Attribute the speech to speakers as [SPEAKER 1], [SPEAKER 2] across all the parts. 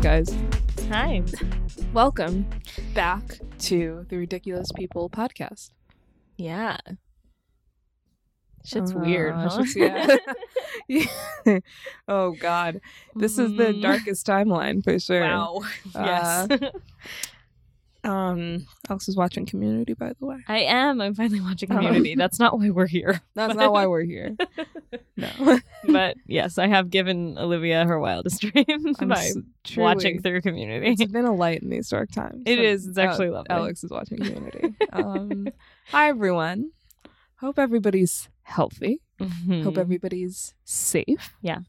[SPEAKER 1] guys.
[SPEAKER 2] Hi.
[SPEAKER 1] Welcome back to the Ridiculous People podcast.
[SPEAKER 2] Yeah. Shit's
[SPEAKER 1] Oh,
[SPEAKER 2] weird, huh?
[SPEAKER 1] shit's- yeah. Yeah. oh, God. This is the
[SPEAKER 2] Mm.
[SPEAKER 1] darkest timeline for sure.
[SPEAKER 2] Wow.
[SPEAKER 1] Uh,
[SPEAKER 2] yes.
[SPEAKER 1] Um, Alex is watching Community, by the way.
[SPEAKER 2] I am. I'm finally watching
[SPEAKER 1] Oh.
[SPEAKER 2] Community. That's not why we're here.
[SPEAKER 1] That's not why we're here. No.
[SPEAKER 2] But yes, I have given Olivia her wildest dream
[SPEAKER 1] I'm
[SPEAKER 2] by
[SPEAKER 1] s- truly-
[SPEAKER 2] watching through Community.
[SPEAKER 1] It's been a light in these dark times.
[SPEAKER 2] It
[SPEAKER 1] But
[SPEAKER 2] is. It's
[SPEAKER 1] Ale-
[SPEAKER 2] actually lovely.
[SPEAKER 1] Alex is watching Community. um, hi, everyone. Hope everybody's healthy.
[SPEAKER 2] Mhm.
[SPEAKER 1] Hope everybody's safe.
[SPEAKER 2] Yeah.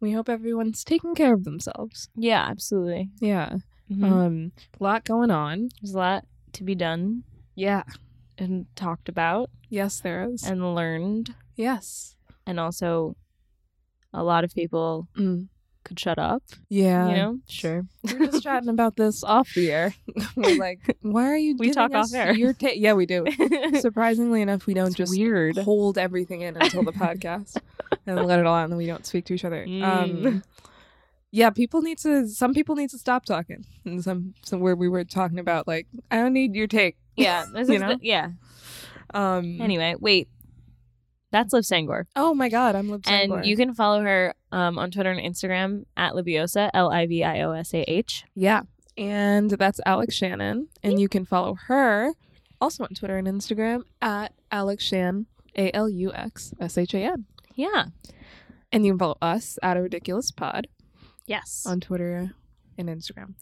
[SPEAKER 1] We hope everyone's taking care of themselves.
[SPEAKER 2] yeah, absolutely.
[SPEAKER 1] Yeah.
[SPEAKER 2] Mhm.
[SPEAKER 1] Um, a lot going on.
[SPEAKER 2] There's a lot to be done
[SPEAKER 1] Yeah.
[SPEAKER 2] and talked about
[SPEAKER 1] Yes, there is.
[SPEAKER 2] and learned,
[SPEAKER 1] yes.
[SPEAKER 2] and also a lot of people
[SPEAKER 1] Mm.
[SPEAKER 2] could shut up.
[SPEAKER 1] Yeah.
[SPEAKER 2] you know, sure.
[SPEAKER 1] We We're just chatting about this off the air. We're like, why are you?
[SPEAKER 2] We
[SPEAKER 1] giving
[SPEAKER 2] talk off
[SPEAKER 1] us
[SPEAKER 2] air.
[SPEAKER 1] Your ta- yeah, we do. Surprisingly enough, we don't
[SPEAKER 2] It's
[SPEAKER 1] just
[SPEAKER 2] weird.
[SPEAKER 1] hold everything in until the podcast and let it all out, and then we don't speak to each other. Um,
[SPEAKER 2] Mm.
[SPEAKER 1] yeah, people need to. Some people need to stop talking, and some some where we were talking about like, I don't need your take.
[SPEAKER 2] Yeah, this
[SPEAKER 1] You
[SPEAKER 2] is the-
[SPEAKER 1] know?
[SPEAKER 2] yeah.
[SPEAKER 1] Um.
[SPEAKER 2] Anyway, wait. That's Liv Sangor.
[SPEAKER 1] Oh my God, I'm Lib Sangor.
[SPEAKER 2] And you can follow her um, on Twitter and Instagram at Liviosa, L I V I O S A H.
[SPEAKER 1] Yeah. And that's Alex Shannon. And you can follow her also on Twitter and Instagram at Alex Shan, A L U X S H A N.
[SPEAKER 2] Yeah.
[SPEAKER 1] And you can follow us at A Ridiculous Pod
[SPEAKER 2] Yes.
[SPEAKER 1] on Twitter and Instagram.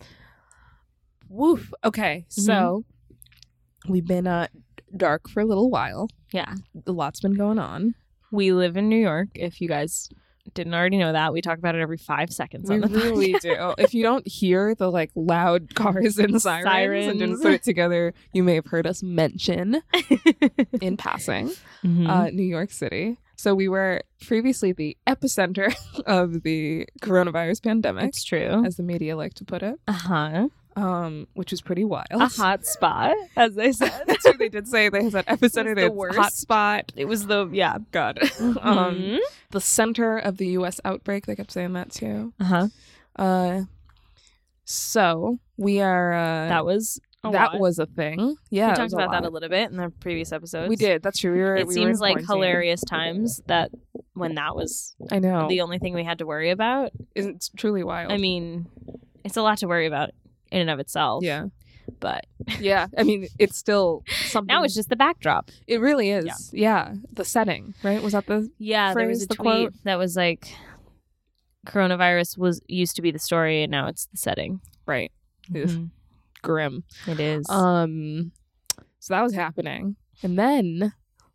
[SPEAKER 1] Woof. Okay.
[SPEAKER 2] Mm-hmm.
[SPEAKER 1] So we've been uh, dark for a little while.
[SPEAKER 2] yeah.
[SPEAKER 1] A lot's been going on.
[SPEAKER 2] We live in New York. If you guys didn't already know that, we talk about it every five seconds on the
[SPEAKER 1] really do. If you don't hear the like loud cars and sirens, and didn't
[SPEAKER 2] Sirens.
[SPEAKER 1] put it together, you may have heard us mention in passing.
[SPEAKER 2] Mhm.
[SPEAKER 1] uh, New York City. So we were previously the epicenter of the coronavirus pandemic,
[SPEAKER 2] It's true.
[SPEAKER 1] as the media like to put it,
[SPEAKER 2] Uh huh.
[SPEAKER 1] um, which was pretty wild.
[SPEAKER 2] A hot spot, as they said.
[SPEAKER 1] That's what they did say. They said epicenter,
[SPEAKER 2] the
[SPEAKER 1] the
[SPEAKER 2] worst.
[SPEAKER 1] hot spot.
[SPEAKER 2] It was the, yeah.
[SPEAKER 1] God, um,
[SPEAKER 2] Um,
[SPEAKER 1] the center of the U.S. outbreak. They kept saying that too.
[SPEAKER 2] uh huh.
[SPEAKER 1] Uh, so we are. Uh,
[SPEAKER 2] That was a
[SPEAKER 1] that
[SPEAKER 2] lot.
[SPEAKER 1] was a thing. Yeah,
[SPEAKER 2] we
[SPEAKER 1] it
[SPEAKER 2] talked
[SPEAKER 1] was a
[SPEAKER 2] about that a
[SPEAKER 1] lot.
[SPEAKER 2] little bit in the previous episodes.
[SPEAKER 1] We did. That's true. We were.
[SPEAKER 2] It
[SPEAKER 1] we were in
[SPEAKER 2] seems like
[SPEAKER 1] quarantine.
[SPEAKER 2] hilarious times that when that was
[SPEAKER 1] I know.
[SPEAKER 2] the only thing we had to worry about.
[SPEAKER 1] it's truly wild.
[SPEAKER 2] I mean, it's a lot to worry about in and of itself.
[SPEAKER 1] yeah.
[SPEAKER 2] But
[SPEAKER 1] Yeah, I mean, it's still something.
[SPEAKER 2] now it's just the backdrop.
[SPEAKER 1] it really is. Yeah. the setting, right? Was that the
[SPEAKER 2] Yeah, there was
[SPEAKER 1] Phrase
[SPEAKER 2] a
[SPEAKER 1] the
[SPEAKER 2] tweet
[SPEAKER 1] quote.
[SPEAKER 2] that was like, "Coronavirus was used to be the story, and now it's the setting."
[SPEAKER 1] right? Oof.
[SPEAKER 2] Mhm.
[SPEAKER 1] Grim.
[SPEAKER 2] It is.
[SPEAKER 1] Um, so that was happening, and then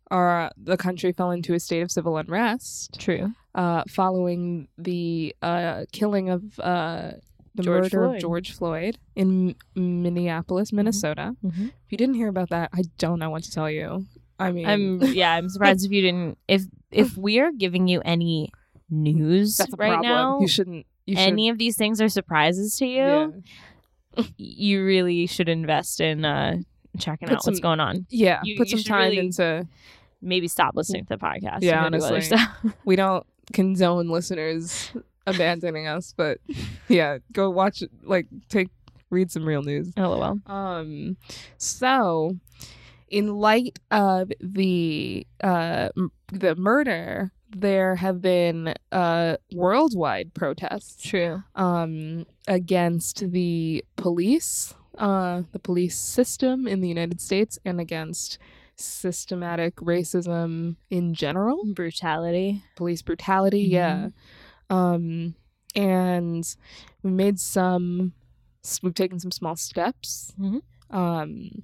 [SPEAKER 1] our the country fell into a state of civil unrest
[SPEAKER 2] True.
[SPEAKER 1] uh, following the uh, killing of uh, the
[SPEAKER 2] George
[SPEAKER 1] murder
[SPEAKER 2] Floyd. Mm-hmm.
[SPEAKER 1] of George Floyd in M- Minneapolis, Minnesota.
[SPEAKER 2] Mhm.
[SPEAKER 1] If you didn't hear about that, I don't know what to tell you. I mean,
[SPEAKER 2] I'm yeah. I'm surprised if you didn't. If if we are giving you any news
[SPEAKER 1] that's a
[SPEAKER 2] right
[SPEAKER 1] problem.
[SPEAKER 2] now,
[SPEAKER 1] you shouldn't. You should-
[SPEAKER 2] any of these things are surprises to you.
[SPEAKER 1] yeah.
[SPEAKER 2] You really should invest in uh, checking
[SPEAKER 1] Put
[SPEAKER 2] out what's
[SPEAKER 1] some-
[SPEAKER 2] going on.
[SPEAKER 1] Yeah,
[SPEAKER 2] You-
[SPEAKER 1] put
[SPEAKER 2] you
[SPEAKER 1] some
[SPEAKER 2] should
[SPEAKER 1] time
[SPEAKER 2] really-
[SPEAKER 1] into.
[SPEAKER 2] Maybe stop listening to the podcast. and
[SPEAKER 1] Yeah,
[SPEAKER 2] go do other
[SPEAKER 1] honestly.
[SPEAKER 2] stuff.
[SPEAKER 1] We don't condone listeners abandoning us, but yeah, go watch. Like, take read some real news.
[SPEAKER 2] Lol.
[SPEAKER 1] Um, so in light of the uh m- the murder, there have been uh worldwide protests
[SPEAKER 2] True.
[SPEAKER 1] um against the police, uh the police system in the United States, and against systematic racism in general
[SPEAKER 2] Brutality.
[SPEAKER 1] police brutality. Yeah.
[SPEAKER 2] Mm-hmm.
[SPEAKER 1] Um, and we made some, s- we've taken some small steps,
[SPEAKER 2] Mhm.
[SPEAKER 1] um,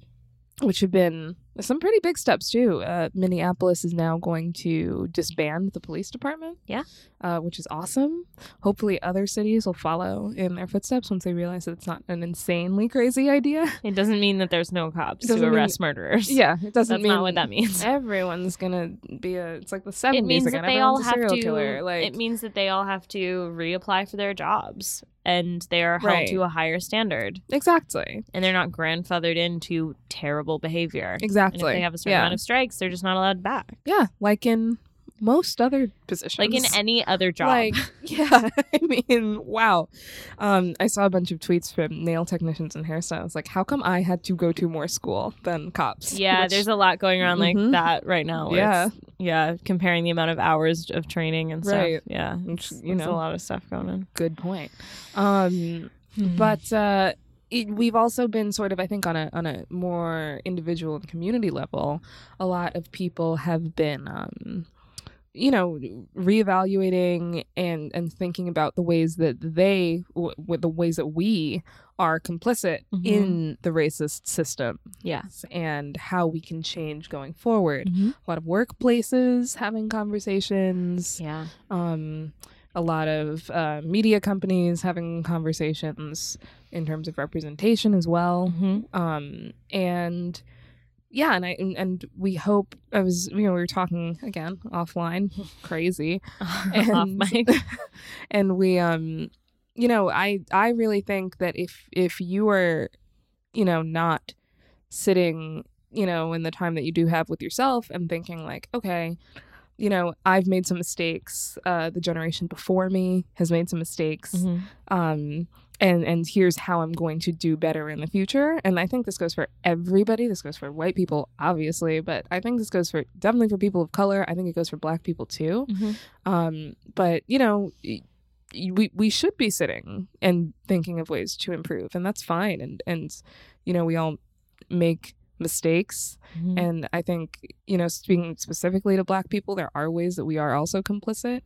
[SPEAKER 1] which have been some pretty big steps too. Uh, Minneapolis is now going to disband the police department.
[SPEAKER 2] Yeah.
[SPEAKER 1] Uh, which is awesome. Hopefully, other cities will follow in their footsteps once they realize that it's not an insanely crazy idea.
[SPEAKER 2] It doesn't mean that there's no cops
[SPEAKER 1] Doesn't
[SPEAKER 2] to
[SPEAKER 1] mean-
[SPEAKER 2] arrest murderers.
[SPEAKER 1] yeah, it doesn't
[SPEAKER 2] that's
[SPEAKER 1] mean
[SPEAKER 2] not what that means.
[SPEAKER 1] Everyone's gonna be a. It's like the seventies.
[SPEAKER 2] It means
[SPEAKER 1] again.
[SPEAKER 2] that they
[SPEAKER 1] Everyone's
[SPEAKER 2] all
[SPEAKER 1] a
[SPEAKER 2] have
[SPEAKER 1] serial
[SPEAKER 2] to.
[SPEAKER 1] Killer. Like
[SPEAKER 2] it means that they all have to reapply for their jobs, and they are held
[SPEAKER 1] Right.
[SPEAKER 2] to a higher standard,
[SPEAKER 1] exactly.
[SPEAKER 2] and they're not grandfathered into terrible behavior. And
[SPEAKER 1] Exactly.
[SPEAKER 2] if they have a certain
[SPEAKER 1] yeah.
[SPEAKER 2] amount of strikes, they're just not allowed back.
[SPEAKER 1] yeah, like in most other positions.
[SPEAKER 2] Like in any other job.
[SPEAKER 1] Like, yeah, I mean, wow. Um, I saw a bunch of tweets from nail technicians and hairstylists. Like, how come I had to go to more school than cops?
[SPEAKER 2] yeah,
[SPEAKER 1] Which-
[SPEAKER 2] there's a lot going around like
[SPEAKER 1] Mhm.
[SPEAKER 2] that right now. where
[SPEAKER 1] Yeah.
[SPEAKER 2] it's- yeah, comparing the amount of hours of training and stuff.
[SPEAKER 1] Right.
[SPEAKER 2] Yeah,
[SPEAKER 1] Which,
[SPEAKER 2] it's-
[SPEAKER 1] you
[SPEAKER 2] it's a
[SPEAKER 1] know.
[SPEAKER 2] lot of stuff going on.
[SPEAKER 1] good point. Um, but uh, it, we've also been sort of, I think, on a on a more individual and community level. A lot of people have been, um, you know, reevaluating and and thinking about the ways that they, w- w- the ways that we are complicit
[SPEAKER 2] Mhm.
[SPEAKER 1] in the racist system.
[SPEAKER 2] Mm-hmm. Yeah.
[SPEAKER 1] and how we can change going forward.
[SPEAKER 2] Mhm.
[SPEAKER 1] A lot of workplaces having conversations
[SPEAKER 2] yeah,
[SPEAKER 1] um, a lot of uh, media companies having conversations in terms of representation as well.
[SPEAKER 2] Mhm.
[SPEAKER 1] Um, and yeah, and I and, and we hope I was you know we were talking again offline, crazy,
[SPEAKER 2] off
[SPEAKER 1] And-
[SPEAKER 2] mic.
[SPEAKER 1] and we um you know I I really think that if if you are you know not sitting you know in the time that you do have with yourself and thinking like okay you know i've made some mistakes uh, the generation before me has made some mistakes
[SPEAKER 2] Mhm.
[SPEAKER 1] um, and and here's how i'm going to do better in the future and i think this goes for everybody this goes for white people obviously but i think this goes for definitely for people of color i think it goes for black people too
[SPEAKER 2] Mhm.
[SPEAKER 1] um, but you know y- y- we we should be sitting and thinking of ways to improve and that's fine and and you know we all make mistakes
[SPEAKER 2] Mhm.
[SPEAKER 1] and I think, you know, speaking specifically to Black people, there are ways that we are also complicit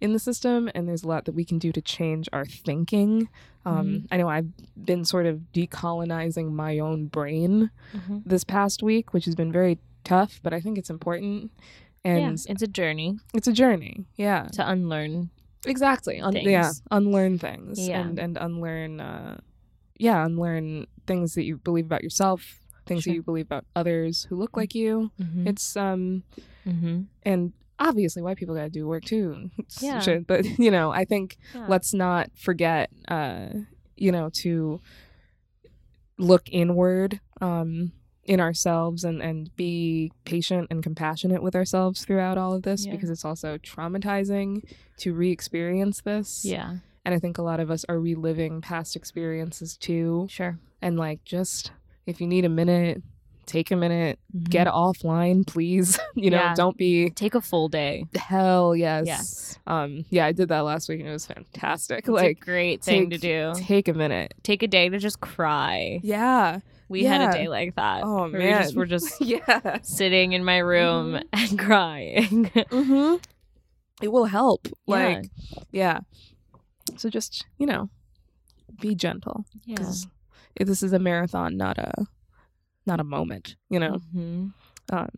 [SPEAKER 1] in the system, and there's a lot that we can do to change our thinking. Um,
[SPEAKER 2] Mhm.
[SPEAKER 1] I know I've been sort of decolonizing my own brain
[SPEAKER 2] Mhm.
[SPEAKER 1] this past week, which has been very tough, but I think it's important. And
[SPEAKER 2] yeah, it's a journey
[SPEAKER 1] it's a journey. Yeah.
[SPEAKER 2] to unlearn.
[SPEAKER 1] Exactly. Un- yeah.
[SPEAKER 2] Things.
[SPEAKER 1] Unlearn things
[SPEAKER 2] Yeah.
[SPEAKER 1] and, and unlearn, uh, yeah, unlearn things that you believe about yourself, things
[SPEAKER 2] Sure.
[SPEAKER 1] that you believe about others who look like you.
[SPEAKER 2] Mhm.
[SPEAKER 1] It's, um,
[SPEAKER 2] Mhm.
[SPEAKER 1] and obviously white people gotta do work too It's
[SPEAKER 2] Yeah.
[SPEAKER 1] shit, but you know i think
[SPEAKER 2] Yeah.
[SPEAKER 1] let's not forget uh you know to look inward um in ourselves and and be patient and compassionate with ourselves throughout all of this
[SPEAKER 2] Yeah.
[SPEAKER 1] because it's also traumatizing to re-experience this
[SPEAKER 2] Yeah,
[SPEAKER 1] and i think a lot of us are reliving past experiences too
[SPEAKER 2] sure.
[SPEAKER 1] and like just if you need a minute take a minute get offline please you know
[SPEAKER 2] Mm-hmm. Yeah.
[SPEAKER 1] don't be
[SPEAKER 2] take a full day.
[SPEAKER 1] Hell yes.
[SPEAKER 2] Yes,
[SPEAKER 1] Um, yeah, I did that last week and it was fantastic.
[SPEAKER 2] it's
[SPEAKER 1] like,
[SPEAKER 2] a great thing
[SPEAKER 1] take-
[SPEAKER 2] to do.
[SPEAKER 1] take a minute.
[SPEAKER 2] Take a day to just cry.
[SPEAKER 1] Yeah.
[SPEAKER 2] We had
[SPEAKER 1] Yeah.
[SPEAKER 2] a day like that.
[SPEAKER 1] Oh,
[SPEAKER 2] where we just
[SPEAKER 1] man.
[SPEAKER 2] were just
[SPEAKER 1] Yeah.
[SPEAKER 2] sitting in my room
[SPEAKER 1] Mhm.
[SPEAKER 2] and crying.
[SPEAKER 1] Mm-hmm. It will help.
[SPEAKER 2] Yeah.
[SPEAKER 1] Like, yeah. So just, you know, be gentle.
[SPEAKER 2] yeah.
[SPEAKER 1] 'cause if This is a marathon, not a not a moment, you know.
[SPEAKER 2] Mhm.
[SPEAKER 1] Um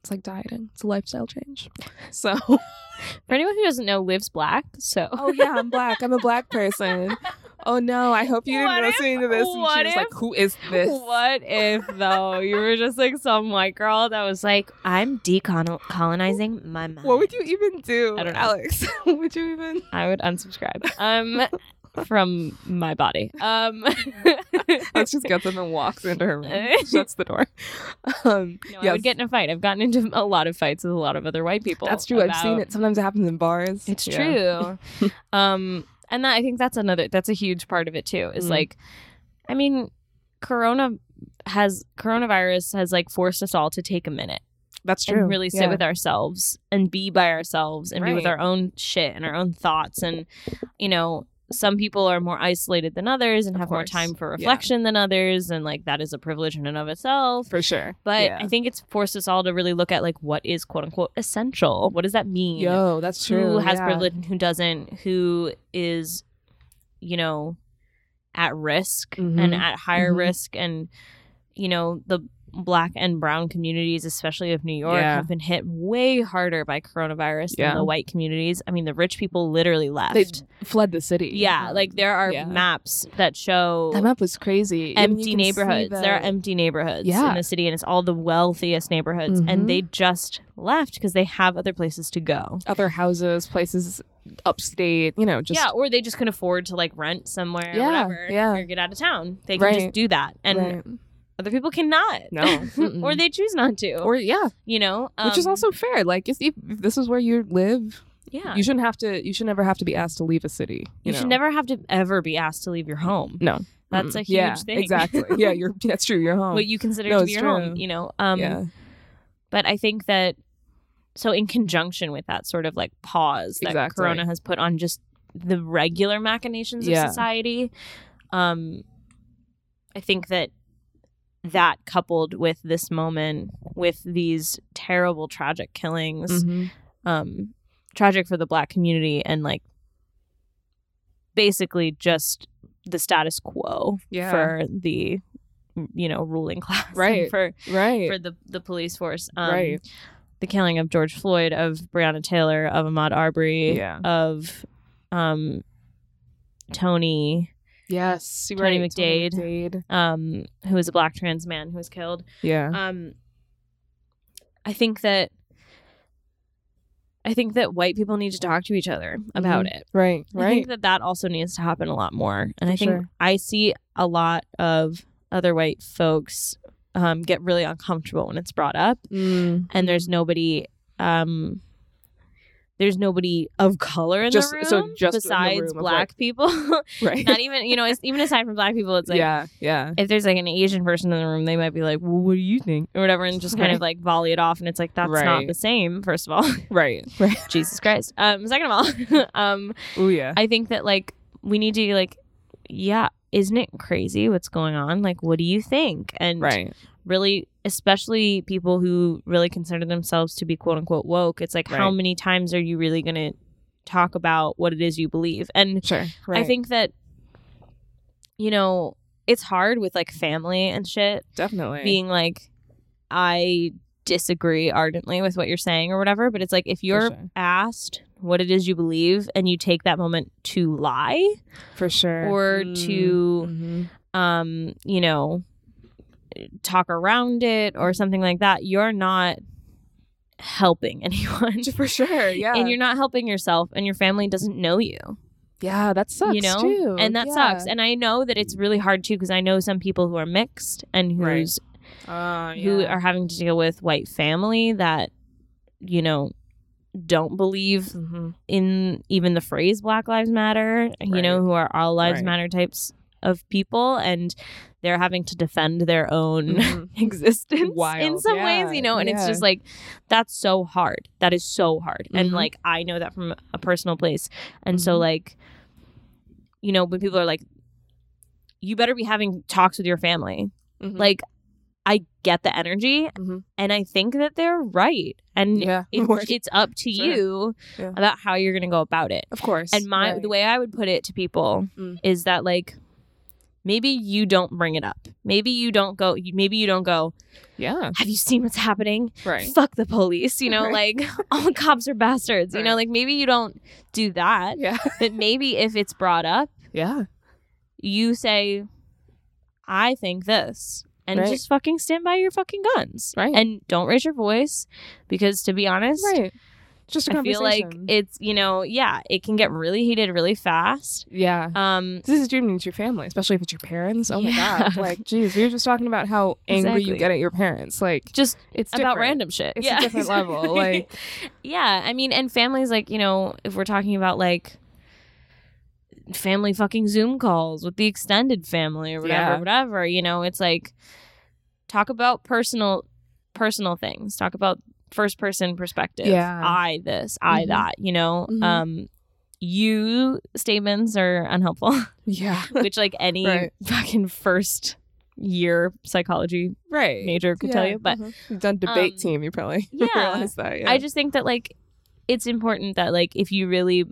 [SPEAKER 1] it's like dieting. It's a lifestyle change. So
[SPEAKER 2] For anyone who doesn't know, Liv's black, so
[SPEAKER 1] Oh yeah, I'm black. I'm a black person. Oh no, I hope you didn't
[SPEAKER 2] What if-
[SPEAKER 1] listen to this. And she
[SPEAKER 2] what
[SPEAKER 1] was like,
[SPEAKER 2] if-
[SPEAKER 1] Who is this?
[SPEAKER 2] What if though you were just like some white girl that was like, I'm decolonizing my mind.
[SPEAKER 1] What would you even do,
[SPEAKER 2] I don't know.
[SPEAKER 1] Alex? what would you even?
[SPEAKER 2] I would unsubscribe. Um, from my body. Um,
[SPEAKER 1] Alex just gets up and walks into her room, shuts the door. Um,
[SPEAKER 2] no, I
[SPEAKER 1] yes,
[SPEAKER 2] would get in a fight. I've gotten into a lot of fights with a lot of other white people.
[SPEAKER 1] that's true. I've seen
[SPEAKER 2] about-
[SPEAKER 1] it. Sometimes it happens in bars.
[SPEAKER 2] It's
[SPEAKER 1] Yeah.
[SPEAKER 2] true. um, and that, I think that's another that's a huge part of it too. Is
[SPEAKER 1] Mm.
[SPEAKER 2] like, I mean, Corona has coronavirus has like forced us all to take a minute
[SPEAKER 1] That's true.
[SPEAKER 2] and really sit
[SPEAKER 1] Yeah.
[SPEAKER 2] with ourselves and be by ourselves and be with
[SPEAKER 1] Right.
[SPEAKER 2] our own shit and our own thoughts and you know some people are more isolated than others and
[SPEAKER 1] Of
[SPEAKER 2] have more
[SPEAKER 1] course.
[SPEAKER 2] time for
[SPEAKER 1] Yeah.
[SPEAKER 2] reflection than others and like that is a privilege in and of itself
[SPEAKER 1] for sure.
[SPEAKER 2] but
[SPEAKER 1] Yeah.
[SPEAKER 2] i think it's forced us all to really look at like what is quote unquote essential what does that mean
[SPEAKER 1] yo, that's true.
[SPEAKER 2] who has
[SPEAKER 1] yeah.
[SPEAKER 2] privilege and who doesn't, who is, you know, at risk and
[SPEAKER 1] Mhm.
[SPEAKER 2] at higher
[SPEAKER 1] Mhm.
[SPEAKER 2] risk. And, you know, the black and brown communities, especially of New York,
[SPEAKER 1] Yeah.
[SPEAKER 2] have been hit way harder by coronavirus
[SPEAKER 1] Yeah.
[SPEAKER 2] than the white communities. I mean, the rich people literally left.
[SPEAKER 1] They fled the city.
[SPEAKER 2] yeah. Like there are
[SPEAKER 1] Yeah.
[SPEAKER 2] maps that show.
[SPEAKER 1] That map was crazy. And you
[SPEAKER 2] Empty
[SPEAKER 1] can see
[SPEAKER 2] neighborhoods. There are
[SPEAKER 1] the-
[SPEAKER 2] empty neighborhoods
[SPEAKER 1] Yeah.
[SPEAKER 2] in the city, and it's all the wealthiest neighborhoods.
[SPEAKER 1] Mhm.
[SPEAKER 2] And they just left because they have other places to go.
[SPEAKER 1] other houses, places upstate. You know, just
[SPEAKER 2] yeah, or they just can afford to like rent somewhere,
[SPEAKER 1] Yeah,
[SPEAKER 2] whatever,
[SPEAKER 1] yeah.
[SPEAKER 2] or get out of town. They can just
[SPEAKER 1] Right.
[SPEAKER 2] do that, and
[SPEAKER 1] right.
[SPEAKER 2] Other people cannot.
[SPEAKER 1] No. Mm-mm.
[SPEAKER 2] or they choose not to.
[SPEAKER 1] or yeah,
[SPEAKER 2] you know,
[SPEAKER 1] which is
[SPEAKER 2] um,
[SPEAKER 1] also fair. Like if, if this is where you live,
[SPEAKER 2] yeah.
[SPEAKER 1] you shouldn't have to. You should never have to be asked to leave a city.
[SPEAKER 2] You,
[SPEAKER 1] You,
[SPEAKER 2] should
[SPEAKER 1] know?
[SPEAKER 2] never have to ever be asked to leave your home.
[SPEAKER 1] No,
[SPEAKER 2] That's a
[SPEAKER 1] Mm-mm.
[SPEAKER 2] huge
[SPEAKER 1] yeah,
[SPEAKER 2] thing.
[SPEAKER 1] Exactly. Yeah, you're. That's true. Your home.
[SPEAKER 2] What you consider
[SPEAKER 1] Oh. No,
[SPEAKER 2] to
[SPEAKER 1] it's
[SPEAKER 2] be your
[SPEAKER 1] true.
[SPEAKER 2] home, you know. Um
[SPEAKER 1] yeah.
[SPEAKER 2] but I think that so in conjunction with that sort of like pause that
[SPEAKER 1] Exactly.
[SPEAKER 2] corona has put on just the regular machinations
[SPEAKER 1] Yeah.
[SPEAKER 2] of society, um I think that that coupled with this moment with these terrible tragic killings
[SPEAKER 1] Mhm.
[SPEAKER 2] um tragic for the black community and like basically just the status quo
[SPEAKER 1] Yeah.
[SPEAKER 2] for the you know ruling class and
[SPEAKER 1] Right.
[SPEAKER 2] for
[SPEAKER 1] Right.
[SPEAKER 2] for the the police force um
[SPEAKER 1] Right.
[SPEAKER 2] the killing of George Floyd of Breonna Taylor of Ahmaud Arbery
[SPEAKER 1] Yeah.
[SPEAKER 2] of um Tony
[SPEAKER 1] Yes. you're
[SPEAKER 2] Tony
[SPEAKER 1] right,
[SPEAKER 2] McDade.
[SPEAKER 1] McDade.
[SPEAKER 2] um who was a black trans man who was killed
[SPEAKER 1] Yeah.
[SPEAKER 2] um i think that i think that white people need to talk to each other about it
[SPEAKER 1] Right.
[SPEAKER 2] i
[SPEAKER 1] Mm-hmm. Right.
[SPEAKER 2] think that that also needs to happen a lot more and i
[SPEAKER 1] For
[SPEAKER 2] think
[SPEAKER 1] sure.
[SPEAKER 2] i see a lot of other white folks um, get really uncomfortable when it's brought up
[SPEAKER 1] Mm.
[SPEAKER 2] and there's nobody um there's nobody of color in
[SPEAKER 1] Just-
[SPEAKER 2] the room
[SPEAKER 1] so just in the
[SPEAKER 2] besides
[SPEAKER 1] room of,
[SPEAKER 2] black
[SPEAKER 1] like-
[SPEAKER 2] people
[SPEAKER 1] Right.
[SPEAKER 2] not even you know it's, even aside from black people it's like
[SPEAKER 1] yeah. Yeah.
[SPEAKER 2] if there's like an Asian person in the room, they might be like, "Well, what do you think?" or whatever, and just kind of like volley it off. And it's like that's not
[SPEAKER 1] Right.
[SPEAKER 2] the same. First of all,
[SPEAKER 1] Right. Right.
[SPEAKER 2] Jesus Christ. Um, second of all, um,
[SPEAKER 1] Oh yeah.
[SPEAKER 2] I think that like we need to be like, yeah, isn't it crazy what's going on? Like, what do you think? And
[SPEAKER 1] Right.
[SPEAKER 2] really, especially people who really consider themselves to be quote unquote woke. It's like, how
[SPEAKER 1] Right.
[SPEAKER 2] many times are you really gonna talk about what it is you believe? And
[SPEAKER 1] Sure. Right.
[SPEAKER 2] I think that you know it's hard with like family and shit
[SPEAKER 1] definitely
[SPEAKER 2] being like i disagree ardently with what you're saying or whatever but it's like if you're
[SPEAKER 1] sure.
[SPEAKER 2] asked what it is you believe and you take that moment to lie
[SPEAKER 1] for sure
[SPEAKER 2] or to
[SPEAKER 1] Mhm.
[SPEAKER 2] um you know talk around it or something like that you're not helping anyone
[SPEAKER 1] Mm-hmm. for sure. Yeah.
[SPEAKER 2] and you're not helping yourself and your family doesn't know you
[SPEAKER 1] yeah. That sucks.
[SPEAKER 2] you know
[SPEAKER 1] too.
[SPEAKER 2] and that
[SPEAKER 1] Yeah.
[SPEAKER 2] sucks and i know that it's really hard too because i know some people who are mixed and
[SPEAKER 1] Right.
[SPEAKER 2] who's
[SPEAKER 1] Uh,
[SPEAKER 2] who
[SPEAKER 1] yeah.
[SPEAKER 2] are having to deal with white family that you know don't believe
[SPEAKER 1] Mhm.
[SPEAKER 2] in even the phrase black lives matter you know
[SPEAKER 1] Right.
[SPEAKER 2] who are all lives
[SPEAKER 1] Right.
[SPEAKER 2] matter types of people and they're having to defend their own
[SPEAKER 1] Mhm.
[SPEAKER 2] existence in
[SPEAKER 1] Wild.
[SPEAKER 2] some
[SPEAKER 1] Yeah.
[SPEAKER 2] ways you know and it's
[SPEAKER 1] Yeah.
[SPEAKER 2] just like that's so hard that is so hard and
[SPEAKER 1] Mhm.
[SPEAKER 2] like i know that from a personal place and so
[SPEAKER 1] Mhm.
[SPEAKER 2] like you know when people are like you better be having talks with your family
[SPEAKER 1] Mhm.
[SPEAKER 2] like i get the energy
[SPEAKER 1] Mhm.
[SPEAKER 2] and i think that they're right and
[SPEAKER 1] yeah.
[SPEAKER 2] it,
[SPEAKER 1] Word.
[SPEAKER 2] it's up to
[SPEAKER 1] Sure.
[SPEAKER 2] you
[SPEAKER 1] Yeah.
[SPEAKER 2] about how you're gonna go about it
[SPEAKER 1] of course.
[SPEAKER 2] and my
[SPEAKER 1] Right.
[SPEAKER 2] the way I would put it to people
[SPEAKER 1] Mm.
[SPEAKER 2] is that like maybe you don't bring it up. Maybe you don't go maybe you don't go,
[SPEAKER 1] Yeah.
[SPEAKER 2] have you seen what's happening?
[SPEAKER 1] Right.
[SPEAKER 2] Fuck the police, you know, like all the cops are bastards. You know,
[SPEAKER 1] Right.
[SPEAKER 2] like maybe you don't do that.
[SPEAKER 1] Yeah.
[SPEAKER 2] But maybe if it's brought up,
[SPEAKER 1] Yeah.
[SPEAKER 2] you say I think this and
[SPEAKER 1] Right.
[SPEAKER 2] just fucking stand by your fucking guns.
[SPEAKER 1] Right.
[SPEAKER 2] And don't raise your voice because to be honest,
[SPEAKER 1] Right. Just a
[SPEAKER 2] I feel
[SPEAKER 1] conversation.
[SPEAKER 2] like it's, you know, yeah, it can get really heated really fast.
[SPEAKER 1] yeah.
[SPEAKER 2] Um,
[SPEAKER 1] This is dreaming to your family, especially if it's your parents. Oh my
[SPEAKER 2] Yeah.
[SPEAKER 1] god! Like, geez, we were just talking about how angry
[SPEAKER 2] Exactly.
[SPEAKER 1] you get at your parents. Like,
[SPEAKER 2] just
[SPEAKER 1] it's
[SPEAKER 2] about
[SPEAKER 1] different.
[SPEAKER 2] random shit.
[SPEAKER 1] It's
[SPEAKER 2] yeah,
[SPEAKER 1] a different level.
[SPEAKER 2] exactly.
[SPEAKER 1] Like,
[SPEAKER 2] yeah, I mean, and families like you know, if we're talking about like family fucking Zoom calls with the extended family or whatever,
[SPEAKER 1] Yeah.
[SPEAKER 2] whatever, you know, it's like talk about personal, personal things. Talk about first person perspective.
[SPEAKER 1] Yeah.
[SPEAKER 2] I this, I
[SPEAKER 1] Mhm.
[SPEAKER 2] that. You know,
[SPEAKER 1] Mhm.
[SPEAKER 2] um, you statements are unhelpful,
[SPEAKER 1] yeah,
[SPEAKER 2] which like any
[SPEAKER 1] Right.
[SPEAKER 2] fucking first year psychology
[SPEAKER 1] right. Mm-hmm.
[SPEAKER 2] major could tell you, but.
[SPEAKER 1] you've done debate
[SPEAKER 2] um,
[SPEAKER 1] team. You probably
[SPEAKER 2] yeah.
[SPEAKER 1] realize that. Yeah.
[SPEAKER 2] I just think that like it's important that like if you really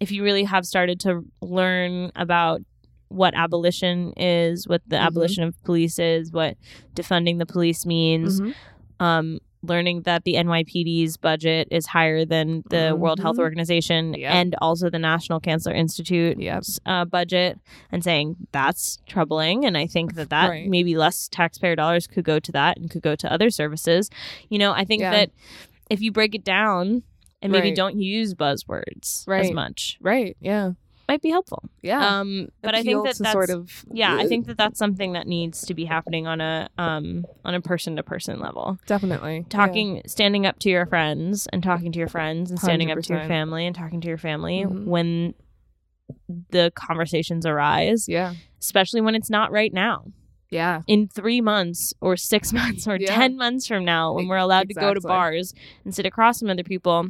[SPEAKER 2] if you really have started to learn about what abolition is, what the
[SPEAKER 1] Mhm.
[SPEAKER 2] abolition of police is, what defunding the police means,
[SPEAKER 1] Mhm.
[SPEAKER 2] um learning that the NYPD's budget is higher than the World Health
[SPEAKER 1] Mhm.
[SPEAKER 2] Organization
[SPEAKER 1] Yep.
[SPEAKER 2] and also the National Cancer Institute
[SPEAKER 1] Yep.
[SPEAKER 2] uh, budget and saying that's troubling. And I think that that
[SPEAKER 1] Right.
[SPEAKER 2] maybe less taxpayer dollars could go to that and could go to other services. You know, I think
[SPEAKER 1] Yeah.
[SPEAKER 2] that if you break it down and maybe
[SPEAKER 1] Right.
[SPEAKER 2] don't use buzzwords as
[SPEAKER 1] Right.
[SPEAKER 2] much,
[SPEAKER 1] Right. Yeah.
[SPEAKER 2] might be helpful.
[SPEAKER 1] yeah.
[SPEAKER 2] Um, but I think
[SPEAKER 1] Appeal
[SPEAKER 2] that
[SPEAKER 1] to
[SPEAKER 2] that's
[SPEAKER 1] sort of uh,
[SPEAKER 2] yeah, I think that that's something that needs to be happening on a um on a person to person level.
[SPEAKER 1] definitely Yeah.
[SPEAKER 2] Talking, standing up to your friends, and talking to your friends, and standing up to your
[SPEAKER 1] 100%.
[SPEAKER 2] family, and talking to your family
[SPEAKER 1] Mhm.
[SPEAKER 2] when the conversations arise,
[SPEAKER 1] Yeah,
[SPEAKER 2] especially when it's not right now.
[SPEAKER 1] yeah,
[SPEAKER 2] in three months or six months or
[SPEAKER 1] Yeah.
[SPEAKER 2] 10 months from now when we're allowed to go to
[SPEAKER 1] Exactly.
[SPEAKER 2] bars and sit across from other people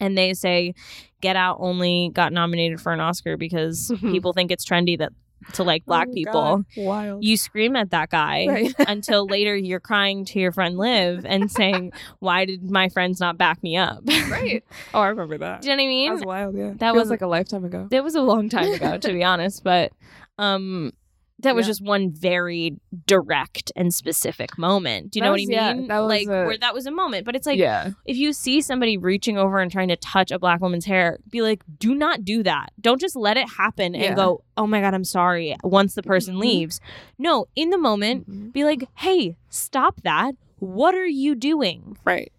[SPEAKER 2] and they say get out only got nominated for an oscar because
[SPEAKER 1] Mhm.
[SPEAKER 2] people think it's trendy that to like black
[SPEAKER 1] Oh my
[SPEAKER 2] people
[SPEAKER 1] God, Wild.
[SPEAKER 2] you scream at that guy
[SPEAKER 1] Right.
[SPEAKER 2] until later you're crying to your friend liv and saying why did my friends not back me up do you know
[SPEAKER 1] right. Oh, I remember that.
[SPEAKER 2] what i mean
[SPEAKER 1] That was wild. Yeah,
[SPEAKER 2] that
[SPEAKER 1] that
[SPEAKER 2] was-
[SPEAKER 1] was like a lifetime ago.
[SPEAKER 2] it was a long time ago to be honest but um that was
[SPEAKER 1] Yeah.
[SPEAKER 2] just one very direct and specific moment. Do you
[SPEAKER 1] That
[SPEAKER 2] know
[SPEAKER 1] was-
[SPEAKER 2] what I
[SPEAKER 1] yeah,
[SPEAKER 2] mean?
[SPEAKER 1] that was
[SPEAKER 2] like
[SPEAKER 1] a-
[SPEAKER 2] where that was a moment. But it's like
[SPEAKER 1] yeah,
[SPEAKER 2] if you see somebody reaching over and trying to touch a black woman's hair, be like, do not do that. Don't just let it happen
[SPEAKER 1] Yeah.
[SPEAKER 2] and go, Oh my god, I'm sorry once the person
[SPEAKER 1] Mhm.
[SPEAKER 2] leaves. No, in the moment,
[SPEAKER 1] Mhm.
[SPEAKER 2] be like, Hey, stop that. What are you doing?
[SPEAKER 1] right.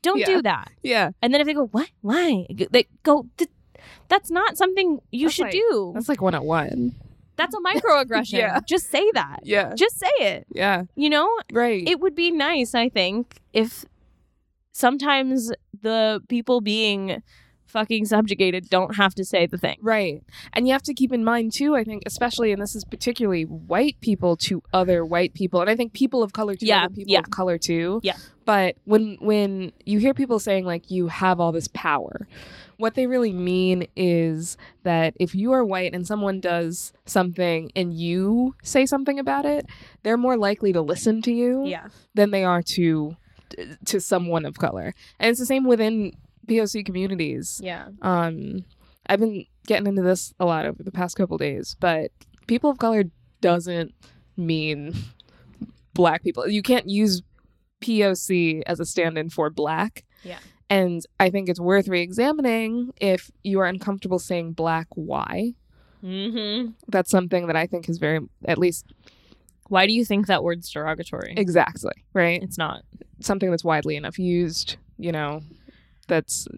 [SPEAKER 2] Don't
[SPEAKER 1] Yeah.
[SPEAKER 2] do that.
[SPEAKER 1] Yeah,
[SPEAKER 2] And then if they go, What? Why? They go "Th- that's not something you
[SPEAKER 1] That's
[SPEAKER 2] should
[SPEAKER 1] like-
[SPEAKER 2] do.
[SPEAKER 1] that's like one at one.
[SPEAKER 2] That's a microaggression.
[SPEAKER 1] Yeah.
[SPEAKER 2] Just say that.
[SPEAKER 1] Yeah,
[SPEAKER 2] Just say it.
[SPEAKER 1] yeah,
[SPEAKER 2] You know,
[SPEAKER 1] right.
[SPEAKER 2] it would be nice, I think, if sometimes the people being fucking subjugated don't have to say the thing.
[SPEAKER 1] Right. And you have to keep in mind, too, I think, especially, and this is particularly white people to other white people. And I think people of color to
[SPEAKER 2] Yeah,
[SPEAKER 1] other people
[SPEAKER 2] yeah.
[SPEAKER 1] of color, too.
[SPEAKER 2] Yeah.
[SPEAKER 1] But when, when you hear people saying, like, you have all this power, what they really mean is that if you are white and someone does something and you say something about it, they're more likely to listen to you
[SPEAKER 2] Yeah.
[SPEAKER 1] than they are to to someone of color. And it's the same within POC communities
[SPEAKER 2] Yeah.
[SPEAKER 1] um i've been getting into this a lot over the past couple days but people of color doesn't mean black people you can't use poc as a stand-in for black
[SPEAKER 2] Yeah.
[SPEAKER 1] and i think it's worth re-examining if you are uncomfortable saying black why
[SPEAKER 2] Mm-hmm.
[SPEAKER 1] that's something that i think is very at least
[SPEAKER 2] Why do you think that word's derogatory?
[SPEAKER 1] exactly right
[SPEAKER 2] It's not.
[SPEAKER 1] something that's widely enough used you know that's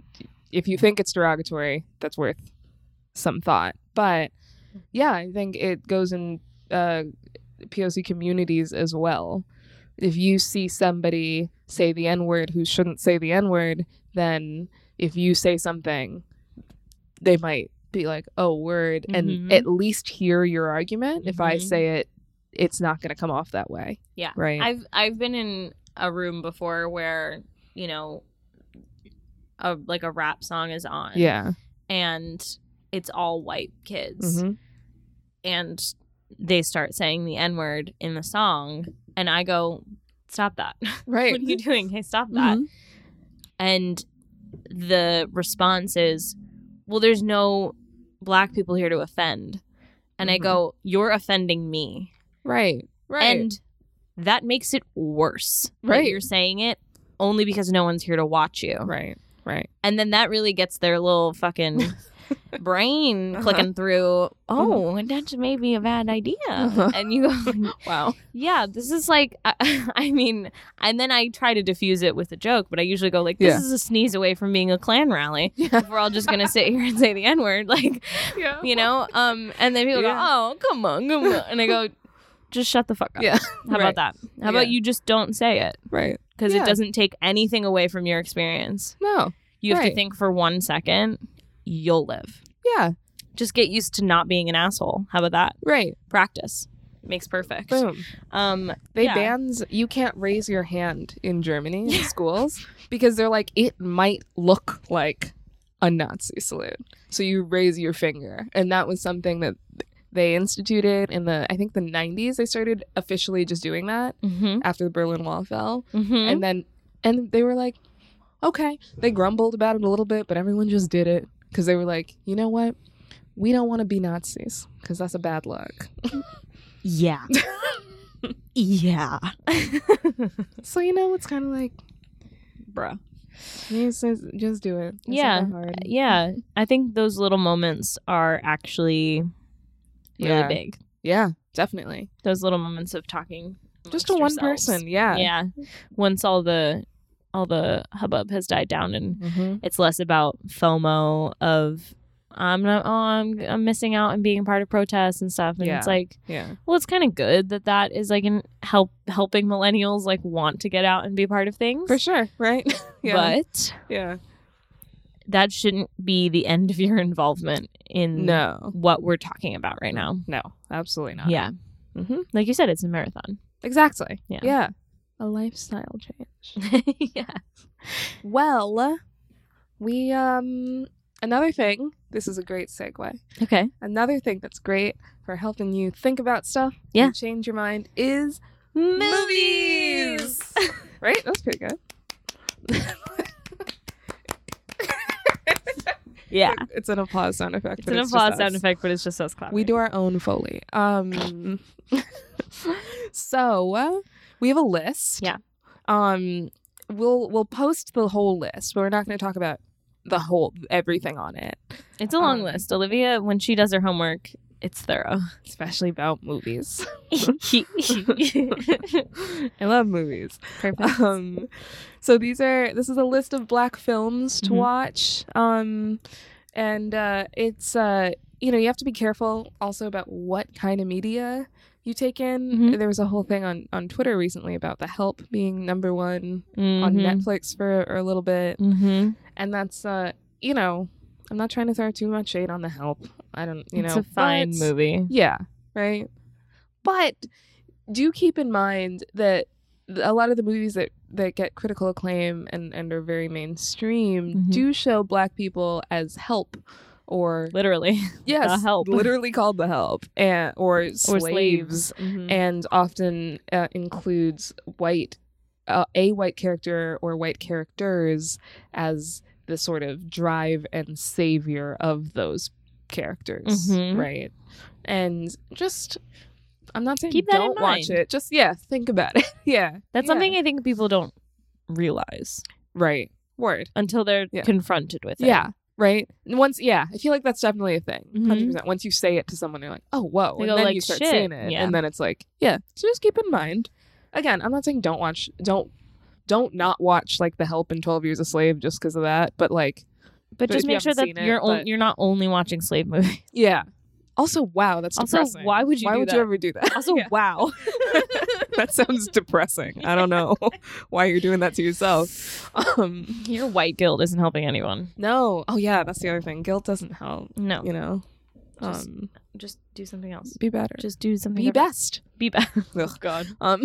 [SPEAKER 1] if you think it's derogatory that's worth some thought but yeah i think it goes in uh, poc communities as well if you see somebody say the n word who shouldn't say the n word then if you say something they might be like oh word
[SPEAKER 2] Mhm.
[SPEAKER 1] and at least hear your argument if i
[SPEAKER 2] Mhm.
[SPEAKER 1] say it it's not going to come off that way
[SPEAKER 2] Yeah.
[SPEAKER 1] right
[SPEAKER 2] I've I've been in a room before where, you know, a like a rap song is on.
[SPEAKER 1] yeah
[SPEAKER 2] And it's all white kids.
[SPEAKER 1] Mhm.
[SPEAKER 2] and they start saying the N word in the song, and I go, Stop that.
[SPEAKER 1] right Mm-hmm.
[SPEAKER 2] what are you doing? Hey, stop that. And the response is, Well, there's no black people here to offend. And I
[SPEAKER 1] Mhm.
[SPEAKER 2] go, You're offending me.
[SPEAKER 1] Mm-hmm. Right. Right.
[SPEAKER 2] And that makes it worse. that
[SPEAKER 1] Right.
[SPEAKER 2] You're saying it only because no one's here to watch you.
[SPEAKER 1] right. Right.
[SPEAKER 2] And then that really gets their little fucking brain
[SPEAKER 1] Uh-huh. Mm-hmm.
[SPEAKER 2] clicking through. Oh, that may be a bad idea.
[SPEAKER 1] Uh-huh.
[SPEAKER 2] And you go,
[SPEAKER 1] Wow.
[SPEAKER 2] yeah, this is like, I, I mean, and then I try to diffuse it with a joke, but I usually go like, this
[SPEAKER 1] Yeah.
[SPEAKER 2] is a sneeze away from being a Klan rally.
[SPEAKER 1] Yeah.
[SPEAKER 2] If we're all just gonna sit here and say the N word, like,
[SPEAKER 1] Yeah.
[SPEAKER 2] you know, um, and then people
[SPEAKER 1] Yeah.
[SPEAKER 2] go, oh, come on, come on, and I go, just shut the fuck up.
[SPEAKER 1] Yeah.
[SPEAKER 2] How
[SPEAKER 1] Right.
[SPEAKER 2] about that? How about
[SPEAKER 1] Yeah.
[SPEAKER 2] you just don't say it
[SPEAKER 1] Right.
[SPEAKER 2] because
[SPEAKER 1] Yeah.
[SPEAKER 2] it doesn't take anything away from your experience.
[SPEAKER 1] No.
[SPEAKER 2] You have to
[SPEAKER 1] Right.
[SPEAKER 2] think for one second, you'll live.
[SPEAKER 1] Yeah.
[SPEAKER 2] Just get used to not being an asshole. How about that?
[SPEAKER 1] Right.
[SPEAKER 2] Practice makes perfect.
[SPEAKER 1] Boom.
[SPEAKER 2] Um,
[SPEAKER 1] They
[SPEAKER 2] Yeah.
[SPEAKER 1] bans you can't raise your hand in Germany in schools because they're like it might look like a Nazi salute. So you raise your finger. And that was something that they instituted in the I think the 90s they started officially just doing that
[SPEAKER 2] hmm
[SPEAKER 1] after the Berlin Wall fell.
[SPEAKER 2] hmm
[SPEAKER 1] And then and they were like okay. They grumbled about it a little bit, but everyone just did it because they were like, you know what? We don't want to be Nazis because that's a bad look.
[SPEAKER 2] Yeah. yeah.
[SPEAKER 1] So you know, it's kind of like,
[SPEAKER 2] Bruh.
[SPEAKER 1] you just, just do it. It's not
[SPEAKER 2] Yeah. Uh,
[SPEAKER 1] that hard.
[SPEAKER 2] Yeah. I think those little moments are actually really
[SPEAKER 1] Yeah.
[SPEAKER 2] big.
[SPEAKER 1] yeah, definitely.
[SPEAKER 2] Those little moments of talking.
[SPEAKER 1] Just to one
[SPEAKER 2] amongst yourselves.
[SPEAKER 1] person. Yeah.
[SPEAKER 2] Yeah. Once all the all the hubbub has died down and
[SPEAKER 1] Mhm.
[SPEAKER 2] it's less about FOMO of I'm not. Oh, I'm I'm missing out on being a part of protests and stuff. And it's
[SPEAKER 1] Yeah.
[SPEAKER 2] like,
[SPEAKER 1] Yeah.
[SPEAKER 2] well, it's kind of good that that is like in help helping millennials like want to get out and be part of things.
[SPEAKER 1] For sure, right? yeah.
[SPEAKER 2] But
[SPEAKER 1] yeah.
[SPEAKER 2] that shouldn't be the end of your involvement in
[SPEAKER 1] No.
[SPEAKER 2] what we're talking about right now.
[SPEAKER 1] No, absolutely not.
[SPEAKER 2] Yeah,
[SPEAKER 1] hmm
[SPEAKER 2] like you said, it's a marathon.
[SPEAKER 1] Exactly.
[SPEAKER 2] Yeah.
[SPEAKER 1] Yeah. A lifestyle change.
[SPEAKER 2] yeah.
[SPEAKER 1] Well, we um another thing. This is a great segue.
[SPEAKER 2] Okay.
[SPEAKER 1] Another thing that's great for helping you think about stuff
[SPEAKER 2] Yeah.
[SPEAKER 1] and change your mind is
[SPEAKER 2] Movies.
[SPEAKER 1] right. That's pretty good.
[SPEAKER 2] Yeah.
[SPEAKER 1] It's an applause sound effect.
[SPEAKER 2] It's
[SPEAKER 1] but
[SPEAKER 2] an
[SPEAKER 1] just
[SPEAKER 2] applause sound
[SPEAKER 1] us.
[SPEAKER 2] effect, but it's just us clapping.
[SPEAKER 1] We do our own foley. Um, so uh, we have a list.
[SPEAKER 2] Yeah.
[SPEAKER 1] Um, we'll we'll post the whole list, but we're not going to talk about the whole everything on it,
[SPEAKER 2] It's a long
[SPEAKER 1] Um,
[SPEAKER 2] list. Olivia, when she does her homework, it's thorough.
[SPEAKER 1] especially about movies.
[SPEAKER 2] Perfect.
[SPEAKER 1] I love movies. Um, so these are this is a list of black films to
[SPEAKER 2] Mhm.
[SPEAKER 1] watch. Um, and uh, it's uh, you know you have to be careful also about what kind of media you take in.
[SPEAKER 2] Mhm.
[SPEAKER 1] There was a whole thing on on Twitter recently about The Help being number one on
[SPEAKER 2] Mhm.
[SPEAKER 1] Netflix for a little bit,
[SPEAKER 2] Mhm.
[SPEAKER 1] and that's uh, you know I'm not trying to throw too much shade on The Help. I don't you
[SPEAKER 2] it's
[SPEAKER 1] know
[SPEAKER 2] a fine
[SPEAKER 1] but-
[SPEAKER 2] movie.
[SPEAKER 1] yeah, right. But do keep in mind that th- a lot of the movies that, that get critical acclaim and, and are very mainstream
[SPEAKER 2] Mhm.
[SPEAKER 1] do show black people as help or
[SPEAKER 2] Literally.
[SPEAKER 1] yes,
[SPEAKER 2] help.
[SPEAKER 1] literally called the help and or slaves,
[SPEAKER 2] Or slaves.
[SPEAKER 1] and often uh, includes white uh, a white character or white characters as the sort of drive and savior of those characters
[SPEAKER 2] Mhm.
[SPEAKER 1] right and just i'm not saying
[SPEAKER 2] Keep that in
[SPEAKER 1] don't watch
[SPEAKER 2] mind.
[SPEAKER 1] it just yeah think about it yeah
[SPEAKER 2] That's
[SPEAKER 1] yeah.
[SPEAKER 2] something I think people don't realize
[SPEAKER 1] right word
[SPEAKER 2] until they're
[SPEAKER 1] Yeah.
[SPEAKER 2] confronted with it.
[SPEAKER 1] yeah right And once yeah i feel like that's definitely a thing
[SPEAKER 2] Mhm.
[SPEAKER 1] 100% once you say it to someone you're like oh whoa
[SPEAKER 2] They
[SPEAKER 1] and
[SPEAKER 2] go,
[SPEAKER 1] then
[SPEAKER 2] like,
[SPEAKER 1] you start
[SPEAKER 2] "Shit."
[SPEAKER 1] saying it
[SPEAKER 2] Yeah.
[SPEAKER 1] and then it's like yeah so just keep in mind again i'm not saying don't watch don't don't not watch like the help and 12 years a slave just because of that but like
[SPEAKER 2] But,
[SPEAKER 1] But if
[SPEAKER 2] just
[SPEAKER 1] you
[SPEAKER 2] make sure that
[SPEAKER 1] haven't seen it,
[SPEAKER 2] you're on-
[SPEAKER 1] but-
[SPEAKER 2] you're not only watching slave movies.
[SPEAKER 1] yeah also wow that's
[SPEAKER 2] Also,
[SPEAKER 1] depressing.
[SPEAKER 2] why would you
[SPEAKER 1] why
[SPEAKER 2] do
[SPEAKER 1] would
[SPEAKER 2] that?
[SPEAKER 1] you ever do that
[SPEAKER 2] Also,
[SPEAKER 1] Yeah.
[SPEAKER 2] wow.
[SPEAKER 1] that sounds depressing i don't know why you're doing that to yourself um
[SPEAKER 2] Your white guilt isn't helping anyone.
[SPEAKER 1] no oh yeah that's the other thing guilt doesn't help
[SPEAKER 2] No.
[SPEAKER 1] you know
[SPEAKER 2] Just-
[SPEAKER 1] um
[SPEAKER 2] Just do something else.
[SPEAKER 1] be better
[SPEAKER 2] Just do something.
[SPEAKER 1] be
[SPEAKER 2] about-
[SPEAKER 1] best
[SPEAKER 2] Be back.
[SPEAKER 1] Ugh.
[SPEAKER 2] God.
[SPEAKER 1] Um,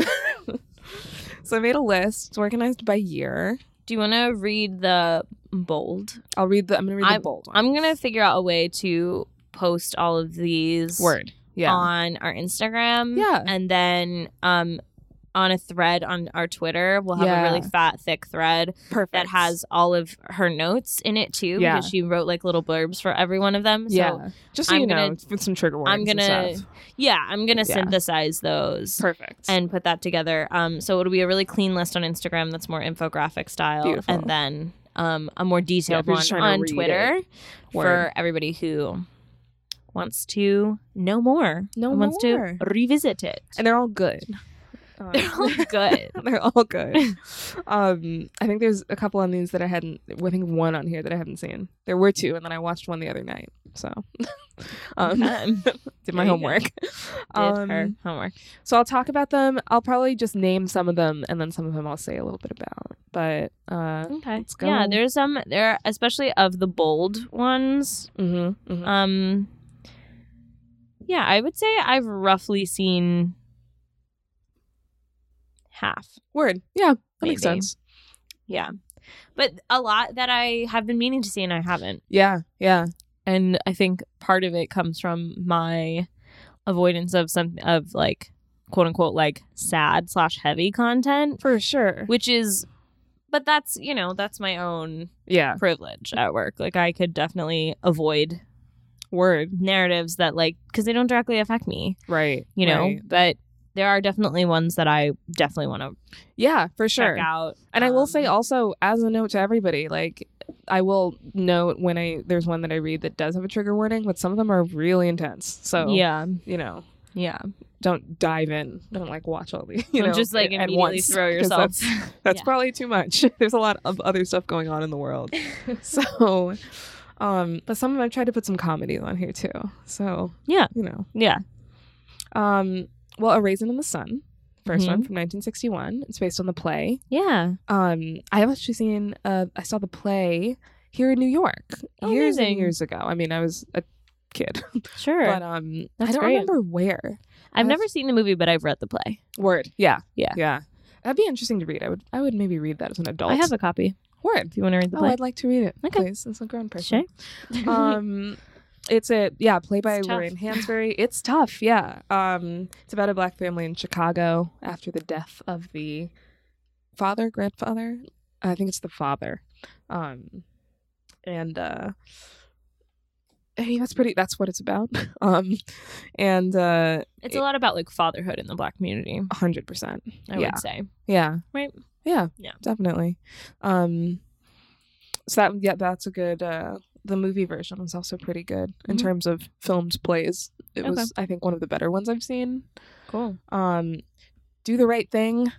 [SPEAKER 1] so I made a list. It's organized by year.
[SPEAKER 2] Do you want to read the bold?
[SPEAKER 1] I'll read the. I'm gonna read the bold one.
[SPEAKER 2] I'm gonna figure out a way to post all of these
[SPEAKER 1] word. Yeah.
[SPEAKER 2] on our Instagram.
[SPEAKER 1] Yeah.
[SPEAKER 2] and then um, on a thread on our Twitter, we'll have
[SPEAKER 1] Yeah.
[SPEAKER 2] a really fat, thick thread
[SPEAKER 1] Perfect.
[SPEAKER 2] that has all of her notes in it too.
[SPEAKER 1] Yeah.
[SPEAKER 2] because she wrote like little blurbs for every one of them. So
[SPEAKER 1] yeah. Just so
[SPEAKER 2] I'm
[SPEAKER 1] you
[SPEAKER 2] gonna-
[SPEAKER 1] know, it's with some trigger words.
[SPEAKER 2] I'm gonna-
[SPEAKER 1] And stuff.
[SPEAKER 2] yeah, I'm gonna
[SPEAKER 1] Yeah.
[SPEAKER 2] synthesize those.
[SPEAKER 1] Perfect.
[SPEAKER 2] And put that together. Um, so it'll be a really clean list on Instagram that's more infographic style,
[SPEAKER 1] Beautiful.
[SPEAKER 2] and then um, a more detailed
[SPEAKER 1] if you're
[SPEAKER 2] one
[SPEAKER 1] just trying to
[SPEAKER 2] on
[SPEAKER 1] read
[SPEAKER 2] Twitter
[SPEAKER 1] Word.
[SPEAKER 2] for everybody who wants to know more,
[SPEAKER 1] Know
[SPEAKER 2] and wants
[SPEAKER 1] more.
[SPEAKER 2] to revisit it.
[SPEAKER 1] and they're all good. Um,
[SPEAKER 2] they're all good.
[SPEAKER 1] they're all good. Um, I think there's a couple on these that I hadn't. I think one on here that I haven't seen. There were two, and then I watched one the other night. So, um,
[SPEAKER 2] Um,
[SPEAKER 1] did my
[SPEAKER 2] there you go.
[SPEAKER 1] homework. Um, Did
[SPEAKER 2] did her homework.
[SPEAKER 1] So I'll talk about them. I'll probably just name some of them, and then some of them I'll say a little bit about. But uh,
[SPEAKER 2] Okay.
[SPEAKER 1] let's go.
[SPEAKER 2] Yeah, there's some there, especially of the bold ones.
[SPEAKER 1] mm-hmm, mm-hmm.
[SPEAKER 2] Um, yeah, I would say I've roughly seen half.
[SPEAKER 1] word, yeah, that makes
[SPEAKER 2] maybe.
[SPEAKER 1] sense.
[SPEAKER 2] Yeah, but a lot that I have been meaning to see and I haven't.
[SPEAKER 1] Yeah, yeah,
[SPEAKER 2] and I think part of it comes from my avoidance of some of like quote unquote like sad slash heavy content,
[SPEAKER 1] for sure.
[SPEAKER 2] which is, but that's you know that's my own
[SPEAKER 1] Yeah,
[SPEAKER 2] privilege at work. Like I could definitely avoid
[SPEAKER 1] word,
[SPEAKER 2] narratives that like because they don't directly affect me,
[SPEAKER 1] right?
[SPEAKER 2] you know.
[SPEAKER 1] right.
[SPEAKER 2] But there are definitely ones that I definitely want to
[SPEAKER 1] yeah, for sure.
[SPEAKER 2] check out.
[SPEAKER 1] And I will say
[SPEAKER 2] Um,
[SPEAKER 1] also, as a note to everybody, like I will note when I there's one that I read that does have a trigger warning, but some of them are really intense. So
[SPEAKER 2] yeah,
[SPEAKER 1] you know,
[SPEAKER 2] yeah,
[SPEAKER 1] don't dive in. Don't like watch all the you
[SPEAKER 2] Don't
[SPEAKER 1] know
[SPEAKER 2] just like
[SPEAKER 1] at- at
[SPEAKER 2] immediately
[SPEAKER 1] once,
[SPEAKER 2] throw
[SPEAKER 1] 'cause
[SPEAKER 2] yourself.
[SPEAKER 1] that's- That's
[SPEAKER 2] Yeah.
[SPEAKER 1] probably too much. There's a lot of other stuff going on in the world. so, Um, but some of them I've tried to put some comedy on here too. So
[SPEAKER 2] Yeah.
[SPEAKER 1] you know.
[SPEAKER 2] Yeah.
[SPEAKER 1] Um, well, A Raisin in the Sun, 1st
[SPEAKER 2] Mhm.
[SPEAKER 1] one from 1961. It's based on the play.
[SPEAKER 2] Yeah.
[SPEAKER 1] Um, I have actually seen. Uh, I saw the play here in New York
[SPEAKER 2] Oh,
[SPEAKER 1] years and
[SPEAKER 2] amazing.
[SPEAKER 1] years ago. I mean, I was a kid,
[SPEAKER 2] Sure.
[SPEAKER 1] but um, I
[SPEAKER 2] That's
[SPEAKER 1] don't
[SPEAKER 2] great.
[SPEAKER 1] remember where.
[SPEAKER 2] I've
[SPEAKER 1] that's-
[SPEAKER 2] never seen the movie, but I've read the play.
[SPEAKER 1] Word. Yeah.
[SPEAKER 2] Yeah.
[SPEAKER 1] Yeah. That'd be interesting to read. I would. I would maybe read that as an adult.
[SPEAKER 2] I have a copy.
[SPEAKER 1] word.
[SPEAKER 2] If you want to read the
[SPEAKER 1] Oh,
[SPEAKER 2] play,
[SPEAKER 1] I'd like to read it,
[SPEAKER 2] Okay.
[SPEAKER 1] please. As a grown person.
[SPEAKER 2] sure.
[SPEAKER 1] um it's a yeah play by
[SPEAKER 2] It's tough.
[SPEAKER 1] lorraine hansberry it's tough yeah um it's about a black family in chicago after the death of the father grandfather i think it's the father um and uh I mean, that's pretty that's what it's about um and uh
[SPEAKER 2] it's a lot about like fatherhood in the black community.
[SPEAKER 1] 100%
[SPEAKER 2] I
[SPEAKER 1] Yeah.
[SPEAKER 2] would say.
[SPEAKER 1] yeah
[SPEAKER 2] Right.
[SPEAKER 1] yeah
[SPEAKER 2] Yeah.
[SPEAKER 1] definitely um so that yeah that's a good uh the movie version was also pretty good in
[SPEAKER 2] Mhm.
[SPEAKER 1] terms of filmed plays it
[SPEAKER 2] Okay.
[SPEAKER 1] was i think one of the better ones i've seen
[SPEAKER 2] Cool.
[SPEAKER 1] um do the right thing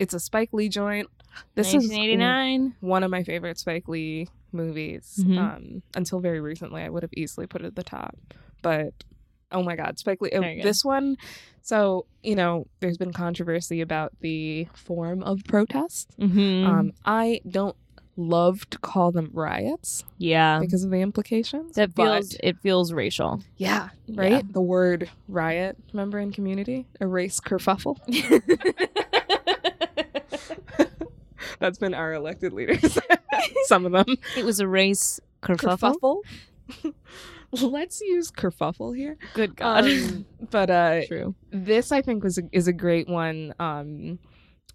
[SPEAKER 1] it's a spike lee joint this is
[SPEAKER 2] 1989.
[SPEAKER 1] one of my favorite spike lee movies
[SPEAKER 2] Mhm.
[SPEAKER 1] um until very recently i would have easily put it at the top but oh my god spike lee
[SPEAKER 2] Very good.
[SPEAKER 1] this one so you know there's been controversy about the form of protest
[SPEAKER 2] mm-hmm.
[SPEAKER 1] um, I don't love to call them riots
[SPEAKER 2] yeah.
[SPEAKER 1] because of the implications.
[SPEAKER 2] Um, That
[SPEAKER 1] but-
[SPEAKER 2] feels it feels racial.
[SPEAKER 1] yeah,
[SPEAKER 2] Yeah.
[SPEAKER 1] right. The word riot, remember in community, erase kerfuffle.
[SPEAKER 2] it
[SPEAKER 1] That's been our elected leaders. Some of them
[SPEAKER 2] was a race kerfuffle.
[SPEAKER 1] kerfuffle. Let's use kerfuffle here.
[SPEAKER 2] Good
[SPEAKER 1] Um, but uh,
[SPEAKER 2] True.
[SPEAKER 1] this I think was a, is a great one um,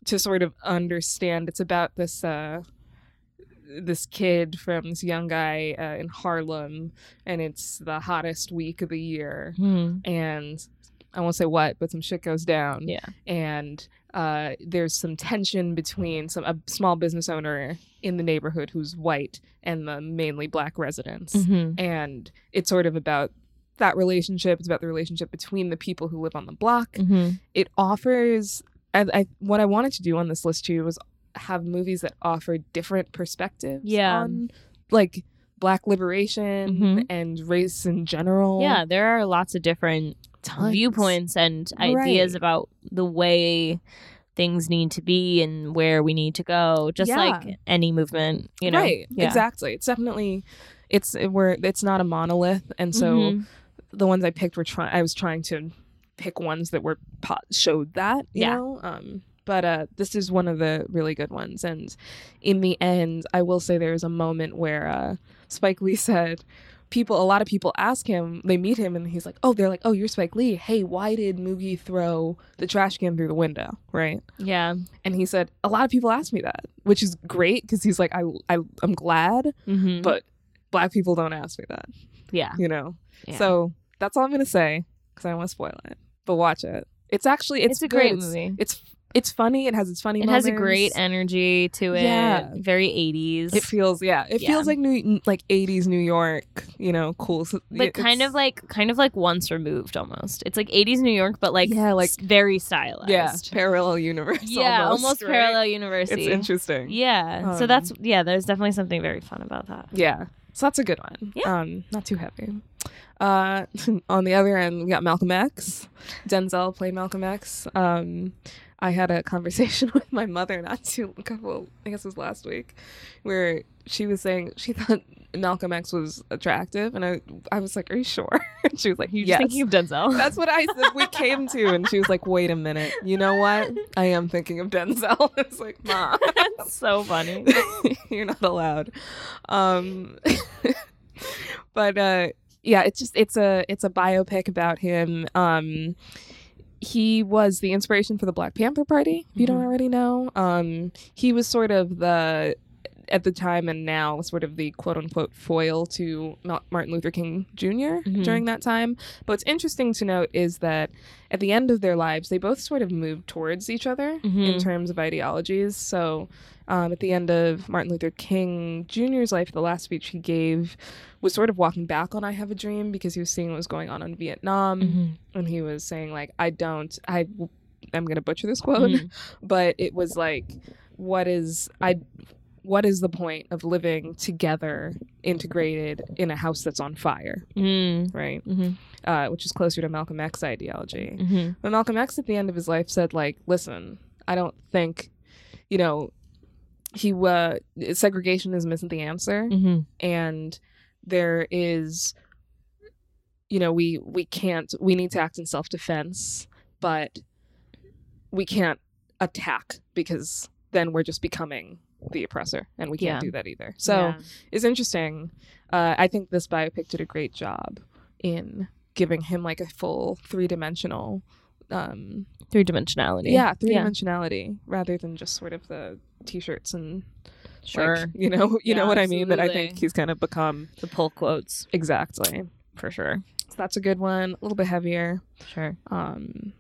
[SPEAKER 1] to sort of understand. It's about this uh, this kid from this young guy uh, in Harlem, and it's the hottest week of the year,
[SPEAKER 2] Hmm.
[SPEAKER 1] and I won't say what, but some shit goes down,
[SPEAKER 2] Yeah.
[SPEAKER 1] and uh, there's some tension between some a small business owner in the neighborhood who's white and the mainly black residents
[SPEAKER 2] Mhm.
[SPEAKER 1] and it's sort of about that relationship it's about the relationship between the people who live on the block
[SPEAKER 2] Mhm.
[SPEAKER 1] it offers I, I what i wanted to do on this list too was have movies that offer different perspectives
[SPEAKER 2] Yeah.
[SPEAKER 1] on like black liberation
[SPEAKER 2] Mhm.
[SPEAKER 1] and race in general
[SPEAKER 2] Yeah, there are lots of different
[SPEAKER 1] Tons.
[SPEAKER 2] viewpoints and
[SPEAKER 1] Right.
[SPEAKER 2] ideas about the way things need to be and where we need to go, just
[SPEAKER 1] Yeah.
[SPEAKER 2] like any movement, you know.
[SPEAKER 1] right
[SPEAKER 2] Yeah.
[SPEAKER 1] exactly it's definitely it's it, we're it's not a monolith and so
[SPEAKER 2] Mhm.
[SPEAKER 1] the ones I picked were trying. I was trying to pick ones that were po- showed that, you
[SPEAKER 2] Yeah.
[SPEAKER 1] know. Um, but uh, this is one of the really good ones. And in the end, I will say there is a moment where uh, Spike Lee said, "People, a lot of people ask him. They meet him, and he's like, oh, they're like, oh, you're Spike Lee. Hey, why did Moogie throw the trash can through the window, right?"
[SPEAKER 2] yeah.
[SPEAKER 1] And he said, a lot of people ask me that, which is great because he's like, I, I, I'm glad,
[SPEAKER 2] Mhm.
[SPEAKER 1] mm-hmm. but black people don't ask me that,
[SPEAKER 2] yeah.
[SPEAKER 1] you know.
[SPEAKER 2] Yeah.
[SPEAKER 1] So that's all I'm gonna say because I don't want to spoil it. But watch it. It's actually it's,
[SPEAKER 2] It's a
[SPEAKER 1] good.
[SPEAKER 2] great
[SPEAKER 1] It's-
[SPEAKER 2] movie.
[SPEAKER 1] It's it's funny. It has its funny.
[SPEAKER 2] It has a
[SPEAKER 1] moments.
[SPEAKER 2] great energy to it.
[SPEAKER 1] Yeah.
[SPEAKER 2] Very 80s.
[SPEAKER 1] It feels yeah. It
[SPEAKER 2] Yeah.
[SPEAKER 1] feels like new like 80s New York. You know, cool. s-
[SPEAKER 2] but
[SPEAKER 1] it's-
[SPEAKER 2] kind of like kind of like once removed almost. It's like 80s New York but like
[SPEAKER 1] Yeah, like-
[SPEAKER 2] s- very stylized.
[SPEAKER 1] yeah parallel universe.
[SPEAKER 2] Yeah, almost,
[SPEAKER 1] right?
[SPEAKER 2] parallel university.
[SPEAKER 1] It's interesting.
[SPEAKER 2] Yeah. so
[SPEAKER 1] Um,
[SPEAKER 2] that's yeah, there's definitely something very fun about that.
[SPEAKER 1] Yeah. So that's a good one.
[SPEAKER 2] Yeah.
[SPEAKER 1] Um, not too heavy. Uh, on the other end, we got Malcolm X. Denzel played Malcolm X. Um, I had a conversation with my mother not too a couple, I guess it was last week, where she was saying she thought Malcolm X was attractive, and I, I was like, "Are you sure?" And she was like,
[SPEAKER 2] You're
[SPEAKER 1] "Yes."
[SPEAKER 2] just thinking of Denzel.
[SPEAKER 1] That's what I said. We came to, and she was like, "Wait a minute. You know what? I am thinking of Denzel." I was like, "Mom."
[SPEAKER 2] That's so funny.
[SPEAKER 1] you're not allowed um but uh yeah it's just it's a it's a biopic about him um he was the inspiration for the black panther party if you don't
[SPEAKER 2] Mhm.
[SPEAKER 1] already know um he was sort of the at the time and now sort of the quote unquote foil to Ma- martin luther king junior
[SPEAKER 2] Mhm.
[SPEAKER 1] during that time but what's interesting to note is that at the end of their lives they both sort of moved towards each other in
[SPEAKER 2] Mhm.
[SPEAKER 1] terms of ideologies so um, at the end of Martin Luther King Jr.'s life, the last speech he gave was sort of walking back on I Have a Dream because he was seeing what was going on in Vietnam.
[SPEAKER 2] Mm-hmm.
[SPEAKER 1] And he was saying, like, I don't, I,
[SPEAKER 2] Mm-hmm. Hmm.
[SPEAKER 1] I'm going to butcher this quote,
[SPEAKER 2] Mhm.
[SPEAKER 1] but it was like, what is, I, what is the point of living together, integrated in a house that's on fire,
[SPEAKER 2] Mm.
[SPEAKER 1] right?
[SPEAKER 2] Mm-hmm.
[SPEAKER 1] Uh, which is closer to Malcolm X ideology.
[SPEAKER 2] Mm-hmm.
[SPEAKER 1] But Malcolm X, at the end of his life, said, like, listen, I don't think, you know, he uh, segregationism isn't the answer,
[SPEAKER 2] Mm-hmm.
[SPEAKER 1] and there is, you know, we we can't we need to act in self defense, but we can't attack because then we're just becoming the oppressor, and we can't
[SPEAKER 2] Yeah.
[SPEAKER 1] do that either. So is interesting. Uh, I think this biopic did a great job in giving him like a full three dimensional, um,
[SPEAKER 2] three dimensionality.
[SPEAKER 1] yeah, three dimensionality rather than just sort of the t-shirts and like,
[SPEAKER 2] sure.
[SPEAKER 1] you know, you know
[SPEAKER 2] Yeah,
[SPEAKER 1] what I mean. That I think
[SPEAKER 2] absolutely.
[SPEAKER 1] he's kind of become
[SPEAKER 2] the pull quotes
[SPEAKER 1] exactly.
[SPEAKER 2] for sure.
[SPEAKER 1] So that's a good one. A little bit heavier.
[SPEAKER 2] Sure.
[SPEAKER 1] Um,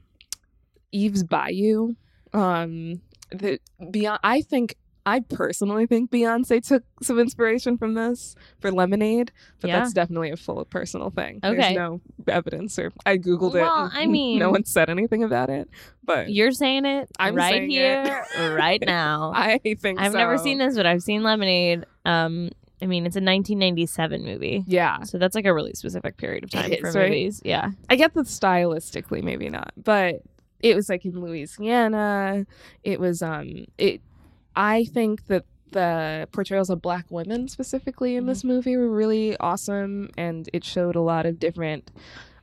[SPEAKER 1] Eve's Bayou. Um, the beyond. I think. I personally think Beyonce took some inspiration from this for Lemonade, but
[SPEAKER 2] Yeah.
[SPEAKER 1] that's definitely a full personal thing. There's
[SPEAKER 2] Okay.
[SPEAKER 1] no evidence, or I googled it.
[SPEAKER 2] Well,
[SPEAKER 1] and
[SPEAKER 2] I mean-
[SPEAKER 1] no one said anything about it, but
[SPEAKER 2] You're saying it
[SPEAKER 1] I'm
[SPEAKER 2] right
[SPEAKER 1] saying
[SPEAKER 2] here, right now.
[SPEAKER 1] I think
[SPEAKER 2] I've
[SPEAKER 1] so.
[SPEAKER 2] never seen this, but I've seen Lemonade. Um, I mean, it's a 1997 movie,
[SPEAKER 1] Yeah,
[SPEAKER 2] so that's like a really specific period of time
[SPEAKER 1] It
[SPEAKER 2] for
[SPEAKER 1] is, right?
[SPEAKER 2] movies. Yeah,
[SPEAKER 1] I get that stylistically, maybe not, but it was like in Louisiana. It was um it I think that the portrayals of black women specifically in this movie were really awesome and it showed a lot of different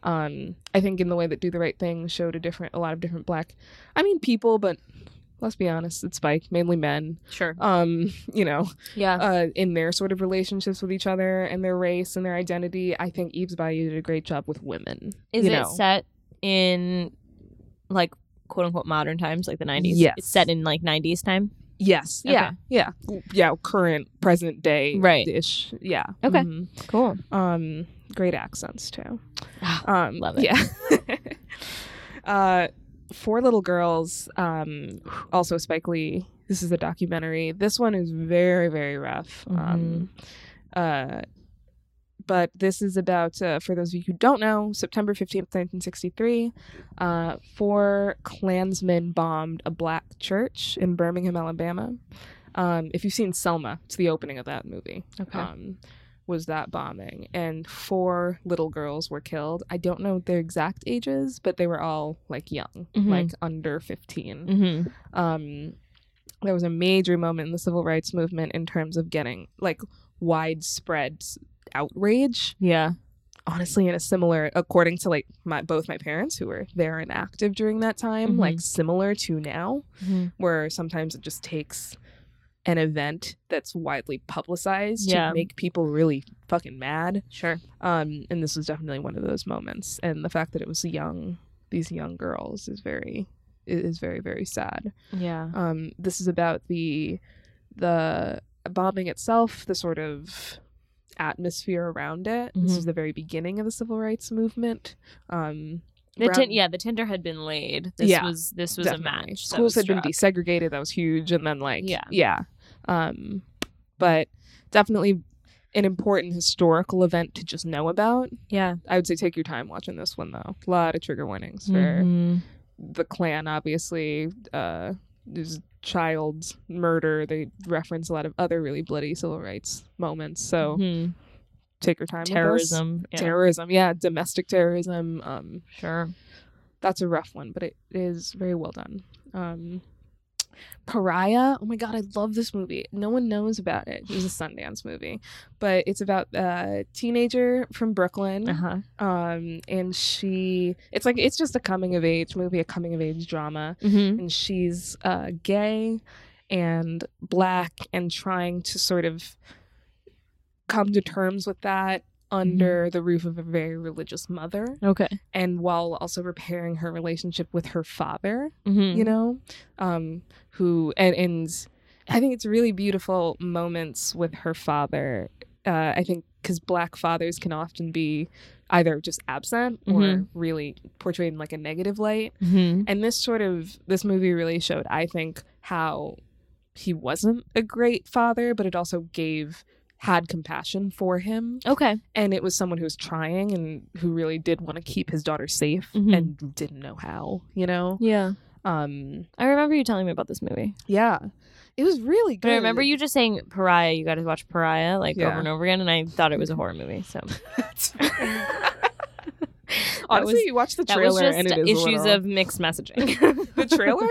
[SPEAKER 1] um I think in the way that Do the Right Thing showed a different a lot of different black I mean people, but let's be honest, it's Spike, mainly men.
[SPEAKER 2] sure.
[SPEAKER 1] Um, you know,
[SPEAKER 2] Yeah,
[SPEAKER 1] uh, in their sort of relationships with each other and their race and their identity. I think Eve's Bayou did a great job with women.
[SPEAKER 2] is
[SPEAKER 1] you
[SPEAKER 2] it
[SPEAKER 1] know.
[SPEAKER 2] set in like quote unquote modern times, like the 90s?
[SPEAKER 1] Yes.
[SPEAKER 2] it's set in like 90s time.
[SPEAKER 1] Yes. Yeah.
[SPEAKER 2] Okay.
[SPEAKER 1] Yeah. Yeah. Current, present day,
[SPEAKER 2] Right.
[SPEAKER 1] Ish. Yeah.
[SPEAKER 2] Okay.
[SPEAKER 1] Mhm.
[SPEAKER 2] Cool.
[SPEAKER 1] Um, great accents too.
[SPEAKER 2] Ah,
[SPEAKER 1] Um,
[SPEAKER 2] love it.
[SPEAKER 1] Yeah. uh, Four Little Girls. Um, also Spike Lee. This is a documentary. This one is very, very rough.
[SPEAKER 2] Mm-hmm.
[SPEAKER 1] Um, uh, but this is about, uh, for those of you who don't know, September 15th, 1963, uh, four Klansmen bombed a black church in Birmingham, Alabama. Um, if you've seen Selma, it's the opening of that movie.
[SPEAKER 2] Okay.
[SPEAKER 1] Um, was that bombing and four little girls were killed. I don't know their exact ages, but they were all like young,
[SPEAKER 2] Mhm.
[SPEAKER 1] like under 15
[SPEAKER 2] Mm-hmm.
[SPEAKER 1] um, there was a major moment in the civil rights movement in terms of getting like widespread s- outrage
[SPEAKER 2] Yeah.
[SPEAKER 1] honestly in a similar according to like my both my parents who were there and active during that time
[SPEAKER 2] Mhm.
[SPEAKER 1] like similar to now
[SPEAKER 2] Mm-hmm.
[SPEAKER 1] where sometimes it just takes an event that's widely publicized
[SPEAKER 2] Yeah.
[SPEAKER 1] to make people really fucking mad
[SPEAKER 2] Sure.
[SPEAKER 1] um and this was definitely one of those moments and the fact that it was young these young girls is very is very very sad
[SPEAKER 2] Yeah.
[SPEAKER 1] um, this is about the the bombing itself, the sort of atmosphere around it. This
[SPEAKER 2] Mhm.
[SPEAKER 1] is the very beginning of the civil rights movement. Um,
[SPEAKER 2] The
[SPEAKER 1] Brown-
[SPEAKER 2] tin- yeah, the tinder had been laid. This
[SPEAKER 1] Yeah,
[SPEAKER 2] was this was a match. that
[SPEAKER 1] Schools
[SPEAKER 2] was
[SPEAKER 1] had been
[SPEAKER 2] struck.
[SPEAKER 1] desegregated. That was huge. And then like
[SPEAKER 2] Yeah.
[SPEAKER 1] yeah, um, but definitely an important historical event to just know about.
[SPEAKER 2] Yeah.
[SPEAKER 1] I would say take your time watching this one though. A lot of trigger warnings for
[SPEAKER 2] Mhm.
[SPEAKER 1] the Klan, obviously. Uh, there's child murder. They reference a lot of other really bloody civil rights moments. So
[SPEAKER 2] Mhm.
[SPEAKER 1] take your time. with this.
[SPEAKER 2] terrorism. Yeah.
[SPEAKER 1] Terrorism. Yeah. Domestic terrorism. Um,
[SPEAKER 2] Sure.
[SPEAKER 1] that's a rough one, but it is very well done. Um, Pariah. Oh my god, I love this movie. No one knows about it. It was a Sundance movie, but it's about a teenager from Brooklyn
[SPEAKER 2] Uh-huh.
[SPEAKER 1] um and she it's like it's just a coming of age movie a coming of age drama
[SPEAKER 2] Mm-hmm.
[SPEAKER 1] and she's uh gay and black and trying to sort of come to terms with that under the roof of a very religious mother
[SPEAKER 2] Okay.
[SPEAKER 1] and while also repairing her relationship with her father
[SPEAKER 2] Mm-hmm.
[SPEAKER 1] you know um who and and i think it's really beautiful moments with her father uh i think because black fathers can often be either just absent or
[SPEAKER 2] Mhm.
[SPEAKER 1] really portrayed in like a negative light
[SPEAKER 2] Mm-hmm.
[SPEAKER 1] and this sort of this movie really showed i think how he wasn't a great father but it also gave had compassion for him
[SPEAKER 2] Okay.
[SPEAKER 1] and it was someone who was trying and who really did want to keep his daughter safe
[SPEAKER 2] Mhm.
[SPEAKER 1] and didn't know how you know
[SPEAKER 2] Yeah.
[SPEAKER 1] um
[SPEAKER 2] I remember you telling me about this movie.
[SPEAKER 1] yeah. It was really good.
[SPEAKER 2] But I remember you just saying Pariah. You got to watch Pariah like
[SPEAKER 1] Yeah.
[SPEAKER 2] over and over again, and I thought it was a horror movie. So
[SPEAKER 1] That's-
[SPEAKER 2] That
[SPEAKER 1] Honestly,
[SPEAKER 2] was-
[SPEAKER 1] you watch the
[SPEAKER 2] that
[SPEAKER 1] trailer
[SPEAKER 2] was just
[SPEAKER 1] and it is a
[SPEAKER 2] issues
[SPEAKER 1] little-
[SPEAKER 2] of mixed messaging.
[SPEAKER 1] the trailer.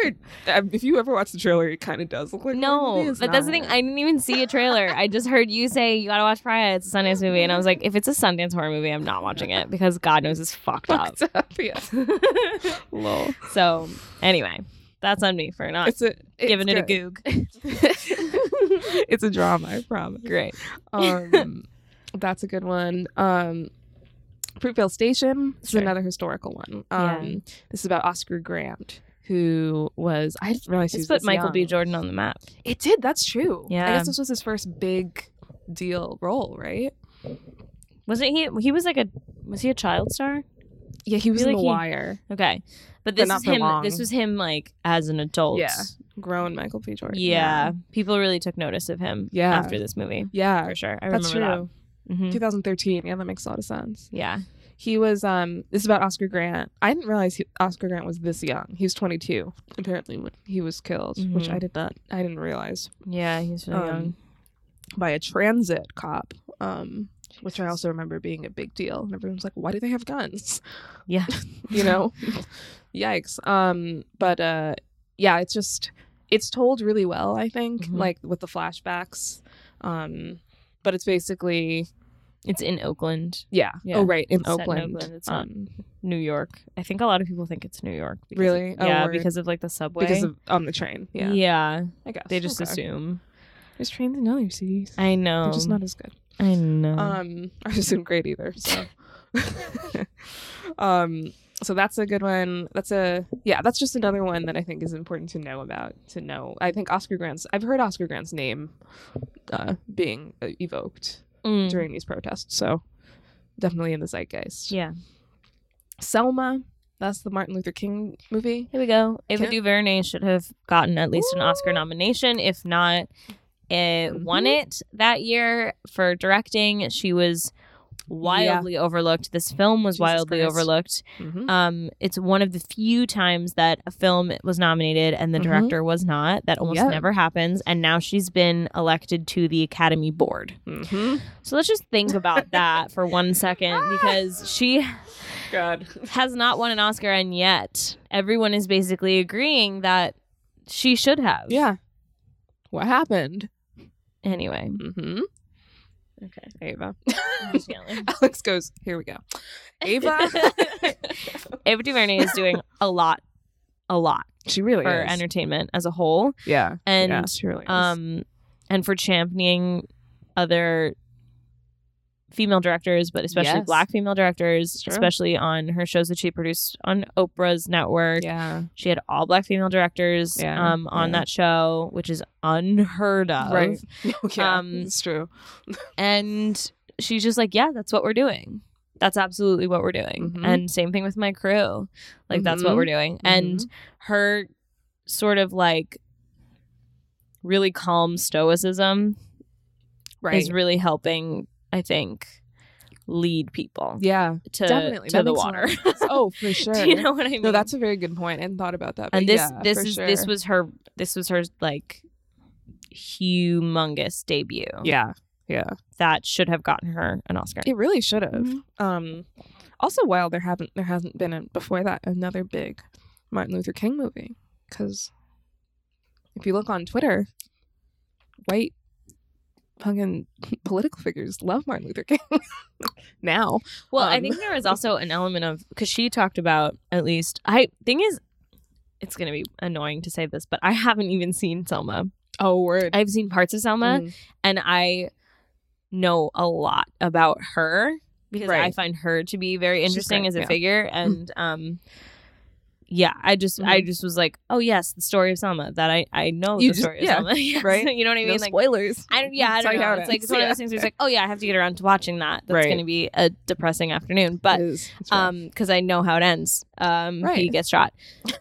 [SPEAKER 1] um, if you ever watch the trailer, it kind of does look like a horror movie.
[SPEAKER 2] No,
[SPEAKER 1] It's
[SPEAKER 2] but that's the
[SPEAKER 1] not.
[SPEAKER 2] thing. I didn't even see a trailer. I just heard you say you gotta watch Pariah. It's a Sundance movie, and I was like, if it's a Sundance horror movie, I'm not watching it because God knows it's fucked up.
[SPEAKER 1] fucked up. Yeah. Lol.
[SPEAKER 2] So anyway, that's on me for not
[SPEAKER 1] It's a it's
[SPEAKER 2] giving it a goog.
[SPEAKER 1] good. it's a drama, I promise.
[SPEAKER 2] Great.
[SPEAKER 1] Um, that's a good one. Um, Fruitvale Station is
[SPEAKER 2] Sure.
[SPEAKER 1] another historical one.
[SPEAKER 2] Yeah.
[SPEAKER 1] Um, This is about Oscar Grant, who was I didn't realize he
[SPEAKER 2] Just put
[SPEAKER 1] was this
[SPEAKER 2] Michael B.
[SPEAKER 1] young.
[SPEAKER 2] Jordan on the map.
[SPEAKER 1] It did. That's true. I
[SPEAKER 2] Yeah.
[SPEAKER 1] guess this was his first big deal role, right?
[SPEAKER 2] Wasn't he? He was like a was he a child star?
[SPEAKER 1] Yeah, he was
[SPEAKER 2] feel
[SPEAKER 1] in
[SPEAKER 2] like
[SPEAKER 1] The
[SPEAKER 2] he-
[SPEAKER 1] Wire.
[SPEAKER 2] Okay, but this
[SPEAKER 1] not
[SPEAKER 2] is
[SPEAKER 1] for
[SPEAKER 2] him.
[SPEAKER 1] long.
[SPEAKER 2] This was him like as an adult.
[SPEAKER 1] Yeah. Grown Michael B. Jordan.
[SPEAKER 2] Yeah. People really took notice of him.
[SPEAKER 1] Yeah.
[SPEAKER 2] After this movie,
[SPEAKER 1] Yeah.
[SPEAKER 2] for sure. I remember
[SPEAKER 1] That's true.
[SPEAKER 2] that. Mhm.
[SPEAKER 1] 2013. Yeah, that makes a lot of sense.
[SPEAKER 2] Yeah.
[SPEAKER 1] He was um this is about Oscar Grant. I didn't realize he, Oscar Grant was this young. He was 22 apparently when he was killed, which
[SPEAKER 2] Mhm.
[SPEAKER 1] I did not I didn't realize
[SPEAKER 2] Yeah. He's really
[SPEAKER 1] Um,
[SPEAKER 2] young.
[SPEAKER 1] by a transit cop. Um which I
[SPEAKER 2] Jesus.
[SPEAKER 1] also remember being a big deal. And everyone's like, "Why do they have guns?"
[SPEAKER 2] Yeah.
[SPEAKER 1] You know? Yikes. Um but uh yeah, it's just it's told really well, I think,
[SPEAKER 2] Mhm.
[SPEAKER 1] like with the flashbacks. Um but it's basically
[SPEAKER 2] It's in Oakland,
[SPEAKER 1] yeah.
[SPEAKER 2] Yeah.
[SPEAKER 1] Oh right, in
[SPEAKER 2] It's set in
[SPEAKER 1] Oakland.
[SPEAKER 2] Oakland. It's not
[SPEAKER 1] um,
[SPEAKER 2] New York. I think a lot of people think it's New York. because
[SPEAKER 1] Really?
[SPEAKER 2] of-
[SPEAKER 1] Oh,
[SPEAKER 2] yeah,
[SPEAKER 1] word.
[SPEAKER 2] because of like the subway.
[SPEAKER 1] because of on the train. Yeah. I guess.
[SPEAKER 2] They just
[SPEAKER 1] Okay.
[SPEAKER 2] assume.
[SPEAKER 1] There's trains in other cities.
[SPEAKER 2] I know.
[SPEAKER 1] They're just not as good.
[SPEAKER 2] I know.
[SPEAKER 1] Um, I wasn't great either. So, um, so that's a good one. That's a yeah. That's just another one that I think is important to know about. To know, I think Oscar Grant's. I've heard Oscar Grant's name uh, being uh, evoked
[SPEAKER 2] Mm.
[SPEAKER 1] during these protests. So, definitely in the zeitgeist.
[SPEAKER 2] Yeah.
[SPEAKER 1] Selma. That's the Martin Luther King movie.
[SPEAKER 2] Here we go. Ava
[SPEAKER 1] Can't-
[SPEAKER 2] DuVernay should have gotten at least an Oscar
[SPEAKER 1] Ooh.
[SPEAKER 2] nomination, if not, it won it that year for directing. She was wildly overlooked. This film was
[SPEAKER 1] Jesus
[SPEAKER 2] wildly
[SPEAKER 1] Christ.
[SPEAKER 2] overlooked.
[SPEAKER 1] Mm-hmm.
[SPEAKER 2] Um, it's one of the few times that a film was nominated and the
[SPEAKER 1] Mhm.
[SPEAKER 2] director was not. That almost
[SPEAKER 1] Yeah.
[SPEAKER 2] never happens. And now she's been elected to the Academy Board.
[SPEAKER 1] Mm-hmm.
[SPEAKER 2] So let's just think about that for one second because she
[SPEAKER 1] God.
[SPEAKER 2] has not won an Oscar, and yet everyone is basically agreeing that she should have.
[SPEAKER 1] Yeah. What happened?
[SPEAKER 2] Anyway.
[SPEAKER 1] Mm-hmm.
[SPEAKER 2] Okay.
[SPEAKER 1] Ava.
[SPEAKER 2] Ava
[SPEAKER 1] Alex goes, here we go. Ava.
[SPEAKER 2] DuVernay is doing a lot, a lot
[SPEAKER 1] she really
[SPEAKER 2] for
[SPEAKER 1] is.
[SPEAKER 2] entertainment as a whole,
[SPEAKER 1] yeah.
[SPEAKER 2] and
[SPEAKER 1] yeah, she really is.
[SPEAKER 2] um, and for championing other female directors, but especially
[SPEAKER 1] Yes.
[SPEAKER 2] Black female directors,
[SPEAKER 1] It's true.
[SPEAKER 2] especially on her shows that she produced on Oprah's network.
[SPEAKER 1] yeah.
[SPEAKER 2] She had all black female directors
[SPEAKER 1] Yeah,
[SPEAKER 2] um, on
[SPEAKER 1] yeah.
[SPEAKER 2] that show, which is unheard of.
[SPEAKER 1] Right. yeah.
[SPEAKER 2] um,
[SPEAKER 1] it's true.
[SPEAKER 2] And she's just like, yeah, that's what we're doing. That's absolutely what we're doing.
[SPEAKER 1] Mhm.
[SPEAKER 2] And same thing with my crew. Like, that's what
[SPEAKER 1] Mhm.
[SPEAKER 2] we're doing. And her sort of like really calm stoicism
[SPEAKER 1] Right.
[SPEAKER 2] is really helping, I think, lead people
[SPEAKER 1] yeah.
[SPEAKER 2] to,
[SPEAKER 1] definitely.
[SPEAKER 2] to
[SPEAKER 1] That
[SPEAKER 2] the
[SPEAKER 1] makes a lot
[SPEAKER 2] water.
[SPEAKER 1] of sense. oh, for sure.
[SPEAKER 2] Do you know what I mean?
[SPEAKER 1] no, that's a very good point. I hadn't thought about that.
[SPEAKER 2] and
[SPEAKER 1] but
[SPEAKER 2] this
[SPEAKER 1] yeah,
[SPEAKER 2] this
[SPEAKER 1] for
[SPEAKER 2] is
[SPEAKER 1] sure.
[SPEAKER 2] this was her this was her like humongous debut
[SPEAKER 1] Yeah. Yeah.
[SPEAKER 2] that should have gotten her an oscar
[SPEAKER 1] It really should have.
[SPEAKER 2] Mhm.
[SPEAKER 1] Um also while there haven't there hasn't been a, before that another big Martin Luther King movie cuz if you look on Twitter white fucking political figures love Martin Luther King now.
[SPEAKER 2] well i
[SPEAKER 1] Um.
[SPEAKER 2] think there was also an element of because she talked about at least i thing is it's gonna be annoying to say this but i haven't even seen selma
[SPEAKER 1] Oh word. Mm.
[SPEAKER 2] i've seen parts of selma and i know a lot about her because i
[SPEAKER 1] Right.
[SPEAKER 2] find her to be very
[SPEAKER 1] She's
[SPEAKER 2] interesting
[SPEAKER 1] great,
[SPEAKER 2] as a
[SPEAKER 1] yeah. Hmm.
[SPEAKER 2] figure and um yeah, I just I
[SPEAKER 1] Mhm.
[SPEAKER 2] just was like, oh yes, the story of Selma that I I know
[SPEAKER 1] You
[SPEAKER 2] the
[SPEAKER 1] just-
[SPEAKER 2] story
[SPEAKER 1] yeah,
[SPEAKER 2] of Selma, Yes.
[SPEAKER 1] right?
[SPEAKER 2] you know what I mean?
[SPEAKER 1] no
[SPEAKER 2] like,
[SPEAKER 1] spoilers.
[SPEAKER 2] I don't, yeah, I
[SPEAKER 1] That's
[SPEAKER 2] don't
[SPEAKER 1] how
[SPEAKER 2] know.
[SPEAKER 1] it
[SPEAKER 2] It's like it's
[SPEAKER 1] ends.
[SPEAKER 2] one of
[SPEAKER 1] Yeah.
[SPEAKER 2] those things where it's like, oh yeah, I have to get around to watching that. That's
[SPEAKER 1] Right.
[SPEAKER 2] going to be a depressing afternoon, but
[SPEAKER 1] It is. It's rough.
[SPEAKER 2] um, because I know how it ends. Um, he
[SPEAKER 1] Right.
[SPEAKER 2] gets shot,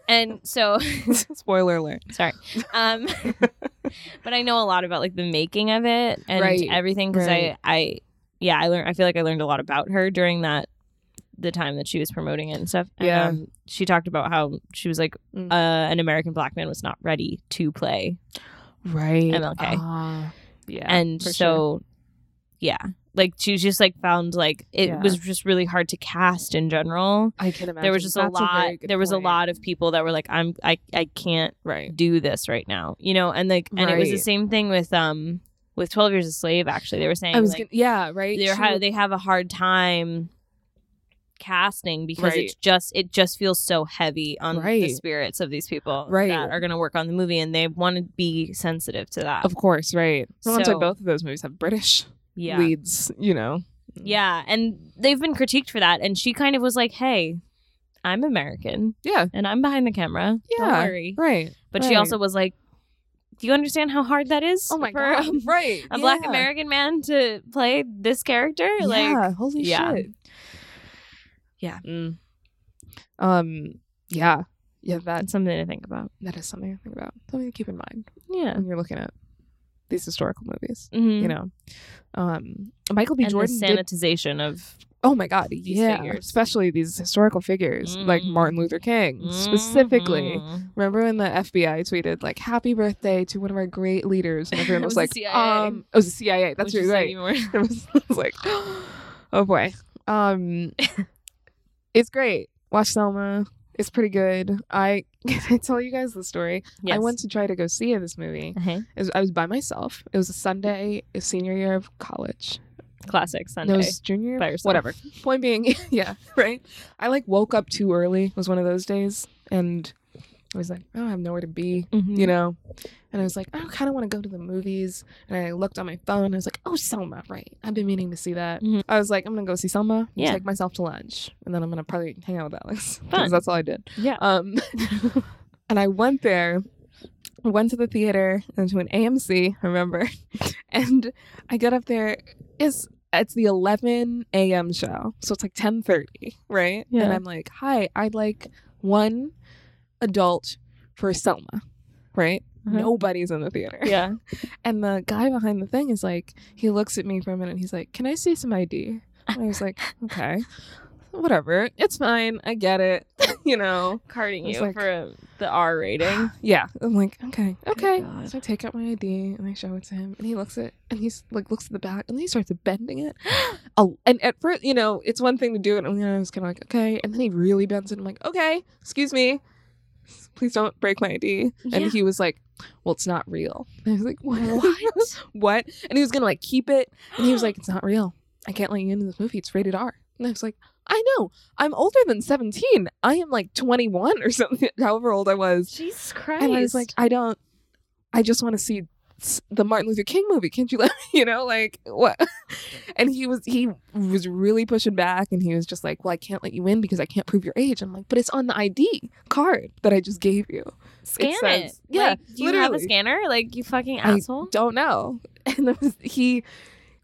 [SPEAKER 2] and so
[SPEAKER 1] spoiler alert.
[SPEAKER 2] sorry. Um, but I know a lot about like the making of it and
[SPEAKER 1] Right.
[SPEAKER 2] everything because
[SPEAKER 1] Right.
[SPEAKER 2] I, I, yeah, I learned. I feel like I learned a lot about her during that the time that she was promoting it and stuff. And,
[SPEAKER 1] Yeah.
[SPEAKER 2] um, she talked about how she was like
[SPEAKER 1] Mm.
[SPEAKER 2] uh, an American black man was not ready to play
[SPEAKER 1] Right.
[SPEAKER 2] MLK.
[SPEAKER 1] Ah, yeah.
[SPEAKER 2] and
[SPEAKER 1] for
[SPEAKER 2] so
[SPEAKER 1] sure.
[SPEAKER 2] yeah like she was just like found like it
[SPEAKER 1] Yeah.
[SPEAKER 2] was just really hard to cast in general
[SPEAKER 1] I can imagine
[SPEAKER 2] there was just a
[SPEAKER 1] That's
[SPEAKER 2] lot
[SPEAKER 1] very good
[SPEAKER 2] there was a
[SPEAKER 1] point.
[SPEAKER 2] lot of people that were like i'm i i can't
[SPEAKER 1] Right.
[SPEAKER 2] do this right now you know and like and it was the
[SPEAKER 1] Right.
[SPEAKER 2] same thing with um with 12 years a slave actually they were saying
[SPEAKER 1] I was
[SPEAKER 2] like,
[SPEAKER 1] gonna, yeah. Right.
[SPEAKER 2] they're
[SPEAKER 1] She
[SPEAKER 2] ha-
[SPEAKER 1] would-
[SPEAKER 2] they have a hard time casting because it's
[SPEAKER 1] Right.
[SPEAKER 2] just it just feels so heavy on the
[SPEAKER 1] Right.
[SPEAKER 2] spirits of these people
[SPEAKER 1] Right.
[SPEAKER 2] that are going to work on the movie and they want to be sensitive to that
[SPEAKER 1] of course. Right. So,
[SPEAKER 2] So-
[SPEAKER 1] both of those movies have British
[SPEAKER 2] yeah
[SPEAKER 1] leads. You know.
[SPEAKER 2] yeah and they've been critiqued for that and she kind of was like hey i'm american
[SPEAKER 1] Yeah.
[SPEAKER 2] and i'm behind the camera don't
[SPEAKER 1] Yeah.
[SPEAKER 2] worry
[SPEAKER 1] Right.
[SPEAKER 2] but
[SPEAKER 1] right.
[SPEAKER 2] she also was like do you understand how hard that is
[SPEAKER 1] Oh my
[SPEAKER 2] for
[SPEAKER 1] god.
[SPEAKER 2] a,
[SPEAKER 1] right.
[SPEAKER 2] a black
[SPEAKER 1] yeah.
[SPEAKER 2] american man to play this character like
[SPEAKER 1] yeah. Holy
[SPEAKER 2] yeah.
[SPEAKER 1] shit.
[SPEAKER 2] Yeah.
[SPEAKER 1] Mm. Um. Yeah. Yeah. That
[SPEAKER 2] that's something to think about
[SPEAKER 1] that is something to think about. Something to keep in mind
[SPEAKER 2] yeah
[SPEAKER 1] when you're looking at these historical movies.
[SPEAKER 2] Mhm.
[SPEAKER 1] You know. Um. Michael B.
[SPEAKER 2] and
[SPEAKER 1] Jordan
[SPEAKER 2] the
[SPEAKER 1] did
[SPEAKER 2] sanitization of
[SPEAKER 1] Oh my god,
[SPEAKER 2] these
[SPEAKER 1] yeah,
[SPEAKER 2] figures.
[SPEAKER 1] especially these historical figures like
[SPEAKER 2] Mm.
[SPEAKER 1] Martin Luther King specifically.
[SPEAKER 2] Mhm.
[SPEAKER 1] Remember when the FBI tweeted like "Happy birthday" to one of our great leaders, and everyone
[SPEAKER 2] It
[SPEAKER 1] was,
[SPEAKER 2] was the
[SPEAKER 1] like,
[SPEAKER 2] CIA.
[SPEAKER 1] "Um, it was the CIA." That's
[SPEAKER 2] Which
[SPEAKER 1] right.
[SPEAKER 2] is
[SPEAKER 1] right.
[SPEAKER 2] even worse.
[SPEAKER 1] It was, I was like, "Oh boy." Um, it's great. Watch Selma. It's pretty good. I can I tell you guys the story.
[SPEAKER 2] Yes. Uh-huh. Mm-hmm.
[SPEAKER 1] I went to try to go see this movie.
[SPEAKER 2] Okay.
[SPEAKER 1] It was, I was by myself. It was a Sunday, senior year of college.
[SPEAKER 2] classic Sunday.
[SPEAKER 1] No, it was junior.
[SPEAKER 2] by yourself.
[SPEAKER 1] Whatever. Point being, yeah, right. I like woke up too early. It was one of those days, and I was like, oh, I have nowhere to be,
[SPEAKER 2] Mhm.
[SPEAKER 1] you know. And I was like, I kind of want to go to the movies. And I looked on my phone. And I was like, oh, Selma, right? I've been meaning to see that.
[SPEAKER 2] Mhm.
[SPEAKER 1] I was like, I'm gonna go see Selma.
[SPEAKER 2] Yeah.
[SPEAKER 1] Take myself to lunch, and then I'm gonna probably hang out with Alex
[SPEAKER 2] Fun.
[SPEAKER 1] because that's all I did.
[SPEAKER 2] yeah.
[SPEAKER 1] Um, and I went there. I went to the theater and to an AMC, I remember. And I got up there. It's it's the 11 a.m. show, so it's like 10:30, right?
[SPEAKER 2] Yeah.
[SPEAKER 1] And I'm like, "Hi, I'd like one adult for Selma." Right?
[SPEAKER 2] Uh-huh.
[SPEAKER 1] Nobody's in the theater.
[SPEAKER 2] Yeah.
[SPEAKER 1] And the guy behind the thing is like, he looks at me for a minute and he's like, Can I see some ID? And I was like, Okay, whatever. It's fine. I get it. you know,
[SPEAKER 2] Carding
[SPEAKER 1] I was
[SPEAKER 2] you
[SPEAKER 1] like-
[SPEAKER 2] for a, the R rating.
[SPEAKER 1] yeah. I'm like, okay, okay.
[SPEAKER 2] God.
[SPEAKER 1] So I take out my ID and I show it to him, and he looks at and he's like looks at the back, and then he starts bending it. Oh, and at first, you know, it's one thing to do it, and I was kind of like, okay. And then he really bends it. I'm like, okay, excuse me, please don't break my ID.
[SPEAKER 2] Yeah.
[SPEAKER 1] And he was like, well, it's not real. And I was like, what? what? And he was gonna like keep it, and he was like, it's not real. I can't let you into this movie. It's rated R. And I was like, I know. I'm older than 17. I am like 21 or something, however old I was.
[SPEAKER 2] Jesus Christ.
[SPEAKER 1] And I was like, I don't. I just want to see s- the Martin Luther King movie. Can't you let you know like what? And he was he was really pushing back, and he was just like, "Well, I can't let you in because I can't prove your age." I'm like, "But it's on the ID card that I just gave you."
[SPEAKER 2] scan it.
[SPEAKER 1] says- yeah,
[SPEAKER 2] Like, do you have a
[SPEAKER 1] literally.
[SPEAKER 2] scanner? Like, you fucking
[SPEAKER 1] I-
[SPEAKER 2] asshole.
[SPEAKER 1] Don't know. And it was, he,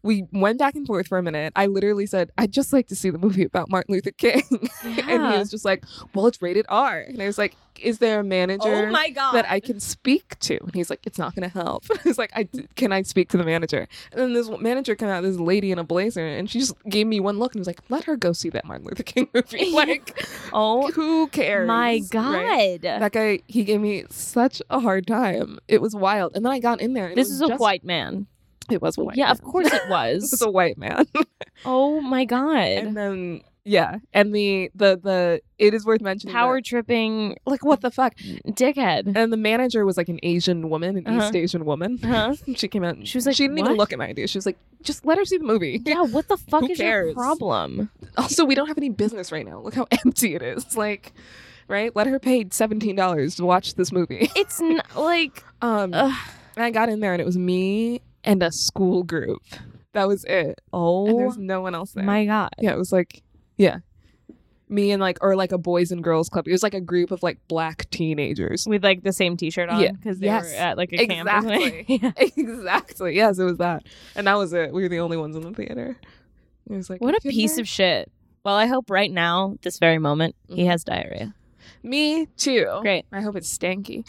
[SPEAKER 1] we went back and forth for a minute. I literally said, "I'd just like to see the movie about Martin Luther King," and he
[SPEAKER 2] Yeah.
[SPEAKER 1] was just like, "Well, it's rated R," and I was like, "Is there a manager?"
[SPEAKER 2] oh my God.
[SPEAKER 1] that I can speak to. And he's like, it's not going to help. he's like, I, can I speak to the manager? And then this manager came out, this lady in a blazer, and she just gave me one look and was like, let her go see that Martin Luther King movie. Like,
[SPEAKER 2] oh
[SPEAKER 1] who cares?
[SPEAKER 2] my God.
[SPEAKER 1] right? That guy, he gave me such a hard time. It was wild. And then I got in there. And
[SPEAKER 2] This
[SPEAKER 1] it
[SPEAKER 2] is
[SPEAKER 1] was
[SPEAKER 2] a
[SPEAKER 1] just-
[SPEAKER 2] white man.
[SPEAKER 1] It was a white.
[SPEAKER 2] yeah,
[SPEAKER 1] man.
[SPEAKER 2] of course it
[SPEAKER 1] It was
[SPEAKER 2] was.
[SPEAKER 1] a white man.
[SPEAKER 2] oh my God.
[SPEAKER 1] and then yeah, and the the the it is worth mentioning. that-
[SPEAKER 2] Power tripping
[SPEAKER 1] like what the fuck?
[SPEAKER 2] dickhead.
[SPEAKER 1] And the manager was like an Asian woman, an
[SPEAKER 2] Uh-huh.
[SPEAKER 1] East Asian woman.
[SPEAKER 2] Huh?
[SPEAKER 1] She came out and
[SPEAKER 2] She was like,
[SPEAKER 1] she didn't even
[SPEAKER 2] "What?"
[SPEAKER 1] look at my idea. She was like, just let her see the movie.
[SPEAKER 2] Yeah, what the fuck
[SPEAKER 1] Who
[SPEAKER 2] is your
[SPEAKER 1] cares?
[SPEAKER 2] problem?
[SPEAKER 1] Also, we don't have any business right now. Look how empty it is. Like, right? Let her pay seventeen dollars to watch this movie.
[SPEAKER 2] It's n- like,
[SPEAKER 1] Um,
[SPEAKER 2] Ugh.
[SPEAKER 1] and I got in there and it was me and a school group. That was it. And
[SPEAKER 2] oh
[SPEAKER 1] there's no one else there.
[SPEAKER 2] my God.
[SPEAKER 1] yeah, it was like, yeah, me and like or like a boys and girls club. It was like a group of like black teenagers.
[SPEAKER 2] with like the same t-shirt on
[SPEAKER 1] Yeah.
[SPEAKER 2] because they
[SPEAKER 1] Yes.
[SPEAKER 2] were at like a camp or something.
[SPEAKER 1] Exactly. exactly. Yes, it was that. And that was it. We were the only ones in the theater. It was like
[SPEAKER 2] what a
[SPEAKER 1] "Good
[SPEAKER 2] piece
[SPEAKER 1] night."
[SPEAKER 2] of shit well i hope right now this very moment he
[SPEAKER 1] Mm-hmm.
[SPEAKER 2] has diarrhea
[SPEAKER 1] me too.
[SPEAKER 2] great
[SPEAKER 1] I hope it's stanky.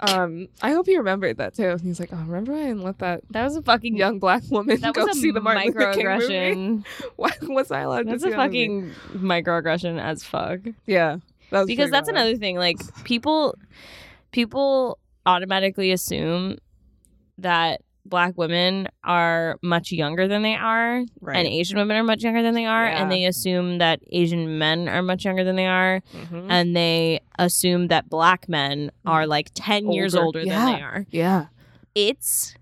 [SPEAKER 1] Um, I hope he remembered that too. He's like, oh, remember I didn't let that
[SPEAKER 2] that was a fucking
[SPEAKER 1] young black woman
[SPEAKER 2] that
[SPEAKER 1] go
[SPEAKER 2] was a
[SPEAKER 1] see the Martin Luther King movie.
[SPEAKER 2] microaggression
[SPEAKER 1] Why was I allowed
[SPEAKER 2] that's
[SPEAKER 1] to
[SPEAKER 2] a
[SPEAKER 1] see that movie?
[SPEAKER 2] fucking microaggression as fuck
[SPEAKER 1] yeah? That was
[SPEAKER 2] because
[SPEAKER 1] pretty
[SPEAKER 2] that's
[SPEAKER 1] wild.
[SPEAKER 2] another thing like people people automatically assume that black women are much younger than they are
[SPEAKER 3] Right.
[SPEAKER 2] and Asian women are much younger than they are and
[SPEAKER 1] Yeah. Mm-hmm.
[SPEAKER 2] they assume that Asian men are much younger than they are and they assume that black men are like 10 years
[SPEAKER 1] Older.
[SPEAKER 2] older
[SPEAKER 1] Yeah.
[SPEAKER 2] than they are.
[SPEAKER 1] yeah,
[SPEAKER 2] It's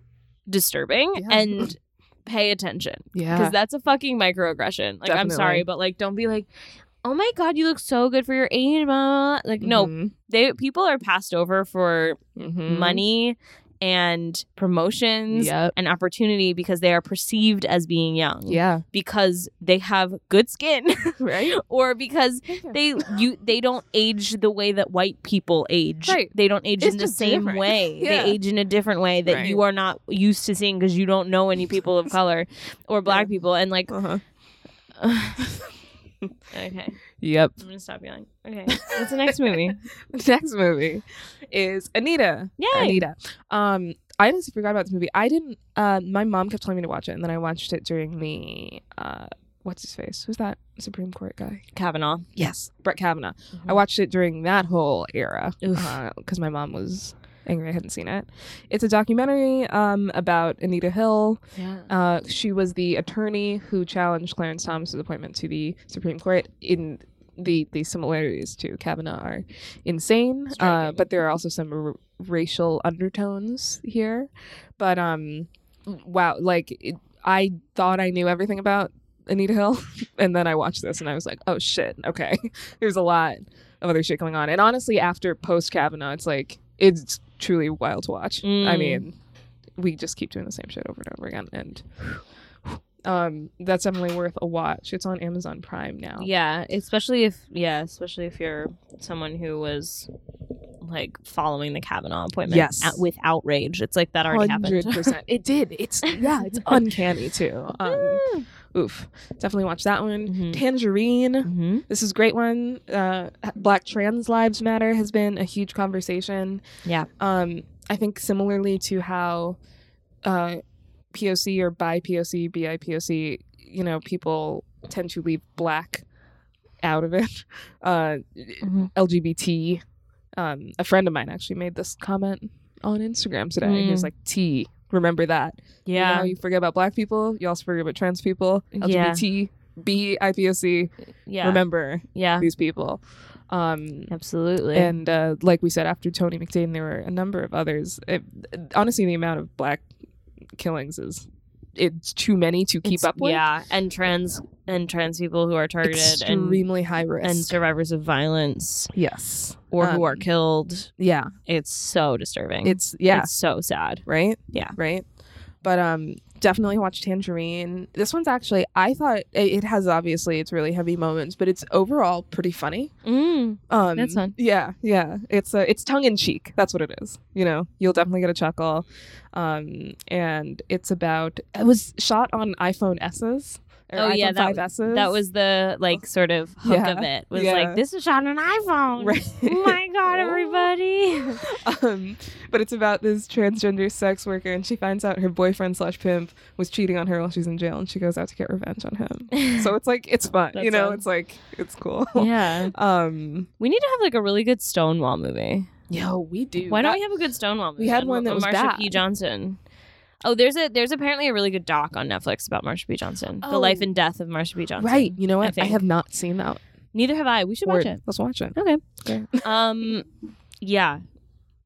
[SPEAKER 2] disturbing
[SPEAKER 1] Yeah.
[SPEAKER 2] and pay attention because
[SPEAKER 1] yeah.
[SPEAKER 2] that's a fucking microaggression. Like I'm sorry,
[SPEAKER 1] Definitely.
[SPEAKER 2] but like don't be like, "Oh my god, you look so good for your age." Mama. Like no,
[SPEAKER 1] Mm-hmm.
[SPEAKER 2] they people are passed over for money and promotions
[SPEAKER 1] Yep.
[SPEAKER 2] and opportunity because they are perceived as being young
[SPEAKER 1] Yeah.
[SPEAKER 2] because they have good skin
[SPEAKER 1] Right.
[SPEAKER 2] or because they you they don't age the way that white people age.
[SPEAKER 1] Right.
[SPEAKER 2] They don't age
[SPEAKER 1] It's
[SPEAKER 2] in the
[SPEAKER 1] just
[SPEAKER 2] same
[SPEAKER 1] different.
[SPEAKER 2] way.
[SPEAKER 1] Yeah.
[SPEAKER 2] They age in a different way that
[SPEAKER 1] Right.
[SPEAKER 2] you are not used to seeing because you don't know any people of color or black people. And like,
[SPEAKER 1] Uh-huh.
[SPEAKER 2] okay,
[SPEAKER 1] Yep.
[SPEAKER 2] I'm gonna stop yelling. Okay, what's the next movie?
[SPEAKER 1] Next movie is Anita.
[SPEAKER 2] Yay!
[SPEAKER 1] Anita. Um, I honestly forgot about this movie. I didn't. Uh, my mom kept telling me to watch it, and then I watched it during the uh, what's his face? Who's that Supreme Court guy?
[SPEAKER 2] Kavanaugh.
[SPEAKER 1] Yes, Brett Kavanaugh.
[SPEAKER 2] Mhm.
[SPEAKER 1] I watched it during that whole era
[SPEAKER 2] Oof.
[SPEAKER 1] because my mom was angry I hadn't seen it. It's a documentary um, about Anita Hill.
[SPEAKER 2] Yeah.
[SPEAKER 1] Uh, she was the attorney who challenged Clarence Thomas's appointment to the Supreme Court. In the the similarities to Kavanaugh are insane, uh,
[SPEAKER 2] Striking.
[SPEAKER 1] but there are also some r- racial undertones here. But um, wow, like it, I thought I knew everything about Anita Hill, and then I watched this and I was like, oh shit, okay, there's a lot of other shit going on. And honestly, after post Kavanaugh, it's like it's truly wild to watch. I
[SPEAKER 2] Mm.
[SPEAKER 1] mean, we just keep doing the same shit over and over again, and um, that's definitely worth a watch. It's on Amazon Prime now.
[SPEAKER 2] Yeah, especially if yeah, especially if you're someone who was like following the Kavanaugh appointment
[SPEAKER 1] Yes.
[SPEAKER 2] at- with outrage. It's like that already happened.
[SPEAKER 1] percent. It did. It's yeah. It's uncanny too. Um, oof. Definitely watch that one.
[SPEAKER 2] Mhm.
[SPEAKER 1] Tangerine.
[SPEAKER 2] hmm
[SPEAKER 1] This is a great one. Uh, Black trans lives matter has been a huge conversation.
[SPEAKER 2] Yeah.
[SPEAKER 1] Um, I think similarly to how uh, POC or bi POC, bi POC, you know, people tend to leave black out of it. Uh,
[SPEAKER 2] Mhm.
[SPEAKER 1] LGBT. Um, a friend of mine actually made this comment on Instagram today. He was
[SPEAKER 2] Mm.
[SPEAKER 1] like, "T, remember that? You know
[SPEAKER 2] Yeah.
[SPEAKER 1] how You, forget about black people, you also forget about trans people,
[SPEAKER 2] Yeah.
[SPEAKER 1] LGBT, B, IPOC.
[SPEAKER 2] yeah.
[SPEAKER 1] Remember
[SPEAKER 2] yeah.
[SPEAKER 1] these people." Um,
[SPEAKER 2] Absolutely.
[SPEAKER 1] and uh, like we said, after Tony McDane, there were a number of others. It, honestly, the amount of black killings is it's too many to keep
[SPEAKER 2] It's-
[SPEAKER 1] up with.
[SPEAKER 2] Yeah, and trans and trans people who are targeted and
[SPEAKER 1] extremely high risk.
[SPEAKER 2] and survivors of violence
[SPEAKER 1] yes,
[SPEAKER 2] or who are
[SPEAKER 1] Um,
[SPEAKER 2] killed.
[SPEAKER 1] yeah,
[SPEAKER 2] It's so disturbing.
[SPEAKER 1] it's yeah,
[SPEAKER 2] It's so sad.
[SPEAKER 1] right?
[SPEAKER 2] Yeah.
[SPEAKER 1] Right. But um definitely watch Tangerine. This one's actually I thought it, it has obviously it's really heavy moments, but it's overall pretty funny.
[SPEAKER 2] Mm.
[SPEAKER 1] Um
[SPEAKER 2] That's fun.
[SPEAKER 1] Yeah, yeah. It's uh, it's tongue in cheek. That's what it is. You know, you'll definitely get a chuckle. Um and it's about it was shot on iPhone S's. Or
[SPEAKER 2] Oh,
[SPEAKER 1] iPhone
[SPEAKER 2] yeah, that-
[SPEAKER 1] 5S's.
[SPEAKER 2] That was the like sort of hook
[SPEAKER 1] Yeah.
[SPEAKER 2] of it. Was
[SPEAKER 1] Yeah.
[SPEAKER 2] like this is shot on an iPhone. Oh
[SPEAKER 1] right.
[SPEAKER 2] my god, everybody.
[SPEAKER 1] um, but it's about this transgender sex worker, and she finds out her boyfriend slash pimp was cheating on her while she's in jail, and she goes out to get revenge on him. so it's like it's fun
[SPEAKER 2] That
[SPEAKER 1] you know
[SPEAKER 2] sounds-
[SPEAKER 1] it's like it's cool
[SPEAKER 2] yeah.
[SPEAKER 1] um
[SPEAKER 2] We need to have like a really good Stonewall movie.
[SPEAKER 1] yo we do
[SPEAKER 2] Why don't we have a good Stonewall movie?
[SPEAKER 1] we had
[SPEAKER 2] on
[SPEAKER 1] one that
[SPEAKER 2] Ma-
[SPEAKER 1] was
[SPEAKER 2] Marsha
[SPEAKER 1] bad.
[SPEAKER 2] P. Johnson. Oh, there's a there's apparently a really good doc on Netflix about Marsha P. Johnson. The
[SPEAKER 1] Oh.
[SPEAKER 2] life and death of Marsha P. Johnson.
[SPEAKER 1] right you know
[SPEAKER 2] I
[SPEAKER 1] what i,
[SPEAKER 2] think.
[SPEAKER 1] have not seen that
[SPEAKER 2] Neither have I. We should watch
[SPEAKER 1] Word.
[SPEAKER 2] it.
[SPEAKER 1] let's watch it
[SPEAKER 2] Okay.
[SPEAKER 1] Okay.
[SPEAKER 2] Um yeah.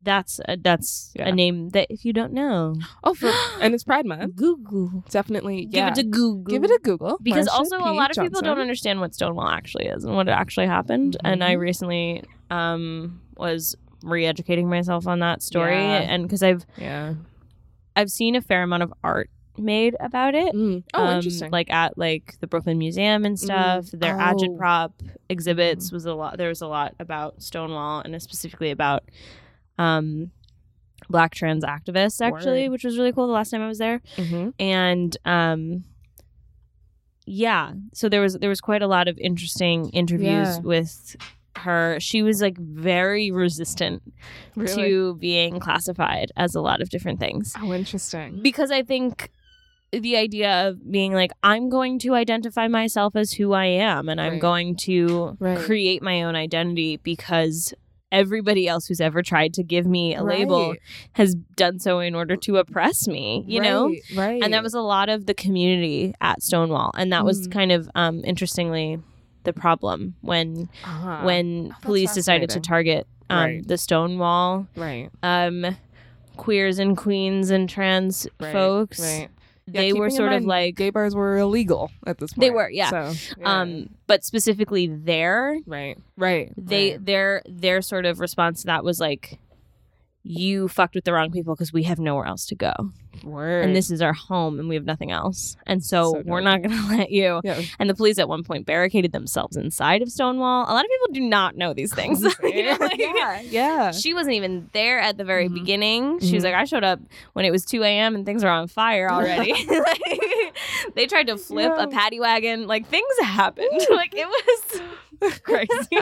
[SPEAKER 2] That's a, that's
[SPEAKER 1] Yeah.
[SPEAKER 2] a name that if you don't know,
[SPEAKER 1] oh for, and it's pride month
[SPEAKER 2] Google.
[SPEAKER 1] definitely yeah.
[SPEAKER 2] Give it to Google.
[SPEAKER 1] Give it a google
[SPEAKER 2] because
[SPEAKER 1] Marsha
[SPEAKER 2] also a
[SPEAKER 1] P.
[SPEAKER 2] lot of people don't
[SPEAKER 1] Johnson.
[SPEAKER 2] understand what Stonewall actually is and what actually happened. And I
[SPEAKER 1] Mhm.
[SPEAKER 2] recently um, was re-educating myself on that story,
[SPEAKER 1] Yeah.
[SPEAKER 2] and because I've
[SPEAKER 1] yeah
[SPEAKER 2] I've seen a fair amount of art made about it.
[SPEAKER 1] Mm. oh
[SPEAKER 2] um,
[SPEAKER 1] interesting
[SPEAKER 2] Like at like the Brooklyn Museum and stuff. Their
[SPEAKER 1] Oh. Mm-hmm.
[SPEAKER 2] agitprop exhibits was a lot. There was a lot about Stonewall and specifically about um, black trans activists, actually,
[SPEAKER 1] Word.
[SPEAKER 2] which was really cool. The last time I was there,
[SPEAKER 1] Mhm.
[SPEAKER 2] and um yeah so there was there was quite a lot of interesting interviews
[SPEAKER 1] Yeah.
[SPEAKER 2] with her she was like very resistant
[SPEAKER 1] really
[SPEAKER 2] to being classified as a lot of different things
[SPEAKER 1] oh interesting
[SPEAKER 2] because i think the idea of being like i'm going to identify myself as who i am and i'm
[SPEAKER 1] Right.
[SPEAKER 2] going to
[SPEAKER 1] Right.
[SPEAKER 2] create my own identity because everybody else who's ever tried to give me a label
[SPEAKER 1] Right,
[SPEAKER 2] has done so in order to oppress me, you know?
[SPEAKER 1] right, right
[SPEAKER 2] And that was a lot of the community at Stonewall. And that was
[SPEAKER 1] Mhm.
[SPEAKER 2] kind of um interestingly the problem when
[SPEAKER 1] Uh-huh.
[SPEAKER 2] when
[SPEAKER 1] that's
[SPEAKER 2] police decided to
[SPEAKER 1] fascinating.
[SPEAKER 2] target um
[SPEAKER 1] Right.
[SPEAKER 2] the Stonewall
[SPEAKER 1] right
[SPEAKER 2] um queers and queens and trans
[SPEAKER 1] right,
[SPEAKER 2] folks.
[SPEAKER 1] right. Yeah,
[SPEAKER 2] They were
[SPEAKER 1] keeping in
[SPEAKER 2] sort of
[SPEAKER 1] mind,
[SPEAKER 2] like
[SPEAKER 1] gay bars were illegal at this point.
[SPEAKER 2] They were, yeah.
[SPEAKER 1] So, yeah.
[SPEAKER 2] um but specifically there
[SPEAKER 1] right, right.
[SPEAKER 2] they
[SPEAKER 1] right.
[SPEAKER 2] their their sort of response to that was like you fucked with the wrong people because we have nowhere else to go
[SPEAKER 1] were
[SPEAKER 2] and this is our home and we have nothing else and so,
[SPEAKER 1] So
[SPEAKER 2] we're not
[SPEAKER 1] dark.
[SPEAKER 2] going to let you
[SPEAKER 1] yeah,
[SPEAKER 2] and the police at one point barricaded themselves inside of stonewall a lot of people do not know these things You know, like,
[SPEAKER 1] yeah, yeah.
[SPEAKER 2] she wasn't even there at the very
[SPEAKER 1] Mhm.
[SPEAKER 2] beginning she was
[SPEAKER 1] Mhm.
[SPEAKER 2] like i showed up when it was 2 a.m and things were on fire already Like, they tried to flip
[SPEAKER 1] Yeah.
[SPEAKER 2] a paddy wagon like things happened like it was crazy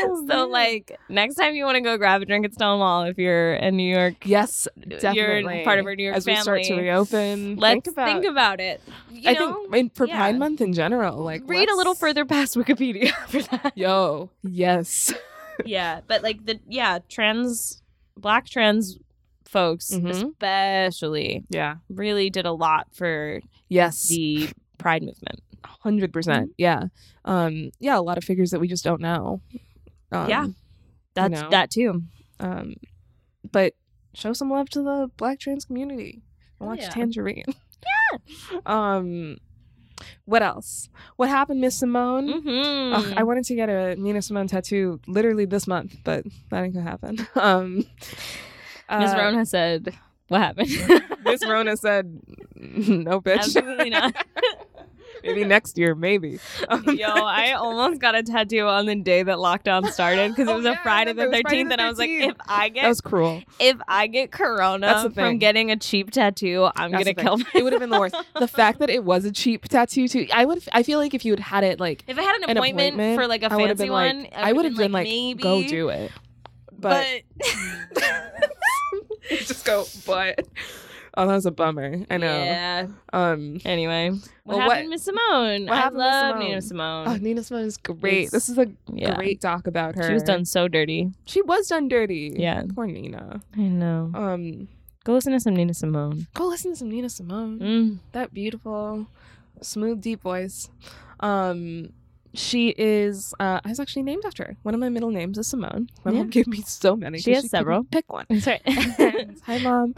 [SPEAKER 1] Oh,
[SPEAKER 2] So
[SPEAKER 1] man.
[SPEAKER 2] like next time you want to go grab a drink at Stonewall if you're in New York,
[SPEAKER 1] yes,
[SPEAKER 2] you're
[SPEAKER 1] definitely.
[SPEAKER 2] part of our New York
[SPEAKER 1] As
[SPEAKER 2] family.
[SPEAKER 1] we start to reopen,
[SPEAKER 2] let's
[SPEAKER 1] think about.
[SPEAKER 2] it. You
[SPEAKER 1] I
[SPEAKER 2] know,
[SPEAKER 1] think I mean, for
[SPEAKER 2] yeah.
[SPEAKER 1] Pride Month in general, like
[SPEAKER 2] read a little
[SPEAKER 1] let's-
[SPEAKER 2] further past Wikipedia for that.
[SPEAKER 1] Yo, yes,
[SPEAKER 2] yeah, but like the yeah trans black trans folks
[SPEAKER 1] Mhm.
[SPEAKER 2] especially
[SPEAKER 1] yeah,
[SPEAKER 2] really did a lot for
[SPEAKER 1] yes,
[SPEAKER 2] the pride movement.
[SPEAKER 1] hundred
[SPEAKER 2] Mm-hmm.
[SPEAKER 1] percent, yeah, um, yeah. A lot of figures that we just don't know. Um,
[SPEAKER 2] Yeah. That's
[SPEAKER 1] know.
[SPEAKER 2] that too.
[SPEAKER 1] Um, but show some love to the black trans community.
[SPEAKER 2] Oh,
[SPEAKER 1] And watch
[SPEAKER 2] yeah.
[SPEAKER 1] Tangerine. Yeah. um, what else? What happened, Miss Simone?
[SPEAKER 2] Mm-hmm.
[SPEAKER 1] Ugh, I wanted to get a Nina Simone tattoo literally this month, but that ain't gonna happen. Um,
[SPEAKER 2] Ms.
[SPEAKER 1] uh,
[SPEAKER 2] Rona said, "What happened?"
[SPEAKER 1] Miss Rona said, "No, bitch.
[SPEAKER 2] Absolutely not.
[SPEAKER 1] maybe next year, maybe." Um,
[SPEAKER 2] Yo, I almost got a tattoo on the day that lockdown started because it
[SPEAKER 1] Oh,
[SPEAKER 2] was
[SPEAKER 1] yeah,
[SPEAKER 2] a
[SPEAKER 1] I
[SPEAKER 2] Friday the
[SPEAKER 1] remember. It was Friday
[SPEAKER 2] thirteenth,
[SPEAKER 1] the
[SPEAKER 2] and I was like,
[SPEAKER 1] 13th.
[SPEAKER 2] if I get
[SPEAKER 1] that was cruel.
[SPEAKER 2] if I get
[SPEAKER 1] That's
[SPEAKER 2] corona
[SPEAKER 1] the
[SPEAKER 2] from
[SPEAKER 1] thing.
[SPEAKER 2] getting a cheap tattoo, I'm
[SPEAKER 1] That's
[SPEAKER 2] gonna
[SPEAKER 1] the
[SPEAKER 2] kill
[SPEAKER 1] thing.
[SPEAKER 2] myself.
[SPEAKER 1] It would have been the worst. The fact that it was a cheap tattoo too. I would. I feel like if you had had it like
[SPEAKER 2] If I had an
[SPEAKER 1] an
[SPEAKER 2] appointment,
[SPEAKER 1] appointment,
[SPEAKER 2] for like a
[SPEAKER 1] I would have
[SPEAKER 2] fancy
[SPEAKER 1] been
[SPEAKER 2] one,
[SPEAKER 1] like, I would have been like,
[SPEAKER 2] maybe,
[SPEAKER 1] go do it. But, just go, but. Oh, that was a bummer. I know.
[SPEAKER 2] Yeah.
[SPEAKER 1] Um,
[SPEAKER 2] Anyway, what
[SPEAKER 1] Well, what-
[SPEAKER 2] happened, Miss Simone?
[SPEAKER 1] what
[SPEAKER 2] I
[SPEAKER 1] happened, Miss
[SPEAKER 2] love
[SPEAKER 1] Simone?
[SPEAKER 2] Nina
[SPEAKER 1] oh,
[SPEAKER 2] Simone.
[SPEAKER 1] Nina Simone is great.
[SPEAKER 2] It's-
[SPEAKER 1] this is a
[SPEAKER 2] yeah,
[SPEAKER 1] great doc about her.
[SPEAKER 2] she was done so dirty.
[SPEAKER 1] She was done dirty.
[SPEAKER 2] Yeah.
[SPEAKER 1] Poor Nina.
[SPEAKER 2] I know.
[SPEAKER 1] Um,
[SPEAKER 2] Go listen to some Nina Simone.
[SPEAKER 1] go listen to some Nina Simone.
[SPEAKER 2] Mm.
[SPEAKER 1] That beautiful, smooth, deep voice. Um, she is. Uh, I was actually named after her. One of my middle names is Simone. My
[SPEAKER 2] Yeah.
[SPEAKER 1] mom gave me so many.
[SPEAKER 2] She
[SPEAKER 1] 'cause
[SPEAKER 2] has
[SPEAKER 1] couldn't
[SPEAKER 2] several.
[SPEAKER 1] Pick one.
[SPEAKER 2] Sorry.
[SPEAKER 1] And- hi mom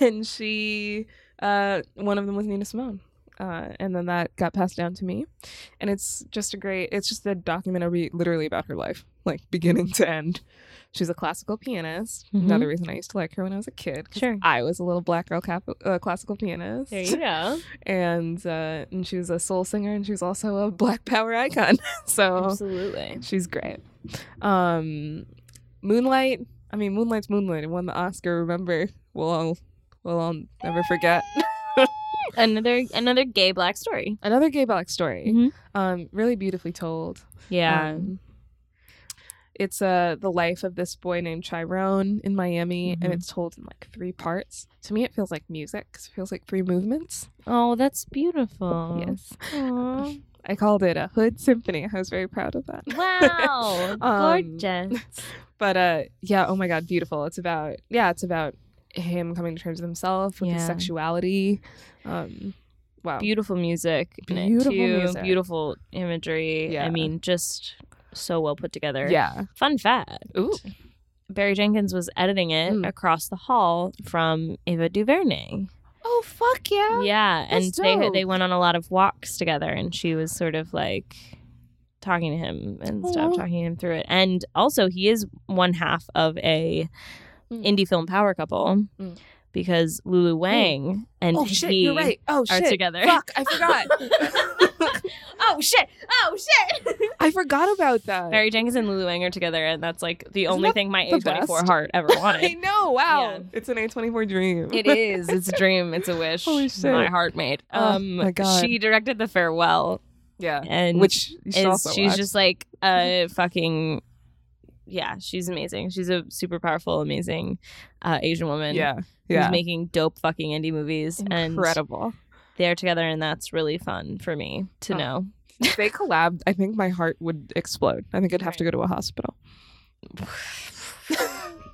[SPEAKER 1] and she uh one of them was nina simone uh, and then that got passed down to me and it's just a great it's just a documentary literally about her life like beginning to end she's a classical pianist
[SPEAKER 2] Mhm.
[SPEAKER 1] another reason i used to like her when i was a kid 'cause
[SPEAKER 2] Sure.
[SPEAKER 1] i was a little black girl cap- uh, classical pianist
[SPEAKER 2] There you go.
[SPEAKER 1] and uh, and she was a soul singer and she was also a black power icon so
[SPEAKER 2] Absolutely.
[SPEAKER 1] She's great. Um, Moonlight. I mean, Moonlight's Moonlight. It won the Oscar. Remember, we'll all, we'll all never forget.
[SPEAKER 2] Another another gay black story.
[SPEAKER 1] Another gay black story.
[SPEAKER 2] Mhm.
[SPEAKER 1] Um, really beautifully told.
[SPEAKER 2] Yeah.
[SPEAKER 1] Um, it's uh the life of this boy named Tyrone in Miami,
[SPEAKER 2] Mhm.
[SPEAKER 1] and it's told in like three parts. To me, it feels like music 'cause it feels like three movements.
[SPEAKER 2] oh, that's beautiful.
[SPEAKER 1] Yes,
[SPEAKER 2] Aw.
[SPEAKER 1] I called it a Hood Symphony. I was very proud of that.
[SPEAKER 2] Wow.
[SPEAKER 1] Um,
[SPEAKER 2] Gorgeous.
[SPEAKER 1] but uh yeah oh my god beautiful it's about yeah it's about him coming to terms with himself with his
[SPEAKER 2] Yeah.
[SPEAKER 1] sexuality um wow
[SPEAKER 2] Beautiful music. in it,
[SPEAKER 1] Beautiful
[SPEAKER 2] too.
[SPEAKER 1] music.
[SPEAKER 2] Beautiful imagery. I
[SPEAKER 1] Yeah.
[SPEAKER 2] mean, just so well put together.
[SPEAKER 1] yeah
[SPEAKER 2] Fun fact.
[SPEAKER 1] ooh
[SPEAKER 2] Barry Jenkins was editing it
[SPEAKER 1] Mm.
[SPEAKER 2] across the hall from Ava DuVernay.
[SPEAKER 1] oh fuck yeah
[SPEAKER 2] yeah, and
[SPEAKER 1] that's
[SPEAKER 2] they
[SPEAKER 1] dope.
[SPEAKER 2] they went on a lot of walks together, and she was sort of like talking to him and stuff,
[SPEAKER 1] Aw.
[SPEAKER 2] talking him through it. And also, he is one half of a
[SPEAKER 1] Mm.
[SPEAKER 2] indie film power couple
[SPEAKER 1] Mm.
[SPEAKER 2] because Lulu Wang and
[SPEAKER 1] oh shit
[SPEAKER 2] he
[SPEAKER 1] you're right oh
[SPEAKER 2] are
[SPEAKER 1] shit
[SPEAKER 2] together.
[SPEAKER 1] fuck i forgot
[SPEAKER 2] oh shit! Oh shit!
[SPEAKER 1] i forgot about that
[SPEAKER 2] Barry Jenkins and Lulu Wang are together, and that's like the
[SPEAKER 1] Isn't
[SPEAKER 2] only
[SPEAKER 1] that
[SPEAKER 2] thing my
[SPEAKER 1] the
[SPEAKER 2] A twenty four
[SPEAKER 1] best?
[SPEAKER 2] heart ever
[SPEAKER 1] i
[SPEAKER 2] wanted.
[SPEAKER 1] know wow
[SPEAKER 2] Yeah.
[SPEAKER 1] it's an a24 dream
[SPEAKER 2] It is. It's a dream. It's a wish.
[SPEAKER 1] Holy shit.
[SPEAKER 2] My heart made.
[SPEAKER 1] Oh,
[SPEAKER 2] Um,
[SPEAKER 1] my God.
[SPEAKER 2] She directed the farewell,
[SPEAKER 1] yeah
[SPEAKER 2] and
[SPEAKER 1] which you should
[SPEAKER 2] is
[SPEAKER 1] also
[SPEAKER 2] she's
[SPEAKER 1] watch.
[SPEAKER 2] just like a fucking yeah she's amazing she's a super powerful amazing uh, asian woman
[SPEAKER 1] yeah
[SPEAKER 2] who's
[SPEAKER 1] yeah
[SPEAKER 2] making dope fucking indie movies and
[SPEAKER 1] incredible
[SPEAKER 2] they're together and that's really fun for me to
[SPEAKER 1] Oh.
[SPEAKER 2] know
[SPEAKER 1] If they collabed, I think my heart would explode. I think I'd have to go to a hospital.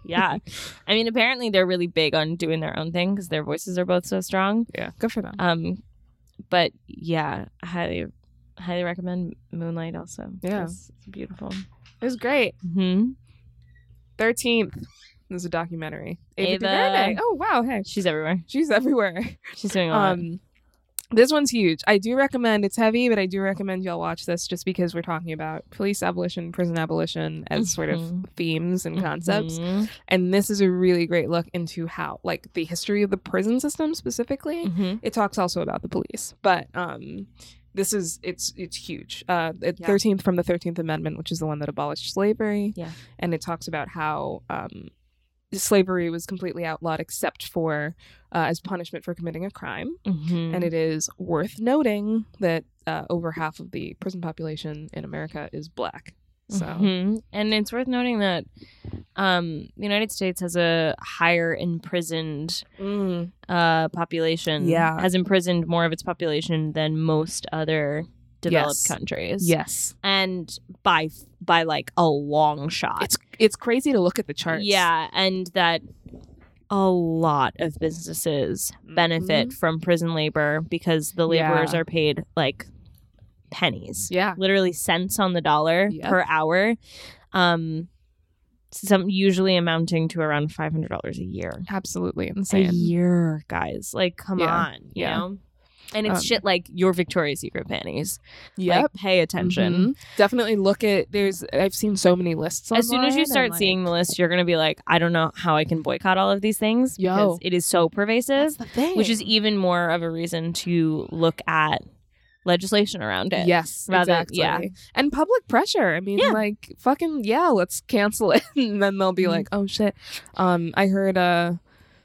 [SPEAKER 2] yeah. I mean, apparently they're really big on doing their own thing because their voices are both so strong.
[SPEAKER 1] Yeah, good for them.
[SPEAKER 2] Um, but yeah, I highly, highly recommend Moonlight also.
[SPEAKER 1] Yeah. Mm-hmm.
[SPEAKER 2] it's, it's beautiful.
[SPEAKER 1] It was great.
[SPEAKER 2] hmm
[SPEAKER 1] Thirteenth is a documentary. Ava
[SPEAKER 2] Ava.
[SPEAKER 1] DuVernay. Oh wow, hey,
[SPEAKER 2] She's everywhere.
[SPEAKER 1] she's everywhere.
[SPEAKER 2] She's doing a lot.
[SPEAKER 1] Um, this one's huge. I do recommend. It's heavy, but I do recommend y'all watch this just because we're talking about police abolition, prison abolition as sort of
[SPEAKER 2] Mhm.
[SPEAKER 1] themes and concepts.
[SPEAKER 2] Mhm.
[SPEAKER 1] And this is a really great look into how, like, the history of the prison system specifically.
[SPEAKER 2] Mhm.
[SPEAKER 1] It talks also about the police, but um, this is it's it's huge. Uh, it-
[SPEAKER 2] Yeah.
[SPEAKER 1] 13th from the 13th Amendment, which is the one that abolished slavery.
[SPEAKER 2] Yeah.
[SPEAKER 1] and it talks about how um, slavery was completely outlawed except for uh, as punishment for committing a crime.
[SPEAKER 2] Mhm.
[SPEAKER 1] And it is worth noting that uh, over half of the prison population in America is black. So
[SPEAKER 2] Mhm. and it's worth noting that um, the United States has a higher imprisoned
[SPEAKER 1] Mm,
[SPEAKER 2] uh, population.
[SPEAKER 1] Yeah.
[SPEAKER 2] has imprisoned more of its population than most other developed
[SPEAKER 1] Yes.
[SPEAKER 2] countries.
[SPEAKER 1] yes,
[SPEAKER 2] and by by like a long shot.
[SPEAKER 1] it's it's crazy to look at the charts.
[SPEAKER 2] Yeah, and that a lot of businesses benefit from prison labor because the laborers
[SPEAKER 1] Mm-hmm. Yeah.
[SPEAKER 2] are paid like pennies,
[SPEAKER 1] Yeah,
[SPEAKER 2] literally cents on the dollar
[SPEAKER 1] Yep.
[SPEAKER 2] per hour. Um, some usually amounting to around five hundred dollars a year.
[SPEAKER 1] absolutely
[SPEAKER 2] A
[SPEAKER 1] insane.
[SPEAKER 2] year, guys! Like, come
[SPEAKER 1] Yeah.
[SPEAKER 2] on, you
[SPEAKER 1] Yeah.
[SPEAKER 2] know. And it's
[SPEAKER 1] Um,
[SPEAKER 2] shit like your Victoria's Secret panties. Like, pay attention.
[SPEAKER 1] Mhm. Definitely look at. There's. I've seen so many lists.
[SPEAKER 2] As soon as
[SPEAKER 1] online
[SPEAKER 2] you
[SPEAKER 1] and,
[SPEAKER 2] start
[SPEAKER 1] like,
[SPEAKER 2] seeing the list, you're gonna be like, I don't know how I can boycott all of these things
[SPEAKER 1] Yo.
[SPEAKER 2] because it is so
[SPEAKER 1] that's
[SPEAKER 2] pervasive,
[SPEAKER 1] the thing,
[SPEAKER 2] which is even more of a reason to look at legislation around it.
[SPEAKER 1] yes,
[SPEAKER 2] rather-
[SPEAKER 1] exactly.
[SPEAKER 2] yeah.
[SPEAKER 1] and public pressure. I mean,
[SPEAKER 2] Yeah.
[SPEAKER 1] like fucking yeah, let's cancel it, and then they'll be
[SPEAKER 2] Mhm.
[SPEAKER 1] like, oh shit. Um, I heard uh,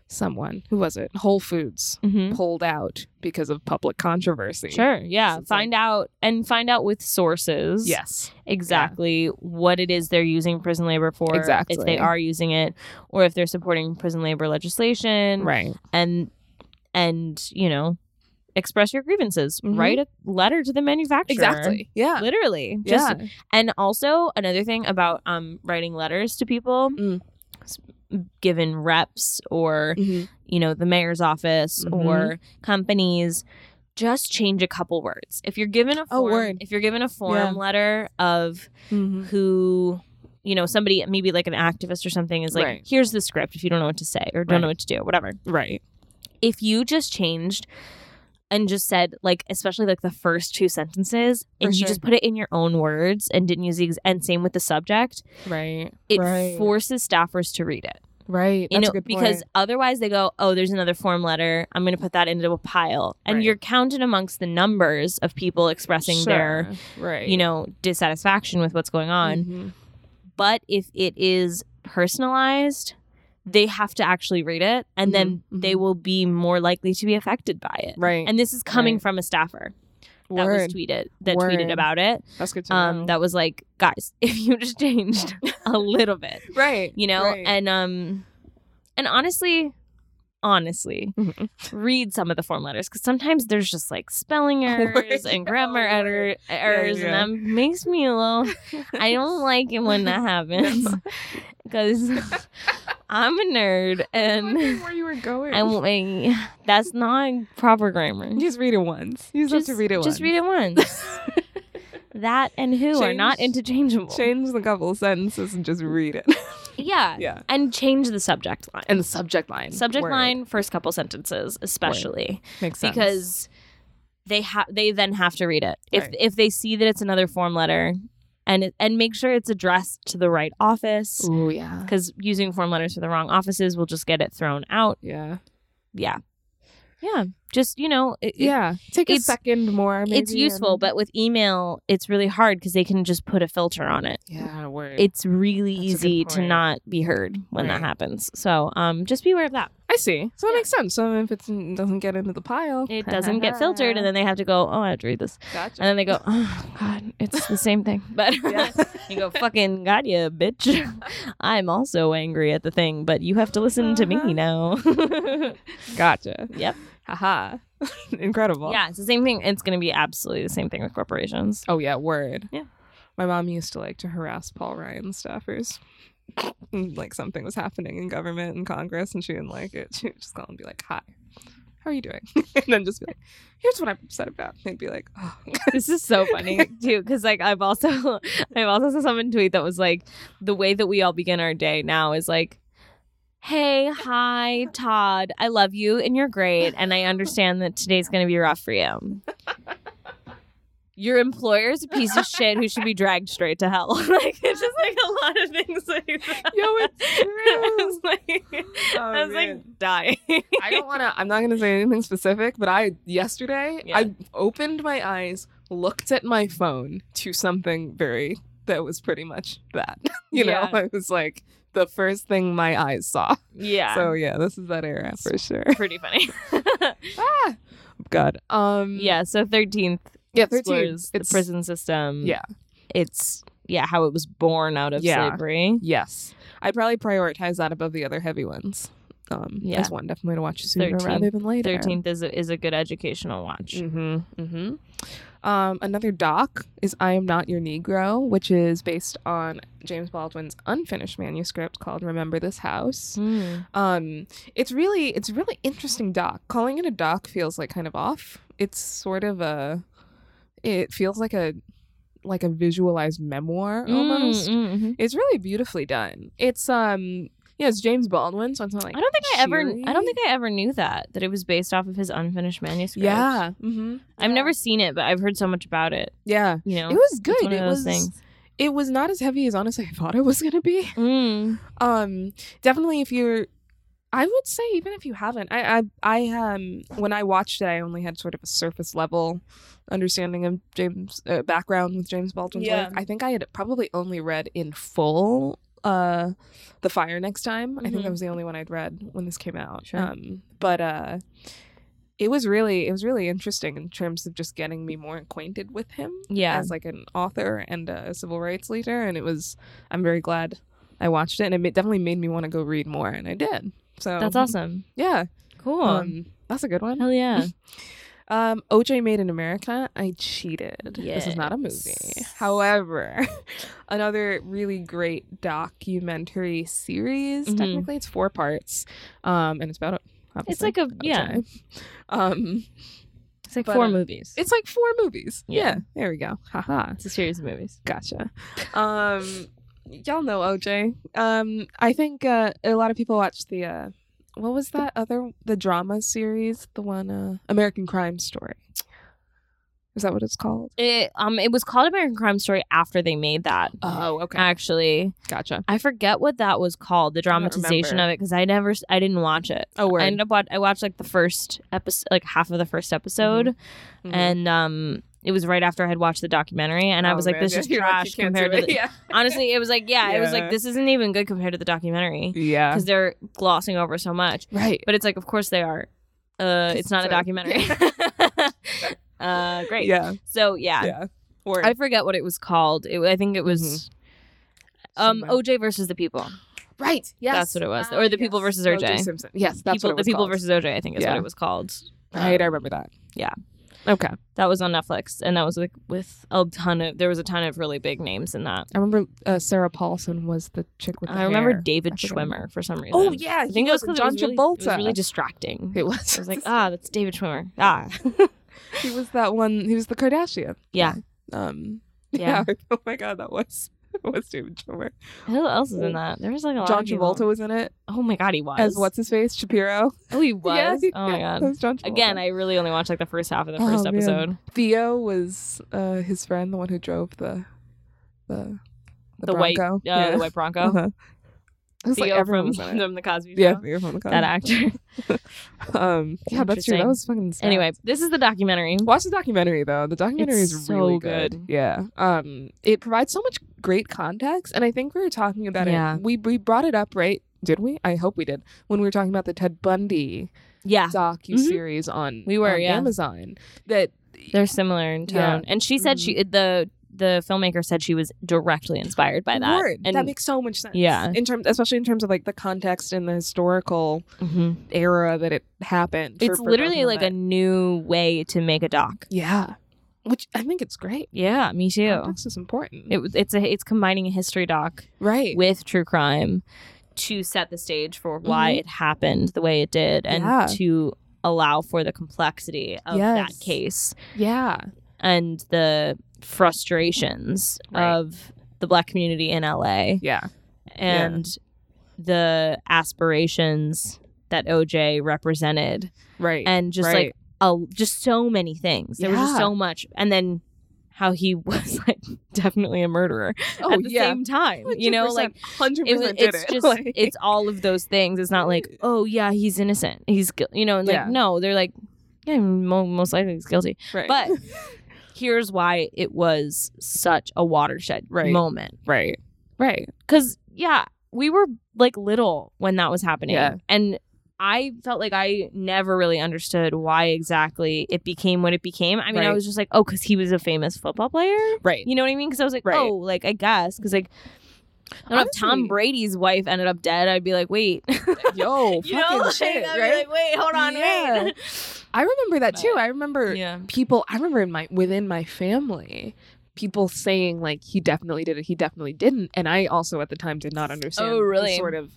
[SPEAKER 1] someone who was it? Whole Foods
[SPEAKER 2] Mhm.
[SPEAKER 1] pulled out because of public controversy.
[SPEAKER 2] Sure. Yeah.
[SPEAKER 1] So it's
[SPEAKER 2] find out and find out with sources.
[SPEAKER 1] Yes.
[SPEAKER 2] Exactly what it is they're using prison labor for. If
[SPEAKER 1] Exactly.
[SPEAKER 2] they are using it, or if they're supporting prison labor legislation.
[SPEAKER 1] Right.
[SPEAKER 2] And and you know, express your grievances.
[SPEAKER 1] Mhm.
[SPEAKER 2] Write a letter to the manufacturer.
[SPEAKER 1] Exactly. Yeah.
[SPEAKER 2] Literally. Just
[SPEAKER 1] yeah.
[SPEAKER 2] And also another thing about um, writing letters to people,
[SPEAKER 1] Mm.
[SPEAKER 2] s- given reps or
[SPEAKER 1] Mhm.
[SPEAKER 2] you know the mayor's office
[SPEAKER 1] Mhm.
[SPEAKER 2] or companies, just change a couple words. If you're given a
[SPEAKER 1] Oh,
[SPEAKER 2] form,
[SPEAKER 1] word.
[SPEAKER 2] if you're given a form
[SPEAKER 1] Yeah.
[SPEAKER 2] letter of
[SPEAKER 1] Mhm.
[SPEAKER 2] who you know somebody maybe like an activist or something is like
[SPEAKER 1] Right.
[SPEAKER 2] here's the script if you don't know what to say or don't know what to do whatever
[SPEAKER 1] Right.
[SPEAKER 2] if you just changed and just said like especially like the first two sentences
[SPEAKER 1] For
[SPEAKER 2] and
[SPEAKER 1] sure.
[SPEAKER 2] you just put it in your own words and didn't use the ex- and same with the subject
[SPEAKER 1] Right.
[SPEAKER 2] it
[SPEAKER 1] right.
[SPEAKER 2] forces staffers to read it
[SPEAKER 1] right. That's
[SPEAKER 2] you know
[SPEAKER 1] a good
[SPEAKER 2] because
[SPEAKER 1] point.
[SPEAKER 2] otherwise they go oh there's another form letter i'm going to put that into a pile and
[SPEAKER 1] Right.
[SPEAKER 2] you're counted amongst the numbers of people expressing their
[SPEAKER 1] Sure. right.
[SPEAKER 2] you know dissatisfaction with what's going on
[SPEAKER 1] Mhm.
[SPEAKER 2] but if it is personalized they have to actually read it and then
[SPEAKER 1] Mhm,
[SPEAKER 2] they
[SPEAKER 1] mhm.
[SPEAKER 2] will be more likely to be affected by it
[SPEAKER 1] Right.
[SPEAKER 2] and this is coming
[SPEAKER 1] Right.
[SPEAKER 2] from a staffer that
[SPEAKER 1] Word.
[SPEAKER 2] was tweeted that
[SPEAKER 1] Word.
[SPEAKER 2] tweeted about it
[SPEAKER 1] That's good to know.
[SPEAKER 2] um that was like guys if you just changed a little bit
[SPEAKER 1] right.
[SPEAKER 2] you know
[SPEAKER 1] Right.
[SPEAKER 2] and um and honestly honestly
[SPEAKER 1] Mhm.
[SPEAKER 2] read some of the form letters because sometimes there's just like spelling
[SPEAKER 1] Word.
[SPEAKER 2] errors and grammar
[SPEAKER 1] Oh,
[SPEAKER 2] error,
[SPEAKER 1] word.
[SPEAKER 2] errors
[SPEAKER 1] yeah.
[SPEAKER 2] and that makes me a little I don't like it when that happens because I'm a nerd
[SPEAKER 1] wondering
[SPEAKER 2] and
[SPEAKER 1] where you were going.
[SPEAKER 2] I'm like, that's not proper grammar.
[SPEAKER 1] just read it once. You just, have to read it once.
[SPEAKER 2] Just read it once. that and who are not
[SPEAKER 1] Change-
[SPEAKER 2] interchangeable.
[SPEAKER 1] Change the couple sentences and just read it.
[SPEAKER 2] Yeah.
[SPEAKER 1] yeah.
[SPEAKER 2] And change the subject line.
[SPEAKER 1] And the subject line.
[SPEAKER 2] subject
[SPEAKER 1] Word.
[SPEAKER 2] line, first couple sentences, especially
[SPEAKER 1] makes sense.
[SPEAKER 2] because they have they then have to read it if
[SPEAKER 1] Right.
[SPEAKER 2] if they see that it's another form letter, and it- and make sure it's addressed to the right office.
[SPEAKER 1] oh yeah,
[SPEAKER 2] because using form letters for the wrong offices will just get it thrown out.
[SPEAKER 1] yeah,
[SPEAKER 2] Yeah. Yeah. Just, you know, it, it-
[SPEAKER 1] yeah. Take a
[SPEAKER 2] it's-
[SPEAKER 1] second more. Maybe, um,
[SPEAKER 2] it's useful,
[SPEAKER 1] and-
[SPEAKER 2] but with email, it's really hard because they can just put a filter on it.
[SPEAKER 1] yeah, word.
[SPEAKER 2] It's really
[SPEAKER 1] That's a
[SPEAKER 2] easy
[SPEAKER 1] good
[SPEAKER 2] to
[SPEAKER 1] point.
[SPEAKER 2] not be heard when that
[SPEAKER 1] Right.
[SPEAKER 2] happens. So um, just be aware of that.
[SPEAKER 1] I see. So it
[SPEAKER 2] Yeah.
[SPEAKER 1] makes sense. So if it doesn't get into the pile,
[SPEAKER 2] It doesn't get filtered, and then they have to go, oh, I have to read this.
[SPEAKER 1] gotcha.
[SPEAKER 2] And then they go, oh, God, it's the same thing. But
[SPEAKER 1] Yeah.
[SPEAKER 2] you go, fucking got you, bitch. I'm also angry at the thing, but you have to listen to
[SPEAKER 1] Uh-huh.
[SPEAKER 2] me now.
[SPEAKER 1] gotcha.
[SPEAKER 2] yep.
[SPEAKER 1] Haha. Incredible.
[SPEAKER 2] Yeah, it's the same thing. It's going to be absolutely the same thing with corporations.
[SPEAKER 1] Oh yeah, word.
[SPEAKER 2] Yeah.
[SPEAKER 1] My mom used to like to harass Paul Ryan staffers. And, like something was happening in government and Congress, and she didn't like it. She would just call and be like, "Hi, how are you doing?" and then just be like, "Here's what I'm upset about." And they'd be like, "Oh,
[SPEAKER 2] this is so funny too because like i've also i've also saw someone tweet that was like the way that we all begin our day now is like hey hi todd i love you and you're great and i understand that today's going to be rough for you your employer is a piece of shit who should be dragged straight to hell like it's just like a lot of things like that.
[SPEAKER 1] yo, it's
[SPEAKER 2] I
[SPEAKER 1] true."
[SPEAKER 2] was like, I
[SPEAKER 1] Oh,
[SPEAKER 2] was
[SPEAKER 1] man.
[SPEAKER 2] like dying.
[SPEAKER 1] I don't want to. I'm not going to say anything specific, but I yesterday
[SPEAKER 2] Yeah.
[SPEAKER 1] I opened my eyes, looked at my phone to something very that was pretty much that. you
[SPEAKER 2] Yeah.
[SPEAKER 1] know, it was like the first thing my eyes saw.
[SPEAKER 2] yeah,
[SPEAKER 1] So yeah, this is that era for sure.
[SPEAKER 2] pretty funny.
[SPEAKER 1] ah, God. Um.
[SPEAKER 2] yeah, so thirteenth
[SPEAKER 1] Yeah. Thirteen.
[SPEAKER 2] explores
[SPEAKER 1] It's
[SPEAKER 2] the prison system.
[SPEAKER 1] Yeah.
[SPEAKER 2] It's yeah, how it was born out of
[SPEAKER 1] Yeah.
[SPEAKER 2] slavery.
[SPEAKER 1] Yes, I probably prioritize that above the other heavy ones. Um,
[SPEAKER 2] Yeah.
[SPEAKER 1] as one definitely to watch sooner
[SPEAKER 2] 13.
[SPEAKER 1] rather than later.
[SPEAKER 2] Thirteenth is a, is a good educational watch.
[SPEAKER 1] Mm-hmm. Mm-hmm. Um, another doc is I Am Not Your Negro, which is based on James Baldwin's unfinished manuscript called Remember This House.
[SPEAKER 2] Mm.
[SPEAKER 1] Um, it's really it's a really interesting doc. Calling it a doc feels like kind of off. It's sort of a it feels like a like a visualized memoir almost.
[SPEAKER 2] Mm, mm, mhm.
[SPEAKER 1] It's really beautifully done. It's um yeah, it's James Baldwin, so it's not like
[SPEAKER 2] I don't think I ever I
[SPEAKER 1] cheery.
[SPEAKER 2] don't think I ever knew that that it was based off of his unfinished manuscript.
[SPEAKER 1] yeah. Mm-hmm.
[SPEAKER 2] I've
[SPEAKER 1] yeah.
[SPEAKER 2] never seen it, but I've heard so much about it.
[SPEAKER 1] Yeah.
[SPEAKER 2] You know,
[SPEAKER 1] It was
[SPEAKER 2] It's
[SPEAKER 1] good.
[SPEAKER 2] one of
[SPEAKER 1] It
[SPEAKER 2] those
[SPEAKER 1] was
[SPEAKER 2] things.
[SPEAKER 1] it was not as heavy as honestly I thought it was gonna be.
[SPEAKER 2] Mm.
[SPEAKER 1] Um, definitely if you're, I would say even if you haven't, I I I um when I watched it, I only had sort of a surface level understanding of James uh, background with James Baldwin's
[SPEAKER 2] Yeah.
[SPEAKER 1] work. I think I had probably only read in full uh the fire next time i think
[SPEAKER 2] Mhm.
[SPEAKER 1] that was the only one i'd read when this came out
[SPEAKER 2] Sure.
[SPEAKER 1] um but uh it was really it was really interesting in terms of just getting me more acquainted with him
[SPEAKER 2] Yeah.
[SPEAKER 1] as like an author and a civil rights leader and it was i'm very glad i watched it and it ma- definitely made me want to go read more and i did so
[SPEAKER 2] That's awesome.
[SPEAKER 1] yeah
[SPEAKER 2] Cool.
[SPEAKER 1] um, that's a good one
[SPEAKER 2] Hell yeah.
[SPEAKER 1] um oj made in america i cheated this is not a movie
[SPEAKER 2] Yes.
[SPEAKER 1] however another really great documentary series
[SPEAKER 2] Mhm.
[SPEAKER 1] technically it's four parts um and it's about
[SPEAKER 2] It's
[SPEAKER 1] obviously,
[SPEAKER 2] like a yeah.
[SPEAKER 1] OJ. um
[SPEAKER 2] uh, It's like
[SPEAKER 1] But,
[SPEAKER 2] four
[SPEAKER 1] um,
[SPEAKER 2] movies.
[SPEAKER 1] it's like four movies
[SPEAKER 2] Yeah.
[SPEAKER 1] yeah there we go haha
[SPEAKER 2] it's a series of movies.
[SPEAKER 1] Gotcha. Um, y'all know OJ. Um, I think uh, a lot of people watch the uh, what was that other the drama series, the one uh, American Crime Story. Is that what it's called?
[SPEAKER 2] It um it was called American Crime Story after they made that.
[SPEAKER 1] Oh, okay.
[SPEAKER 2] Actually,
[SPEAKER 1] Gotcha.
[SPEAKER 2] I forget what that was called, the
[SPEAKER 1] don't
[SPEAKER 2] dramatization of
[SPEAKER 1] remember.
[SPEAKER 2] it cuz I never s- I didn't watch it.
[SPEAKER 1] Oh, word.
[SPEAKER 2] I ended up watch, I watched like the first episode like half of the first episode
[SPEAKER 1] Mhm.
[SPEAKER 2] and um it was right after I had watched the documentary and I
[SPEAKER 1] Oh,
[SPEAKER 2] was like
[SPEAKER 1] man,
[SPEAKER 2] this is
[SPEAKER 1] you're like, you
[SPEAKER 2] trash
[SPEAKER 1] can't do
[SPEAKER 2] compared to
[SPEAKER 1] it.
[SPEAKER 2] the
[SPEAKER 1] yeah.
[SPEAKER 2] Honestly, it was like yeah, it was
[SPEAKER 1] Yeah.
[SPEAKER 2] like this isn't even good compared to the documentary
[SPEAKER 1] yeah.
[SPEAKER 2] cuz they're glossing over so much.
[SPEAKER 1] Right.
[SPEAKER 2] But it's like of course they are. Uh it's not a
[SPEAKER 1] So-
[SPEAKER 2] documentary. uh great.
[SPEAKER 1] Yeah.
[SPEAKER 2] So yeah,
[SPEAKER 1] Yeah. Word.
[SPEAKER 2] I forget what it was called. It, I think it was um,
[SPEAKER 1] Mm-hmm. Somewhere.
[SPEAKER 2] OJ versus the people.
[SPEAKER 1] right. Yes. uh,
[SPEAKER 2] That's what it was. Or The People versus
[SPEAKER 1] O.J.
[SPEAKER 2] O.J.
[SPEAKER 1] Simpson. Yes. That's
[SPEAKER 2] people,
[SPEAKER 1] what it was
[SPEAKER 2] the people
[SPEAKER 1] called.
[SPEAKER 2] versus OJ. I think is
[SPEAKER 1] Yeah.
[SPEAKER 2] what it was called.
[SPEAKER 1] Right. I remember that.
[SPEAKER 2] Yeah.
[SPEAKER 1] Okay.
[SPEAKER 2] That was on Netflix, and that was like with a ton of. There was a ton of really big names in that.
[SPEAKER 1] I remember uh, Sarah Paulson was the chick with the
[SPEAKER 2] I remember
[SPEAKER 1] hair.
[SPEAKER 2] David
[SPEAKER 1] I forget.
[SPEAKER 2] Schwimmer for some reason.
[SPEAKER 1] Oh yeah,
[SPEAKER 2] I think it was because
[SPEAKER 1] John
[SPEAKER 2] it was really,
[SPEAKER 1] Travolta.
[SPEAKER 2] It was really distracting.
[SPEAKER 1] It was.
[SPEAKER 2] I was like, ah, that's David Schwimmer. Ah,
[SPEAKER 1] he was that one. He was the Kardashian.
[SPEAKER 2] yeah,
[SPEAKER 1] Um.
[SPEAKER 2] yeah.
[SPEAKER 1] Yeah. Oh my God, that was that was David Schwimmer.
[SPEAKER 2] Who else is in Oh, that? There was like a lot.
[SPEAKER 1] John
[SPEAKER 2] of people.
[SPEAKER 1] Travolta was in it
[SPEAKER 2] Oh my god, he was.
[SPEAKER 1] as what's his face Shapiro.
[SPEAKER 2] Oh, he was.
[SPEAKER 1] Yeah, he-
[SPEAKER 2] oh my
[SPEAKER 1] yeah,
[SPEAKER 2] god.
[SPEAKER 1] that was John Travolta.
[SPEAKER 2] Again, I really only watched like the first half of the
[SPEAKER 1] Oh,
[SPEAKER 2] first
[SPEAKER 1] man.
[SPEAKER 2] episode.
[SPEAKER 1] Theo was uh, his friend, the one who drove the the the,
[SPEAKER 2] The white-
[SPEAKER 1] Bronco.
[SPEAKER 2] Uh, The White Bronco.
[SPEAKER 1] Uh-huh. It was
[SPEAKER 2] Theo
[SPEAKER 1] like everyone
[SPEAKER 2] from,
[SPEAKER 1] was in it.
[SPEAKER 2] from the Cosby Show.
[SPEAKER 1] Yeah, Theo from the
[SPEAKER 2] That
[SPEAKER 1] car.
[SPEAKER 2] actor.
[SPEAKER 1] Um, yeah, that's true.
[SPEAKER 2] Interesting.
[SPEAKER 1] That was fucking. sad.
[SPEAKER 2] anyway, this is the documentary.
[SPEAKER 1] Watch the documentary though. The documentary
[SPEAKER 2] It's
[SPEAKER 1] is
[SPEAKER 2] so
[SPEAKER 1] really good.
[SPEAKER 2] good.
[SPEAKER 1] Yeah. Um it provides so much great context and I think we were talking about
[SPEAKER 2] Yeah.
[SPEAKER 1] it. We we brought it up, right? Did we? I hope we did. When we were talking about the Ted Bundy
[SPEAKER 2] Yeah, Mm-hmm.
[SPEAKER 1] docu series on
[SPEAKER 2] We were,
[SPEAKER 1] on
[SPEAKER 2] yeah.
[SPEAKER 1] Amazon that
[SPEAKER 2] they're similar in
[SPEAKER 1] Yeah. Mm-hmm.
[SPEAKER 2] tone. And she said she the the filmmaker said she was directly inspired by that.
[SPEAKER 1] Word.
[SPEAKER 2] And
[SPEAKER 1] that makes so much sense.
[SPEAKER 2] Yeah.
[SPEAKER 1] In terms, especially in terms of like the context and the historical
[SPEAKER 2] Mhm.
[SPEAKER 1] era that it happened. for-
[SPEAKER 2] it's
[SPEAKER 1] for both
[SPEAKER 2] literally
[SPEAKER 1] of
[SPEAKER 2] like a
[SPEAKER 1] it.
[SPEAKER 2] new way to make a doc.
[SPEAKER 1] yeah, which I think it's great.
[SPEAKER 2] Yeah, me too.
[SPEAKER 1] Context is important,
[SPEAKER 2] It was it's a it's combining a history doc
[SPEAKER 1] right?
[SPEAKER 2] with true crime to set the stage for why
[SPEAKER 1] Mhm.
[SPEAKER 2] it happened the way it did and
[SPEAKER 1] Yeah.
[SPEAKER 2] to allow for the complexity of
[SPEAKER 1] Yes.
[SPEAKER 2] that case
[SPEAKER 1] yeah,
[SPEAKER 2] and the frustrations
[SPEAKER 1] Right.
[SPEAKER 2] of the black community in LA
[SPEAKER 1] yeah,
[SPEAKER 2] and the aspirations that OJ represented
[SPEAKER 1] right,
[SPEAKER 2] and just like a, just so many things. There was just
[SPEAKER 1] Yeah.
[SPEAKER 2] so much and then how he was like definitely a murderer
[SPEAKER 1] like oh
[SPEAKER 2] at the
[SPEAKER 1] yeah,
[SPEAKER 2] same time. You know, like
[SPEAKER 1] hundred
[SPEAKER 2] it was,
[SPEAKER 1] percent did
[SPEAKER 2] it's
[SPEAKER 1] it.
[SPEAKER 2] just
[SPEAKER 1] Like,
[SPEAKER 2] it's all of those things. It's not like oh yeah he's innocent he's guil-" you know and like
[SPEAKER 1] Yeah.
[SPEAKER 2] no they're like yeah mo- most likely he's guilty.
[SPEAKER 1] right.
[SPEAKER 2] But here's why it was such a watershed
[SPEAKER 1] Right.
[SPEAKER 2] moment
[SPEAKER 1] right, right,
[SPEAKER 2] because yeah we were like little when that was happening
[SPEAKER 1] Yeah.
[SPEAKER 2] and. I felt like I never really understood why exactly it became what it became. I mean, I
[SPEAKER 1] Right.
[SPEAKER 2] was just like, oh, because he was a famous football player.
[SPEAKER 1] right.
[SPEAKER 2] You know what I mean? Because I was like,
[SPEAKER 1] Right.
[SPEAKER 2] oh, like I guess because like, I don't know if Tom
[SPEAKER 1] Honestly-
[SPEAKER 2] Brady's wife ended up dead. I'd be like, wait,
[SPEAKER 1] Yo,
[SPEAKER 2] You
[SPEAKER 1] fucking
[SPEAKER 2] know, like,
[SPEAKER 1] shit,
[SPEAKER 2] I'd be
[SPEAKER 1] right?
[SPEAKER 2] like, wait, hold on, wait.
[SPEAKER 1] I remember that too.
[SPEAKER 2] But-
[SPEAKER 1] I remember
[SPEAKER 2] Yeah,
[SPEAKER 1] people. I remember in my within my family. People saying like he definitely did it, he definitely didn't, and I also at the time did not understand
[SPEAKER 2] Oh, really?
[SPEAKER 1] the sort of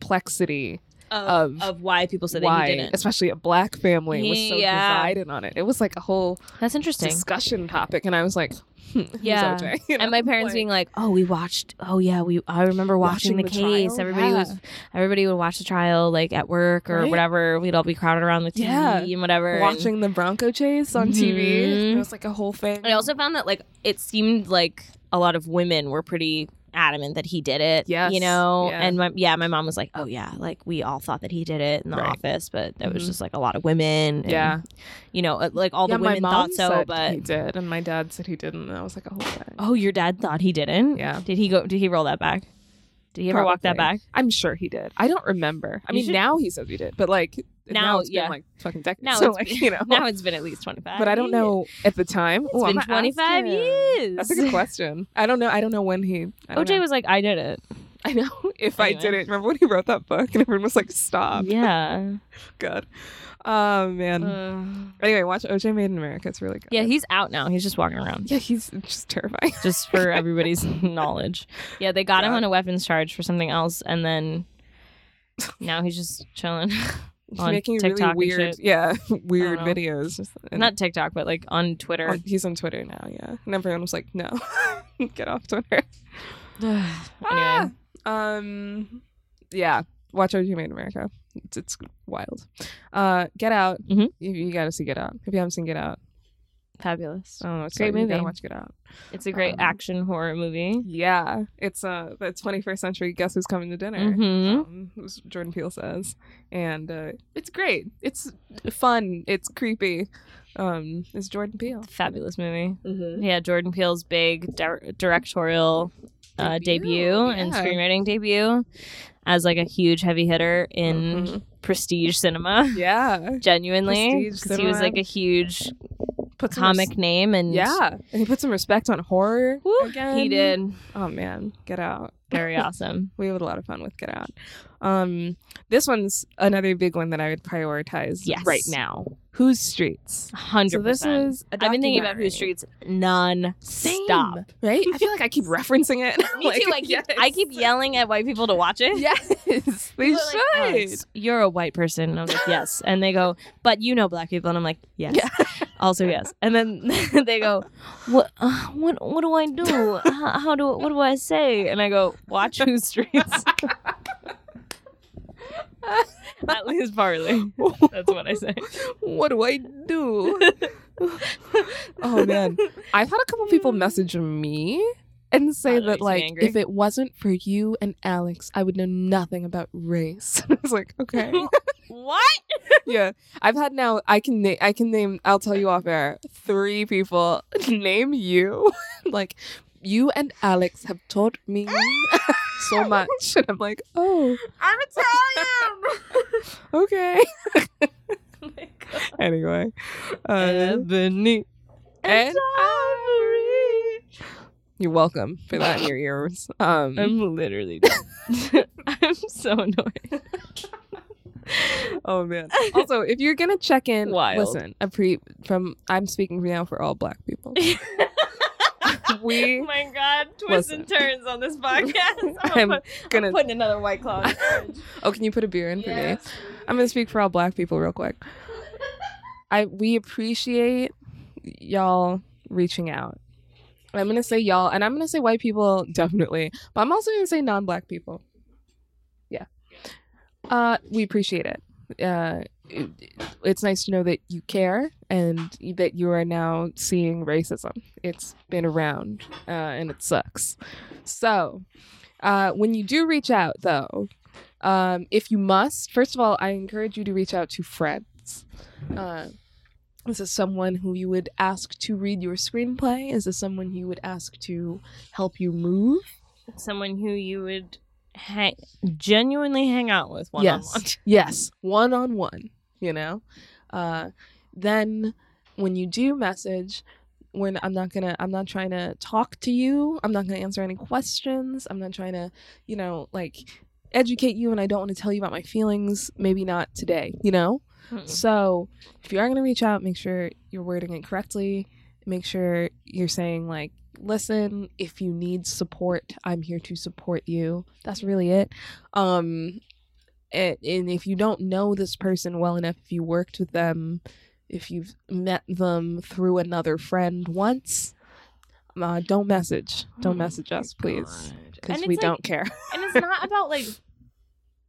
[SPEAKER 1] complexity
[SPEAKER 2] of,
[SPEAKER 1] of,
[SPEAKER 2] of why people said
[SPEAKER 1] why,
[SPEAKER 2] that he didn't.
[SPEAKER 1] especially a black family, was so
[SPEAKER 2] Yeah.
[SPEAKER 1] divided on it. It was like a whole
[SPEAKER 2] That's interesting.
[SPEAKER 1] discussion topic, and I was like, hmm, who's
[SPEAKER 2] Yeah.
[SPEAKER 1] OJ? You know?
[SPEAKER 2] And my parents
[SPEAKER 1] Like,
[SPEAKER 2] being like, "Oh, we watched. Oh, yeah, we. I remember watching,
[SPEAKER 1] Watching
[SPEAKER 2] the,
[SPEAKER 1] the
[SPEAKER 2] case.
[SPEAKER 1] trial?
[SPEAKER 2] Everybody
[SPEAKER 1] Yeah.
[SPEAKER 2] was. Everybody would watch the trial, like at work or
[SPEAKER 1] Right?
[SPEAKER 2] whatever. We'd all be crowded around the TV
[SPEAKER 1] Yeah.
[SPEAKER 2] and whatever. and-
[SPEAKER 1] watching the Bronco chase on TV.
[SPEAKER 2] Mhm.
[SPEAKER 1] It was like a whole thing.
[SPEAKER 2] I also found that like it seemed like a lot of women were pretty adamant that he did it.
[SPEAKER 1] Yes.
[SPEAKER 2] you know,
[SPEAKER 1] Yeah.
[SPEAKER 2] and my yeah, my mom was like, "Oh yeah, like we all thought that he did it in the
[SPEAKER 1] Right.
[SPEAKER 2] office, but there was
[SPEAKER 1] Mhm.
[SPEAKER 2] just like a lot of women." and,
[SPEAKER 1] Yeah.
[SPEAKER 2] you know, uh, like all
[SPEAKER 1] yeah,
[SPEAKER 2] the women
[SPEAKER 1] my mom
[SPEAKER 2] thought so,
[SPEAKER 1] said
[SPEAKER 2] but
[SPEAKER 1] he did, and my dad said he didn't, and I was like a whole thing.
[SPEAKER 2] oh, your dad thought he didn't.
[SPEAKER 1] Yeah.
[SPEAKER 2] did he go? Did he roll that back? Did he ever walk that
[SPEAKER 1] Probably.
[SPEAKER 2] back?
[SPEAKER 1] I'm sure he did. I don't remember. I
[SPEAKER 2] You
[SPEAKER 1] mean,
[SPEAKER 2] should-
[SPEAKER 1] now he says he did, but like now,
[SPEAKER 2] Now,
[SPEAKER 1] it's
[SPEAKER 2] yeah.
[SPEAKER 1] been like fucking decades.
[SPEAKER 2] Now
[SPEAKER 1] so
[SPEAKER 2] it's
[SPEAKER 1] like
[SPEAKER 2] been-
[SPEAKER 1] you know,
[SPEAKER 2] Now it's been at least twenty five.
[SPEAKER 1] Uh-huh. but I don't know at the time.
[SPEAKER 2] It's
[SPEAKER 1] Ooh,
[SPEAKER 2] been
[SPEAKER 1] I'ma ask
[SPEAKER 2] twenty five
[SPEAKER 1] him.
[SPEAKER 2] years.
[SPEAKER 1] That's a good question. I don't know. I don't know when he. I don't
[SPEAKER 2] OJ
[SPEAKER 1] know.
[SPEAKER 2] was like, "I did it."
[SPEAKER 1] I know if
[SPEAKER 2] Anyway.
[SPEAKER 1] I didn't remember when he wrote that book, and everyone was like, "Stop,
[SPEAKER 2] yeah.
[SPEAKER 1] God." Oh man.
[SPEAKER 2] Uh,
[SPEAKER 1] anyway, watch OJ Made in America. It's really good.
[SPEAKER 2] yeah, he's out now. He's just walking around.
[SPEAKER 1] yeah, he's just terrifying.
[SPEAKER 2] just for everybody's knowledge. Yeah, they got him
[SPEAKER 1] God.
[SPEAKER 2] on a weapons charge for something else, and then now he's just chilling
[SPEAKER 1] He's
[SPEAKER 2] on
[SPEAKER 1] making
[SPEAKER 2] TikTok
[SPEAKER 1] really
[SPEAKER 2] and
[SPEAKER 1] weird,
[SPEAKER 2] shit.
[SPEAKER 1] yeah, weird
[SPEAKER 2] know.
[SPEAKER 1] videos. Just, and
[SPEAKER 2] Not TikTok, but like on Twitter.
[SPEAKER 1] on- he's on Twitter now. Yeah, and everyone was like, "No, get off Twitter."
[SPEAKER 2] anyway,
[SPEAKER 1] Ah! Um, yeah. Watch OG Made in America. It's, it's wild. Uh, Get Out.
[SPEAKER 2] Mhm.
[SPEAKER 1] You, you got to see Get Out. If you haven't seen Get Out,
[SPEAKER 2] fabulous.
[SPEAKER 1] I don't know. It's
[SPEAKER 2] Oh, Great
[SPEAKER 1] You gotta
[SPEAKER 2] movie.
[SPEAKER 1] watch Get Out.
[SPEAKER 2] It's a great
[SPEAKER 1] Um,
[SPEAKER 2] action horror movie.
[SPEAKER 1] Yeah, it's uh the 21st century. Guess who's coming to dinner?
[SPEAKER 2] Mhm.
[SPEAKER 1] Um, was Jordan Peele says, and uh, it's great. It's fun. It's creepy. Um, it's Jordan Peele.
[SPEAKER 2] Fabulous movie.
[SPEAKER 1] Mm-hmm.
[SPEAKER 2] Yeah, Jordan Peele's big dir- directorial uh, debut,
[SPEAKER 1] Debut,
[SPEAKER 2] and
[SPEAKER 1] yeah.
[SPEAKER 2] screenwriting debut as like a huge heavy hitter in
[SPEAKER 1] Mm-hmm.
[SPEAKER 2] prestige cinema.
[SPEAKER 1] Yeah,
[SPEAKER 2] Genuinely,
[SPEAKER 1] Prestige
[SPEAKER 2] because he was like
[SPEAKER 1] cinema.
[SPEAKER 2] a huge
[SPEAKER 1] put some
[SPEAKER 2] comic
[SPEAKER 1] res-
[SPEAKER 2] name, and
[SPEAKER 1] yeah, and he put some respect on horror.
[SPEAKER 2] Woo,
[SPEAKER 1] again.
[SPEAKER 2] He did.
[SPEAKER 1] Oh man, Get Out.
[SPEAKER 2] Very awesome.
[SPEAKER 1] We had a lot of fun with Get Out. Um, this one's another big one that I would prioritize
[SPEAKER 2] Yes.
[SPEAKER 1] right now. Whose streets?
[SPEAKER 2] 100%.
[SPEAKER 1] So this is. i
[SPEAKER 2] I've been thinking about Who Streets non stop.
[SPEAKER 1] Same, right? I feel like I keep referencing it.
[SPEAKER 2] Me too. I keep, I keep yelling at white people to watch it.
[SPEAKER 1] Yes, they
[SPEAKER 2] People
[SPEAKER 1] should.
[SPEAKER 2] are like, "Alex, you're a white person. And I'm like, yes. And they go, but you know black people. And I'm like, yes. Also, yes. And then they go, what uh, What? What do I do? How, how do, what do I say? And I go, watch Who Streets. at least partly. That's what I say.
[SPEAKER 1] what do I do? oh man, I've had a couple people message me and say
[SPEAKER 2] Oh, that
[SPEAKER 1] that,
[SPEAKER 2] makes me
[SPEAKER 1] like
[SPEAKER 2] angry.
[SPEAKER 1] if it wasn't for you and Alex, I would know nothing about race. I was like, okay,
[SPEAKER 2] What?
[SPEAKER 1] yeah. I've had now. I can na- I can name. I'll tell you off air. Three people name you, like you and Alex have taught me so much, and I'm like, oh,
[SPEAKER 2] I'm Italian.
[SPEAKER 1] okay.
[SPEAKER 2] Oh my God.
[SPEAKER 1] Anyway, uh,
[SPEAKER 2] Ebony
[SPEAKER 1] and
[SPEAKER 2] Ivory.
[SPEAKER 1] You're welcome for that in your ears. Um,
[SPEAKER 2] I'm literally done. I'm so annoyed.
[SPEAKER 1] oh man. Also, if you're gonna check in,
[SPEAKER 2] Wild.
[SPEAKER 1] listen. A pre from I'm speaking now for all black people.
[SPEAKER 2] oh
[SPEAKER 1] We
[SPEAKER 2] my god, twists and turns on this podcast. I'm,
[SPEAKER 1] I'm
[SPEAKER 2] put-
[SPEAKER 1] gonna.
[SPEAKER 2] putting another white claw. in orange.
[SPEAKER 1] Oh, can you put a beer in for me?
[SPEAKER 2] Yes.
[SPEAKER 1] I'm gonna speak for all black people real quick. I we appreciate y'all reaching out. I'm gonna say y'all, and I'm gonna say white people definitely, but I'm also gonna say non-black people. Yeah, uh, we appreciate it. Uh, it, it's nice to know that you care and that you are now seeing racism. It's been around, uh, and it sucks. So, uh, when you do reach out, though, um, if you must, first of all, I encourage you to reach out to friends. Uh, this is someone who you would ask to read your screenplay. Is this someone you would ask to help you move?
[SPEAKER 2] Someone who you would ha- genuinely hang out with one
[SPEAKER 1] yes,
[SPEAKER 2] on one.
[SPEAKER 1] yes, one on one. You know, uh, then when you do message, when I'm not gonna, I'm not trying to talk to you. I'm not gonna answer any questions. I'm not trying to, you know, like educate you, and I don't want to tell you about my feelings. Maybe not today. You know.
[SPEAKER 2] Hmm.
[SPEAKER 1] So if you are going to reach out, make sure you're wording it correctly. Make sure you're saying, like, listen, if you need support, I'm here to support you. That's really it. Um, and, and if you don't know this person well enough, if you worked with them, if you've met them through another friend once, uh, don't message. Don't message us, please. Because
[SPEAKER 2] Oh And
[SPEAKER 1] we
[SPEAKER 2] it's like-
[SPEAKER 1] don't care.
[SPEAKER 2] and it's not about like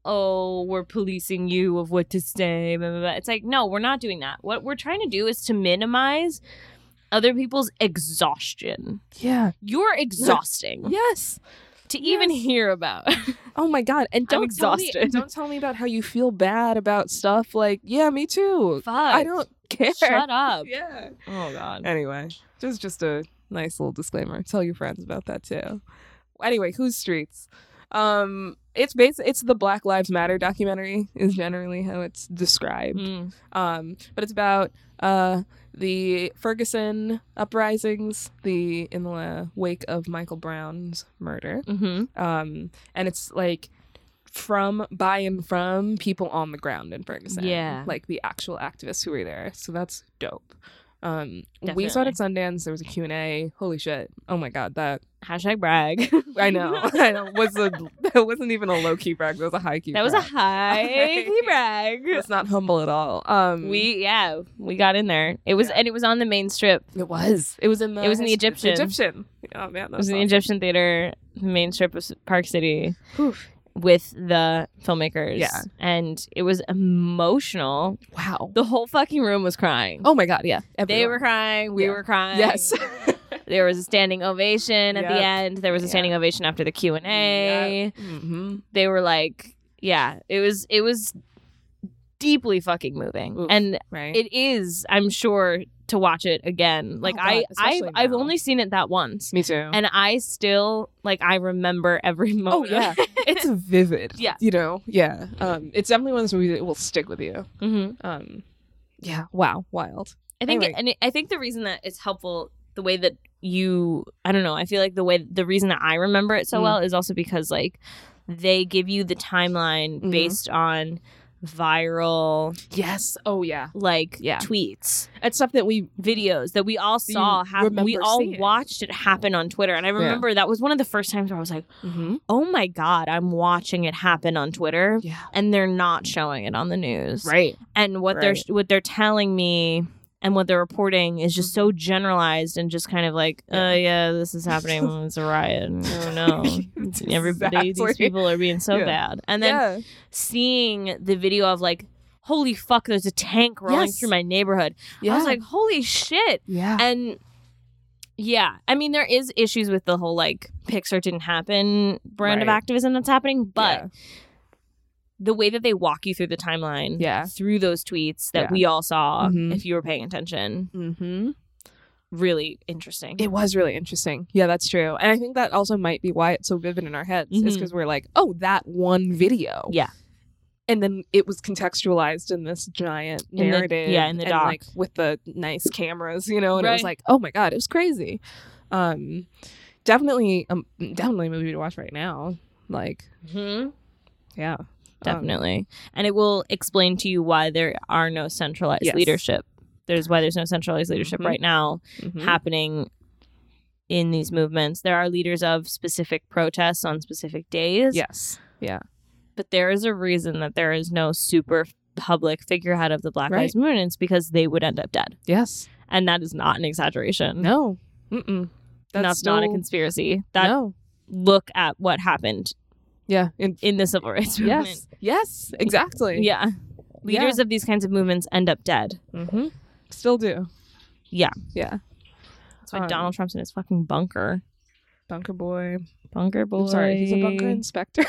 [SPEAKER 2] oh we're policing you of what to say blah, blah, blah. it's like no we're not doing that what we're trying to do is to minimize other people's exhaustion
[SPEAKER 1] Yeah.
[SPEAKER 2] you're exhausting
[SPEAKER 1] Yes.
[SPEAKER 2] to even hear about
[SPEAKER 1] Oh my god!
[SPEAKER 2] I'm
[SPEAKER 1] And don't tell me-
[SPEAKER 2] exhausted.
[SPEAKER 1] don't tell me about how you feel bad about stuff. Like, yeah, me too.
[SPEAKER 2] fuck
[SPEAKER 1] I don't care.
[SPEAKER 2] shut up
[SPEAKER 1] Yeah.
[SPEAKER 2] oh god
[SPEAKER 1] Anyway, just just a nice little disclaimer. Tell your friends about that too. Anyway, whose streets? Um, it's bas- It's the Black Lives Matter documentary is generally how it's described.
[SPEAKER 2] Mm.
[SPEAKER 1] Um, but it's about uh the Ferguson uprisings, the in the wake of Michael Brown's murder
[SPEAKER 2] Mhm.
[SPEAKER 1] um and it's like from by and from people on the ground in Ferguson.
[SPEAKER 2] Yeah.
[SPEAKER 1] Like the actual activists who were there. So that's dope. Um we saw it at Sundance, there was a Q&A. Holy shit. Oh my god, that
[SPEAKER 2] hashtag brag
[SPEAKER 1] I know. I know. Was a that wasn't even a low key brag, that was a high key
[SPEAKER 2] that was a high brag
[SPEAKER 1] It's not humble at all. Um
[SPEAKER 2] we yeah we got in there it was
[SPEAKER 1] Yeah.
[SPEAKER 2] and it was on the main strip
[SPEAKER 1] it was. It was in the
[SPEAKER 2] It was in the
[SPEAKER 1] it's
[SPEAKER 2] Egyptian.
[SPEAKER 1] Egyptian. Oh man, that
[SPEAKER 2] It was in the
[SPEAKER 1] awesome.
[SPEAKER 2] Egyptian Theater, the main strip of Park City,
[SPEAKER 1] Oof.
[SPEAKER 2] with the filmmakers.
[SPEAKER 1] Yeah.
[SPEAKER 2] And it was emotional.
[SPEAKER 1] Wow.
[SPEAKER 2] The whole fucking room was crying.
[SPEAKER 1] Oh my god, yeah.
[SPEAKER 2] they were crying. We
[SPEAKER 1] Yeah.
[SPEAKER 2] were crying.
[SPEAKER 1] Yes.
[SPEAKER 2] there was a standing ovation at the
[SPEAKER 1] Yep.
[SPEAKER 2] end. There was a
[SPEAKER 1] Yeah.
[SPEAKER 2] standing ovation after the Q and A.
[SPEAKER 1] hmm
[SPEAKER 2] They were like, yeah, it was it was deeply fucking moving.
[SPEAKER 1] Oof.
[SPEAKER 2] And
[SPEAKER 1] Right. Oh
[SPEAKER 2] it is, I'm sure, to watch it again. Like
[SPEAKER 1] God,
[SPEAKER 2] I I've
[SPEAKER 1] especially
[SPEAKER 2] I've
[SPEAKER 1] now.
[SPEAKER 2] only seen it that once.
[SPEAKER 1] Me too.
[SPEAKER 2] and I still like I remember every
[SPEAKER 1] Oh
[SPEAKER 2] moment.
[SPEAKER 1] yeah, it's vivid.
[SPEAKER 2] Yeah.
[SPEAKER 1] you know, yeah. Um, it's definitely one of those movies that will stick with you.
[SPEAKER 2] hmm
[SPEAKER 1] Um, yeah. Wow. Wild.
[SPEAKER 2] I think,
[SPEAKER 1] Anyway.
[SPEAKER 2] and it, I think the reason that it's helpful, the way that you, I don't know, I feel like the way the reason that I remember it so
[SPEAKER 1] Mm.
[SPEAKER 2] well is also because like they give you the timeline
[SPEAKER 1] Mhm.
[SPEAKER 2] based on viral
[SPEAKER 1] Yes. Oh yeah.
[SPEAKER 2] like
[SPEAKER 1] Yeah.
[SPEAKER 2] tweets,
[SPEAKER 1] It's stuff that we.
[SPEAKER 2] videos that we all
[SPEAKER 1] you
[SPEAKER 2] saw. Hap- we
[SPEAKER 1] remember
[SPEAKER 2] all
[SPEAKER 1] seeing.
[SPEAKER 2] watched it happen on Twitter, and I remember that was one of the first times where I was like,
[SPEAKER 1] Mm-hmm.
[SPEAKER 2] "Oh my god, I'm watching it happen on Twitter."
[SPEAKER 1] Yeah.
[SPEAKER 2] And they're not showing it on the news.
[SPEAKER 1] Right.
[SPEAKER 2] and what they're
[SPEAKER 1] Right.
[SPEAKER 2] what they're telling me and what they're reporting is just
[SPEAKER 1] Mm-hmm.
[SPEAKER 2] so generalized and just kind of like, oh yeah, this is happening. it's a riot. Oh no, everybody,
[SPEAKER 1] Exactly.
[SPEAKER 2] these people are being so
[SPEAKER 1] Yeah.
[SPEAKER 2] bad. And then
[SPEAKER 1] yeah.
[SPEAKER 2] seeing the video of like, holy fuck, there's a tank rolling
[SPEAKER 1] Yes.
[SPEAKER 2] through my neighborhood.
[SPEAKER 1] Yeah.
[SPEAKER 2] I was like, holy shit.
[SPEAKER 1] yeah.
[SPEAKER 2] And yeah, I mean, there is issues with the whole like Pixar didn't happen brand of
[SPEAKER 1] Right.
[SPEAKER 2] activism that's happening, but the way that they walk you through the timeline
[SPEAKER 1] Yeah.
[SPEAKER 2] through those tweets that
[SPEAKER 1] Yeah.
[SPEAKER 2] we all saw
[SPEAKER 1] Mhm.
[SPEAKER 2] if you were paying attention
[SPEAKER 1] hmm
[SPEAKER 2] really interesting
[SPEAKER 1] It was really interesting. Yeah, that's true. And I think that also might be why it's so vivid in our heads is
[SPEAKER 2] Mhm.
[SPEAKER 1] because we're like, oh, that one video.
[SPEAKER 2] Yeah.
[SPEAKER 1] And then it was contextualized in this giant
[SPEAKER 2] the-
[SPEAKER 1] narrative.
[SPEAKER 2] yeah, in the
[SPEAKER 1] and
[SPEAKER 2] doc.
[SPEAKER 1] like with the nice cameras, you know, and it was
[SPEAKER 2] Right.
[SPEAKER 1] like, oh my God, it was crazy. Um definitely um definitely a movie to watch right now. Like
[SPEAKER 2] Mm-hmm.
[SPEAKER 1] yeah. Um,
[SPEAKER 2] Definitely. and it will explain to you why there are no centralized
[SPEAKER 1] Yes.
[SPEAKER 2] leadership. There's why there's no centralized leadership
[SPEAKER 1] Mhm.
[SPEAKER 2] right now
[SPEAKER 1] mhm.
[SPEAKER 2] happening in these movements. There are leaders of specific protests on specific days.
[SPEAKER 1] Yes.
[SPEAKER 2] But there is a reason that there is no super public figurehead of the Black
[SPEAKER 1] Right.
[SPEAKER 2] Lives Movement. and It's because they would end up dead.
[SPEAKER 1] Yes.
[SPEAKER 2] And that is not an exaggeration.
[SPEAKER 1] No. Mm-mm.
[SPEAKER 2] That's, not a
[SPEAKER 1] still-
[SPEAKER 2] conspiracy. That
[SPEAKER 1] no.
[SPEAKER 2] look at what happened
[SPEAKER 1] Yeah. In,
[SPEAKER 2] in the civil rights movement.
[SPEAKER 1] yes. Yes. Exactly.
[SPEAKER 2] Yeah. Leaders of these kinds of movements end up dead.
[SPEAKER 1] Mm-hmm. Still do.
[SPEAKER 2] Yeah.
[SPEAKER 1] Yeah.
[SPEAKER 2] That's why
[SPEAKER 1] Um,
[SPEAKER 2] Donald Trump's in his fucking bunker.
[SPEAKER 1] Bunker boy.
[SPEAKER 2] Bunker boy.
[SPEAKER 1] I'm sorry. He's a bunker inspector.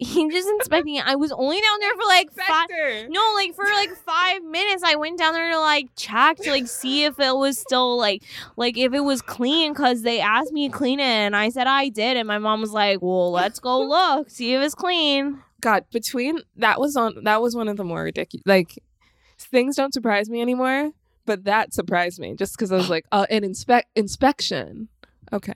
[SPEAKER 2] He's just inspecting it. I was only down there for like five. No, like for like five minutes, I went down there to like check to like see if it was still like, like if it was clean, cause they asked me to clean it, and I said I did, and my mom was like, "Well, let's go look, see if it's clean."
[SPEAKER 1] God, between that was on that was one of the more ridiculous. Like things don't surprise me anymore, but that surprised me just because I was like, uh, an inspect inspection. Okay.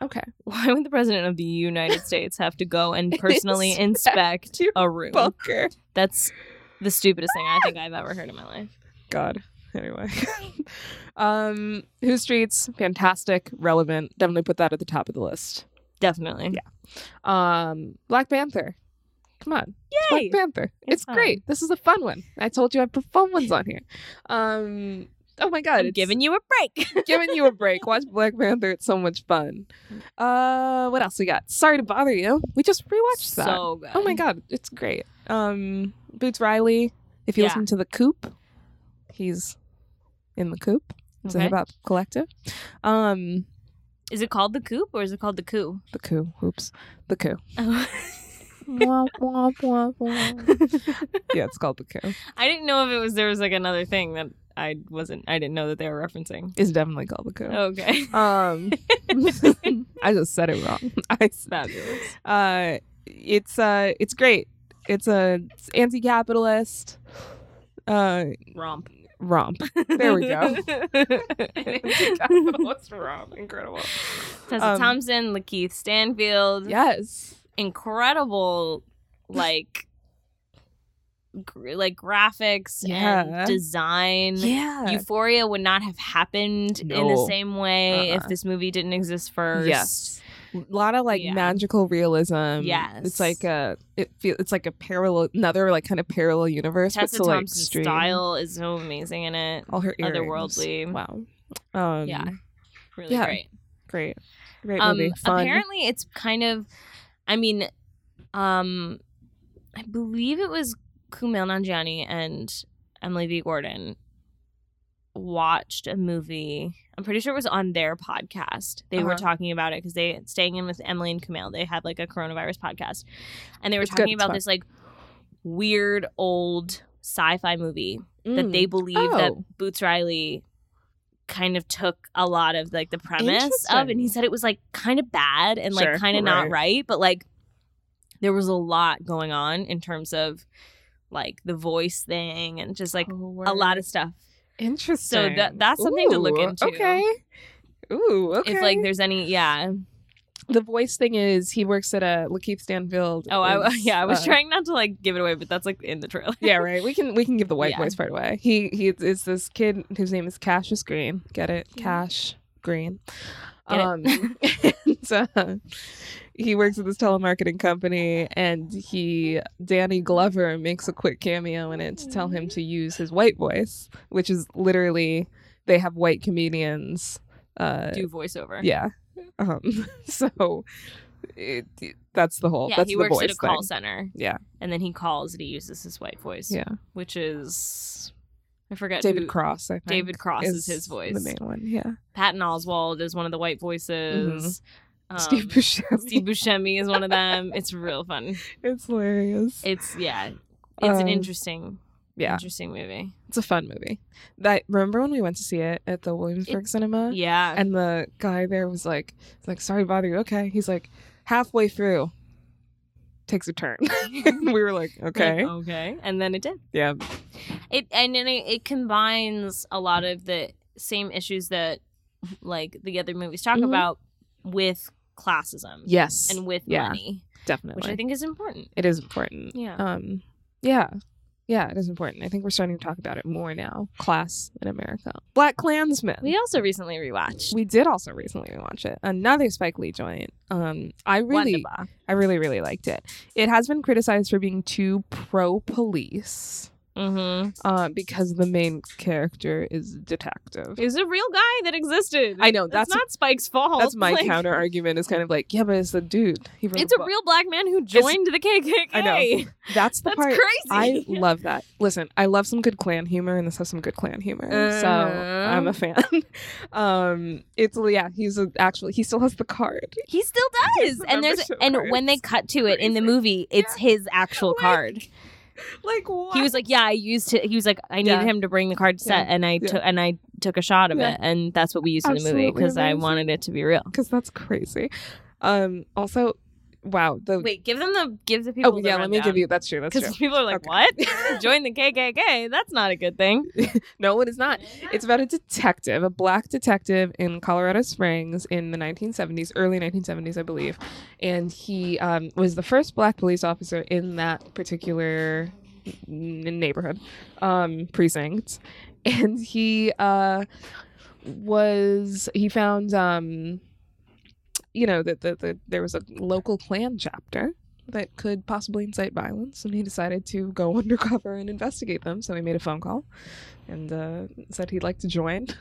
[SPEAKER 1] Okay.
[SPEAKER 2] Why would the president of the United States have to go and
[SPEAKER 1] personally
[SPEAKER 2] inspect
[SPEAKER 1] your
[SPEAKER 2] a room?
[SPEAKER 1] Bunker.
[SPEAKER 2] That's the stupidest thing I think I've ever heard in my life.
[SPEAKER 1] God. Anyway. um, Who Streets, fantastic, relevant. Definitely put that at the top of the list.
[SPEAKER 2] Definitely.
[SPEAKER 1] Um, Black Panther. Come on. Black Panther.
[SPEAKER 2] It's
[SPEAKER 1] It's,
[SPEAKER 2] fun.
[SPEAKER 1] great. This is a fun one. I told you I put fun ones on here. Um oh my god,
[SPEAKER 2] I'm
[SPEAKER 1] it's
[SPEAKER 2] giving you a break.
[SPEAKER 1] giving you a break. Watch Black Panther. It's so much fun. Uh what else we got? Sorry to bother you. We just rewatched that.
[SPEAKER 2] so good.
[SPEAKER 1] oh my god, it's great. Um Boots Riley, if you
[SPEAKER 2] Yeah.
[SPEAKER 1] listen to the coop, he's in the coop. It's
[SPEAKER 2] Okay.
[SPEAKER 1] a hip hop collective. Um
[SPEAKER 2] Is it called the coop or is it called the coup?
[SPEAKER 1] the coup. Oops. The coup.
[SPEAKER 2] Oh.
[SPEAKER 1] Wah, wah, wah, wah. yeah, it's called the coup.
[SPEAKER 2] I didn't know if it was there was like another thing that I wasn't I didn't know that they were referencing.
[SPEAKER 1] It's definitely called the coup.
[SPEAKER 2] Okay.
[SPEAKER 1] Um, I just said it wrong. I s-
[SPEAKER 2] Fabulous.
[SPEAKER 1] uh, it's uh, it's great. It's a it's anti-capitalist uh
[SPEAKER 2] Romp.
[SPEAKER 1] romp.
[SPEAKER 2] Mm-hmm.
[SPEAKER 1] There we go.
[SPEAKER 2] Tessa
[SPEAKER 1] romp, incredible. Um,
[SPEAKER 2] Thompson, Lakeith Stanfield.
[SPEAKER 1] Yes,
[SPEAKER 2] Incredible like gr- like graphics
[SPEAKER 1] Yeah.
[SPEAKER 2] and design.
[SPEAKER 1] yeah,
[SPEAKER 2] Euphoria would not have happened in the
[SPEAKER 1] No.
[SPEAKER 2] same way if
[SPEAKER 1] Uh-uh.
[SPEAKER 2] this movie didn't exist first.
[SPEAKER 1] yes. A lot of like
[SPEAKER 2] Yeah.
[SPEAKER 1] magical realism.
[SPEAKER 2] Yes.
[SPEAKER 1] it's like a it feel it's like a parallel another like kind of parallel universe. but
[SPEAKER 2] Tessa
[SPEAKER 1] still, like,
[SPEAKER 2] Thompson's
[SPEAKER 1] extreme.
[SPEAKER 2] style is so amazing in it.
[SPEAKER 1] all her earrings.
[SPEAKER 2] otherworldly.
[SPEAKER 1] Wow. Um,
[SPEAKER 2] Yeah. Really
[SPEAKER 1] Yeah.
[SPEAKER 2] great.
[SPEAKER 1] great, great
[SPEAKER 2] Um,
[SPEAKER 1] movie. Fun.
[SPEAKER 2] apparently it's kind of I mean, um I believe it was Kumail Nanjiani and Emily V. Gordon watched a movie. I'm pretty sure it was on their podcast. They were
[SPEAKER 1] Uh-huh.
[SPEAKER 2] talking about it because they staying in with Emily and Kumail. They had like a coronavirus podcast, and they were
[SPEAKER 1] It's good,
[SPEAKER 2] talking
[SPEAKER 1] it's
[SPEAKER 2] about
[SPEAKER 1] fun.
[SPEAKER 2] this like weird old sci-fi movie
[SPEAKER 1] Mm.
[SPEAKER 2] that they believe that
[SPEAKER 1] Oh.
[SPEAKER 2] Boots Riley kind of took a lot of like the premise of and he
[SPEAKER 1] Interesting.
[SPEAKER 2] said it was like kind of bad and like
[SPEAKER 1] Sure,
[SPEAKER 2] kind of not
[SPEAKER 1] right.
[SPEAKER 2] right but like there was a lot going on in terms of like the voice thing and just like
[SPEAKER 1] Oh,
[SPEAKER 2] a lot of stuff
[SPEAKER 1] Interesting.
[SPEAKER 2] So that- that's something to look
[SPEAKER 1] Ooh,
[SPEAKER 2] into.
[SPEAKER 1] Okay. Ooh, okay.
[SPEAKER 2] if like there's any yeah
[SPEAKER 1] the voice thing is he works at a Lakeith Stanfield.
[SPEAKER 2] oh I,
[SPEAKER 1] is,
[SPEAKER 2] yeah I was
[SPEAKER 1] uh,
[SPEAKER 2] trying not to like give it away but that's like in the trailer
[SPEAKER 1] Yeah, right. We can we can give the white
[SPEAKER 2] Yeah.
[SPEAKER 1] voice part away. He he is this kid whose name is Cassius Green. Get it? Cash Green.
[SPEAKER 2] Get it.
[SPEAKER 1] and, uh, he works at this telemarketing company, and he Danny Glover makes a quick cameo in it to tell him to use his white voice, which is literally they have white comedians. Uh,
[SPEAKER 2] do voiceover
[SPEAKER 1] yeah. Um, so it, that's the whole.
[SPEAKER 2] Yeah,
[SPEAKER 1] that's
[SPEAKER 2] he
[SPEAKER 1] the
[SPEAKER 2] works
[SPEAKER 1] voice
[SPEAKER 2] at a call
[SPEAKER 1] thing.
[SPEAKER 2] center
[SPEAKER 1] Yeah.
[SPEAKER 2] and then he calls and he uses his white voice
[SPEAKER 1] Yeah.
[SPEAKER 2] which is I forget
[SPEAKER 1] David
[SPEAKER 2] who-
[SPEAKER 1] Cross. I think,
[SPEAKER 2] David Cross is, his voice
[SPEAKER 1] The main one. Yeah.
[SPEAKER 2] Patton Oswald is one of the white voices. Um,
[SPEAKER 1] Mm-hmm. Steve Buscemi.
[SPEAKER 2] Steve Buscemi is one of them. It's real fun.
[SPEAKER 1] it's hilarious.
[SPEAKER 2] It's yeah. It's
[SPEAKER 1] Um,
[SPEAKER 2] an interesting,
[SPEAKER 1] yeah.
[SPEAKER 2] interesting movie.
[SPEAKER 1] It's a fun movie. That remember when we went to see it at the Williamsburg Cinema?
[SPEAKER 2] Yeah.
[SPEAKER 1] And the guy there was like, like, sorry to bother you. Okay. He's like, halfway through, takes a turn. and we were like, okay.
[SPEAKER 2] okay. um, And then it did.
[SPEAKER 1] Yeah.
[SPEAKER 2] It and then it, it combines a lot of the same issues that like the other movies talk
[SPEAKER 1] Mhm.
[SPEAKER 2] about, with classism
[SPEAKER 1] Yes.
[SPEAKER 2] and with
[SPEAKER 1] Yeah.
[SPEAKER 2] money,
[SPEAKER 1] definitely.
[SPEAKER 2] which I think is important.
[SPEAKER 1] it is important.
[SPEAKER 2] Yeah.
[SPEAKER 1] Um yeah. Yeah, it is important. I think we're starting to talk about it more now. Class in America. Black Klansmen.
[SPEAKER 2] We also recently rewatched
[SPEAKER 1] We did also recently watch it. Another Spike Lee joint. Um I really
[SPEAKER 2] Wonderbar.
[SPEAKER 1] I really, really liked it. It has been criticized for being too pro police.
[SPEAKER 2] Mm-hmm.
[SPEAKER 1] Um, because the main character is a detective.
[SPEAKER 2] It was a real guy that existed.
[SPEAKER 1] I know
[SPEAKER 2] that's,
[SPEAKER 1] that's
[SPEAKER 2] not Spike's fault.
[SPEAKER 1] that's my
[SPEAKER 2] Like,
[SPEAKER 1] counter argument is kind of like, yeah, but it's a dude. He wrote
[SPEAKER 2] It's a
[SPEAKER 1] book.
[SPEAKER 2] real black man who joined the KKK.
[SPEAKER 1] I know. That's the
[SPEAKER 2] That's
[SPEAKER 1] part I
[SPEAKER 2] crazy.
[SPEAKER 1] love that. Listen, I love some good clan humor, and this has some good clan humor, so
[SPEAKER 2] Uh-huh.
[SPEAKER 1] I'm a fan. um, it's yeah, he's a, actually he still has the card.
[SPEAKER 2] He still
[SPEAKER 1] Yes,
[SPEAKER 2] does.
[SPEAKER 1] the
[SPEAKER 2] And there's
[SPEAKER 1] membership
[SPEAKER 2] and
[SPEAKER 1] card
[SPEAKER 2] when they
[SPEAKER 1] is
[SPEAKER 2] cut to it in the
[SPEAKER 1] crazy.
[SPEAKER 2] movie, it's his actual
[SPEAKER 1] Like,
[SPEAKER 2] card.
[SPEAKER 1] Like what?
[SPEAKER 2] He was like, "Yeah, I used it." He was like, "I needed
[SPEAKER 1] Yeah.
[SPEAKER 2] him to bring the card to set, and I
[SPEAKER 1] Yeah.
[SPEAKER 2] took and I took a shot of
[SPEAKER 1] Yeah.
[SPEAKER 2] it, and that's what we used in the movie
[SPEAKER 1] Absolutely
[SPEAKER 2] because I
[SPEAKER 1] amazing.
[SPEAKER 2] wanted it to be real."
[SPEAKER 1] because that's crazy. Um, also, wow. The
[SPEAKER 2] Wait, give them the give the people.
[SPEAKER 1] oh yeah, let me give you. That's true. That's true.
[SPEAKER 2] because people are like, "What? Join the KKK? That's not a good thing."
[SPEAKER 1] No, it is not. It's about a detective, a black detective in Colorado Springs in the 1970s, early 1970s, I believe. And he um, was the first black police officer in that particular n- neighborhood, um, precinct. And he uh, was, he found, um, you know, that the, the, there was a local Klan chapter. That could possibly incite violence, and he decided to go undercover and investigate them. So he made a phone call and uh, said he'd like to join.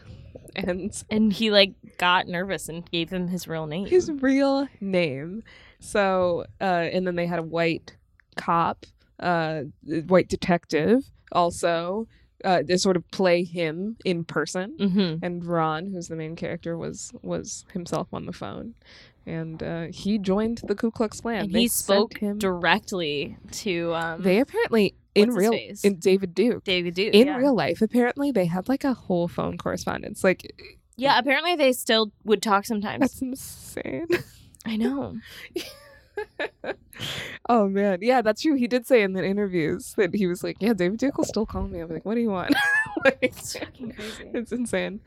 [SPEAKER 1] And
[SPEAKER 2] And he like got nervous and gave them his real name.
[SPEAKER 1] his real name. So, uh, and then they had a white cop, uh, white detective also uh, to sort of play him in person.
[SPEAKER 2] hmm
[SPEAKER 1] And Ron, who's the main character, was was himself on the phone, and uh, he joined the Ku Klux Klan.
[SPEAKER 2] And
[SPEAKER 1] They
[SPEAKER 2] he
[SPEAKER 1] sent
[SPEAKER 2] spoke
[SPEAKER 1] him.
[SPEAKER 2] directly to um,
[SPEAKER 1] they apparently in
[SPEAKER 2] What's his
[SPEAKER 1] real
[SPEAKER 2] face?
[SPEAKER 1] in David Duke.
[SPEAKER 2] David Duke
[SPEAKER 1] In
[SPEAKER 2] yeah.
[SPEAKER 1] real life, apparently they had like a whole phone correspondence. Like
[SPEAKER 2] Yeah, apparently they still would talk sometimes.
[SPEAKER 1] that's insane.
[SPEAKER 2] I know.
[SPEAKER 1] oh man, yeah, that's true. He did say in the interviews that he was like, "Yeah, David Duke will still call me." I'm like, "What do you want?" like,
[SPEAKER 2] It's fucking crazy.
[SPEAKER 1] it's insane.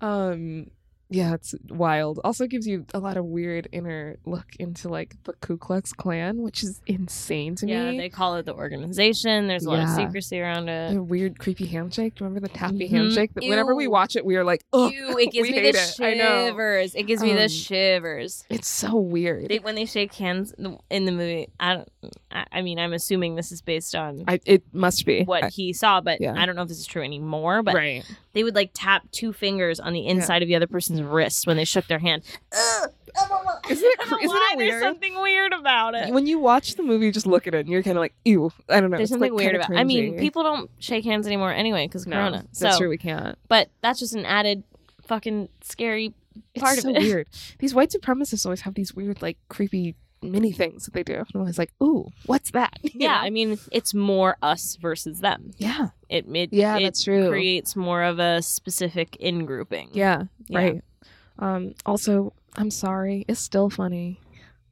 [SPEAKER 1] Um, yeah, it's wild. Also gives you a lot of weird inner look into like the Ku Klux Klan, which is insane to
[SPEAKER 2] Yeah,
[SPEAKER 1] me.
[SPEAKER 2] they call it the organization. There's a lot of
[SPEAKER 1] Yeah.
[SPEAKER 2] secrecy around it.
[SPEAKER 1] the weird creepy handshake. Do you Remember the tappy
[SPEAKER 2] Mhm.
[SPEAKER 1] handshake? That whenever we
[SPEAKER 2] Ew.
[SPEAKER 1] watch it, we are like, "Oh,
[SPEAKER 2] Ew, it gives
[SPEAKER 1] we
[SPEAKER 2] me
[SPEAKER 1] hate
[SPEAKER 2] the
[SPEAKER 1] it. I know.
[SPEAKER 2] shivers. It gives me
[SPEAKER 1] Um,
[SPEAKER 2] the shivers.
[SPEAKER 1] it's so weird."
[SPEAKER 2] They, when they shake hands in the- in the movie, I don't. I, I mean, I'm assuming this is based on
[SPEAKER 1] I, it must be
[SPEAKER 2] what
[SPEAKER 1] I-
[SPEAKER 2] he saw, but
[SPEAKER 1] yeah.
[SPEAKER 2] I don't know if this is true anymore. But
[SPEAKER 1] right.
[SPEAKER 2] they would like tap two fingers on the inside of the other person's wrist when they shook their hand. Ugh.
[SPEAKER 1] Isn't it
[SPEAKER 2] I don't know
[SPEAKER 1] cr- isn't it
[SPEAKER 2] why
[SPEAKER 1] weird?
[SPEAKER 2] There's something weird about it.
[SPEAKER 1] when you watch the movie, you just look at it and you're kind of like, ew, I don't know.
[SPEAKER 2] There's
[SPEAKER 1] it's,
[SPEAKER 2] something
[SPEAKER 1] like,
[SPEAKER 2] weird
[SPEAKER 1] kinda
[SPEAKER 2] about. I mean,
[SPEAKER 1] cringy.
[SPEAKER 2] people don't shake hands anymore anyway because
[SPEAKER 1] No,
[SPEAKER 2] Corona. So,
[SPEAKER 1] that's true. We can't.
[SPEAKER 2] but that's just an added fucking scary
[SPEAKER 1] It's
[SPEAKER 2] part
[SPEAKER 1] so
[SPEAKER 2] of it.
[SPEAKER 1] weird. These white supremacists always have these weird, like, creepy mini things that they do. And I'm always like, ooh, what's that? You
[SPEAKER 2] Yeah,
[SPEAKER 1] know?
[SPEAKER 2] I mean, it's more us versus them.
[SPEAKER 1] yeah,
[SPEAKER 2] It it,
[SPEAKER 1] yeah,
[SPEAKER 2] it
[SPEAKER 1] that's true.
[SPEAKER 2] creates more of a specific in grouping.
[SPEAKER 1] yeah,
[SPEAKER 2] Yeah.
[SPEAKER 1] right. Um, also, I'm sorry, it's still funny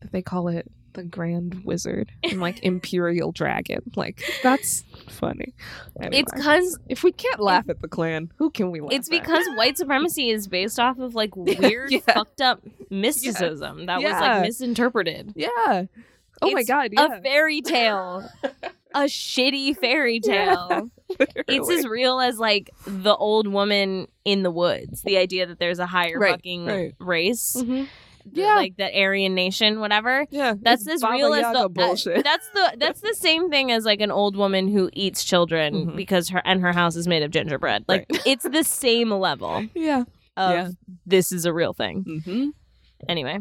[SPEAKER 1] that they call it the Grand Wizard and like Imperial Dragon. Like, that's funny. Anyway.
[SPEAKER 2] It's because
[SPEAKER 1] if we can't laugh at the Klan, who can we laugh?
[SPEAKER 2] it's
[SPEAKER 1] at?
[SPEAKER 2] because white supremacy is based off of like weird
[SPEAKER 1] Yeah.
[SPEAKER 2] fucked up mysticism that was
[SPEAKER 1] Yeah.
[SPEAKER 2] like misinterpreted.
[SPEAKER 1] yeah. Oh my
[SPEAKER 2] It's
[SPEAKER 1] god, yeah.
[SPEAKER 2] A fairy tale. a shitty fairy tale. It's
[SPEAKER 1] Literally.
[SPEAKER 2] as real as like the old woman in the woods. The idea that there's a higher
[SPEAKER 1] Right,
[SPEAKER 2] fucking
[SPEAKER 1] right.
[SPEAKER 2] race,
[SPEAKER 1] Mhm. Yeah.
[SPEAKER 2] yeah, like that Aryan nation, whatever.
[SPEAKER 1] yeah.
[SPEAKER 2] That's
[SPEAKER 1] it's
[SPEAKER 2] as
[SPEAKER 1] Baba
[SPEAKER 2] real as
[SPEAKER 1] Yaga
[SPEAKER 2] the
[SPEAKER 1] bullshit.
[SPEAKER 2] uh, that's the that's the same thing as like an old woman who eats children
[SPEAKER 1] Mhm.
[SPEAKER 2] because her and her house is made of gingerbread. Like it's the same level
[SPEAKER 1] yeah.
[SPEAKER 2] of
[SPEAKER 1] Yeah.
[SPEAKER 2] this is a real thing.
[SPEAKER 1] Mm-hmm.
[SPEAKER 2] Anyway.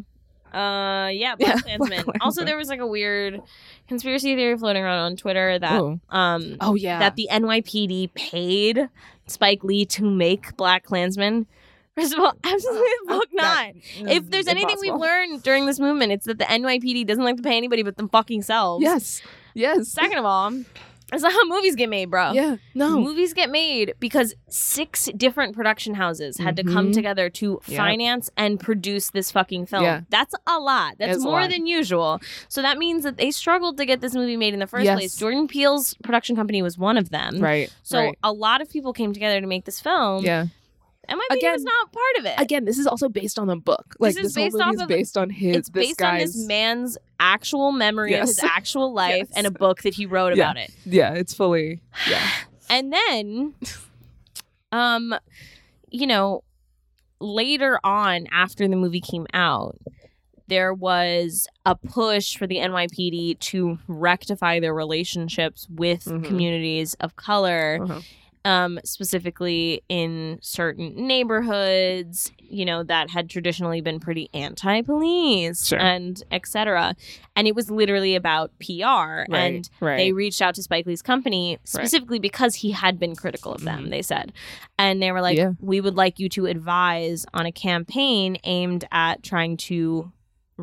[SPEAKER 2] Uh yeah,
[SPEAKER 1] Yeah,
[SPEAKER 2] Black Klansmen.
[SPEAKER 1] Black
[SPEAKER 2] Also
[SPEAKER 1] Klansmen.
[SPEAKER 2] there was like a weird conspiracy theory floating around on Twitter that
[SPEAKER 1] oh.
[SPEAKER 2] um
[SPEAKER 1] oh yeah.
[SPEAKER 2] that the NYPD paid Spike Lee to make Black Klansmen. First of all, absolutely the fuck not.
[SPEAKER 1] That
[SPEAKER 2] if
[SPEAKER 1] is
[SPEAKER 2] there's anything we've
[SPEAKER 1] impossible.
[SPEAKER 2] learned during this movement, it's that the NYPD doesn't like to pay anybody but them fucking selves.
[SPEAKER 1] Yes. Yes.
[SPEAKER 2] Second of all, that's not how movies get made, bro.
[SPEAKER 1] Yeah. No.
[SPEAKER 2] Movies get made because six different production houses had to come
[SPEAKER 1] Mhm.
[SPEAKER 2] together to
[SPEAKER 1] Yep.
[SPEAKER 2] finance and produce this fucking film.
[SPEAKER 1] Yeah.
[SPEAKER 2] That's a lot. That's
[SPEAKER 1] It's a
[SPEAKER 2] more
[SPEAKER 1] lot.
[SPEAKER 2] than usual. So that means that they struggled to get this movie made in the first
[SPEAKER 1] Yes.
[SPEAKER 2] place. Jordan Peele's production company was one of them.
[SPEAKER 1] Right.
[SPEAKER 2] So um,
[SPEAKER 1] right.
[SPEAKER 2] a lot of people came together to make this film.
[SPEAKER 1] Yeah.
[SPEAKER 2] MIB
[SPEAKER 1] Again-
[SPEAKER 2] was not part of it.
[SPEAKER 1] Again, this is also based on the book. Like
[SPEAKER 2] is
[SPEAKER 1] this, whole
[SPEAKER 2] based
[SPEAKER 1] movie
[SPEAKER 2] off
[SPEAKER 1] is
[SPEAKER 2] of-
[SPEAKER 1] based on his.
[SPEAKER 2] it's
[SPEAKER 1] this
[SPEAKER 2] based
[SPEAKER 1] guy's,
[SPEAKER 2] on this man's actual memory of his
[SPEAKER 1] Yes.
[SPEAKER 2] actual life
[SPEAKER 1] Yes.
[SPEAKER 2] and a book that he wrote
[SPEAKER 1] Yeah.
[SPEAKER 2] about it.
[SPEAKER 1] Yeah, it's fully. Yeah.
[SPEAKER 2] And then, um, you know, later on after the movie came out, there was a push for the NYPD to rectify their relationships with
[SPEAKER 1] Mhm.
[SPEAKER 2] communities of color,
[SPEAKER 1] Uh-huh.
[SPEAKER 2] um, specifically in certain neighborhoods, you know, that had traditionally been pretty anti-police
[SPEAKER 1] Sure.
[SPEAKER 2] and etc. And it was literally about PR and
[SPEAKER 1] Right. Right.
[SPEAKER 2] they reached out to Spike Lee's company specifically because he had been critical of them, they said. And they were like,
[SPEAKER 1] Mm-hmm. Yeah.
[SPEAKER 2] we would like you to advise on a campaign aimed at trying to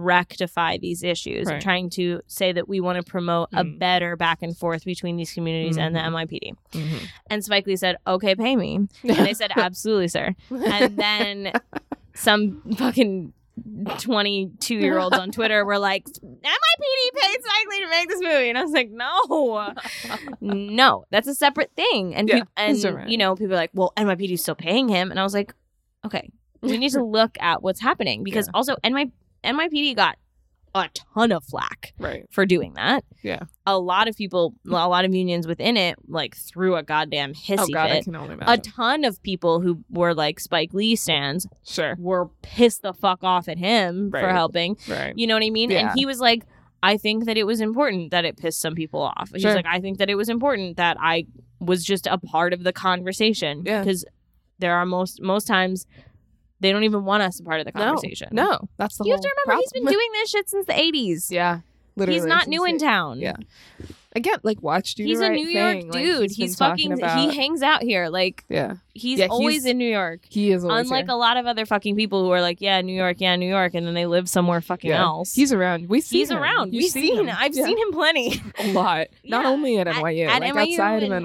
[SPEAKER 2] rectify these issues and
[SPEAKER 1] Right.
[SPEAKER 2] trying to say that we want to promote a
[SPEAKER 1] Mm.
[SPEAKER 2] better back and forth between these communities and the
[SPEAKER 1] Mhm.
[SPEAKER 2] NYPD.
[SPEAKER 1] Mhm.
[SPEAKER 2] And Spike Lee said, okay, pay me. And they said, absolutely, sir. And then some fucking 22 year olds on Twitter were like, NYPD paid Spike Lee to make this movie. And I was like, no, no, that's a separate thing. And,
[SPEAKER 1] Yeah,
[SPEAKER 2] peop- and
[SPEAKER 1] it's different.
[SPEAKER 2] you know, people are like, well, NYPD is still paying him. And I was like, okay, we need to look at what's happening because
[SPEAKER 1] Yeah.
[SPEAKER 2] also NY- NYPD got a ton of flack
[SPEAKER 1] right.
[SPEAKER 2] for doing that.
[SPEAKER 1] Yeah.
[SPEAKER 2] A lot of people, a lot of unions within it, like threw a goddamn hissy
[SPEAKER 1] Oh God, I
[SPEAKER 2] fit.
[SPEAKER 1] can only
[SPEAKER 2] A
[SPEAKER 1] imagine.
[SPEAKER 2] ton of people who were like Spike Lee stands
[SPEAKER 1] sure.
[SPEAKER 2] were pissed the fuck off at him for
[SPEAKER 1] Right.
[SPEAKER 2] helping.
[SPEAKER 1] Right.
[SPEAKER 2] You know what I mean?
[SPEAKER 1] Yeah.
[SPEAKER 2] And he was like, I think that it was important that it pissed some people off. He's
[SPEAKER 1] Sure.
[SPEAKER 2] like, I think that it was important that I was just a part of the conversation.
[SPEAKER 1] Yeah.
[SPEAKER 2] Because there are most most times they don't even want us a part of the
[SPEAKER 1] No,
[SPEAKER 2] conversation.
[SPEAKER 1] No, that's the
[SPEAKER 2] You have
[SPEAKER 1] whole
[SPEAKER 2] to remember he's been
[SPEAKER 1] problem.
[SPEAKER 2] doing this shit since the eighties.
[SPEAKER 1] yeah, literally.
[SPEAKER 2] He's not
[SPEAKER 1] since
[SPEAKER 2] new in
[SPEAKER 1] they-
[SPEAKER 2] town.
[SPEAKER 1] Yeah. Again, like watch do
[SPEAKER 2] He's
[SPEAKER 1] the
[SPEAKER 2] a
[SPEAKER 1] right
[SPEAKER 2] New
[SPEAKER 1] thing.
[SPEAKER 2] York
[SPEAKER 1] like,
[SPEAKER 2] dude.
[SPEAKER 1] been
[SPEAKER 2] he's
[SPEAKER 1] talking
[SPEAKER 2] fucking
[SPEAKER 1] about-
[SPEAKER 2] he hangs out here. Like
[SPEAKER 1] yeah,
[SPEAKER 2] he's
[SPEAKER 1] Yeah,
[SPEAKER 2] always
[SPEAKER 1] he's-
[SPEAKER 2] in New York.
[SPEAKER 1] he is. Always
[SPEAKER 2] Unlike
[SPEAKER 1] here.
[SPEAKER 2] a lot of other fucking people who are like, yeah, New York, yeah, New York, and then they live somewhere fucking
[SPEAKER 1] Yeah.
[SPEAKER 2] else.
[SPEAKER 1] he's around. We see
[SPEAKER 2] he's
[SPEAKER 1] him.
[SPEAKER 2] around.
[SPEAKER 1] You
[SPEAKER 2] We've
[SPEAKER 1] see
[SPEAKER 2] seen.
[SPEAKER 1] him.
[SPEAKER 2] I've
[SPEAKER 1] Yeah.
[SPEAKER 2] seen him plenty.
[SPEAKER 1] a lot. Not
[SPEAKER 2] Yeah.
[SPEAKER 1] only at NYU,
[SPEAKER 2] at
[SPEAKER 1] like
[SPEAKER 2] NYU
[SPEAKER 1] outside of
[SPEAKER 2] and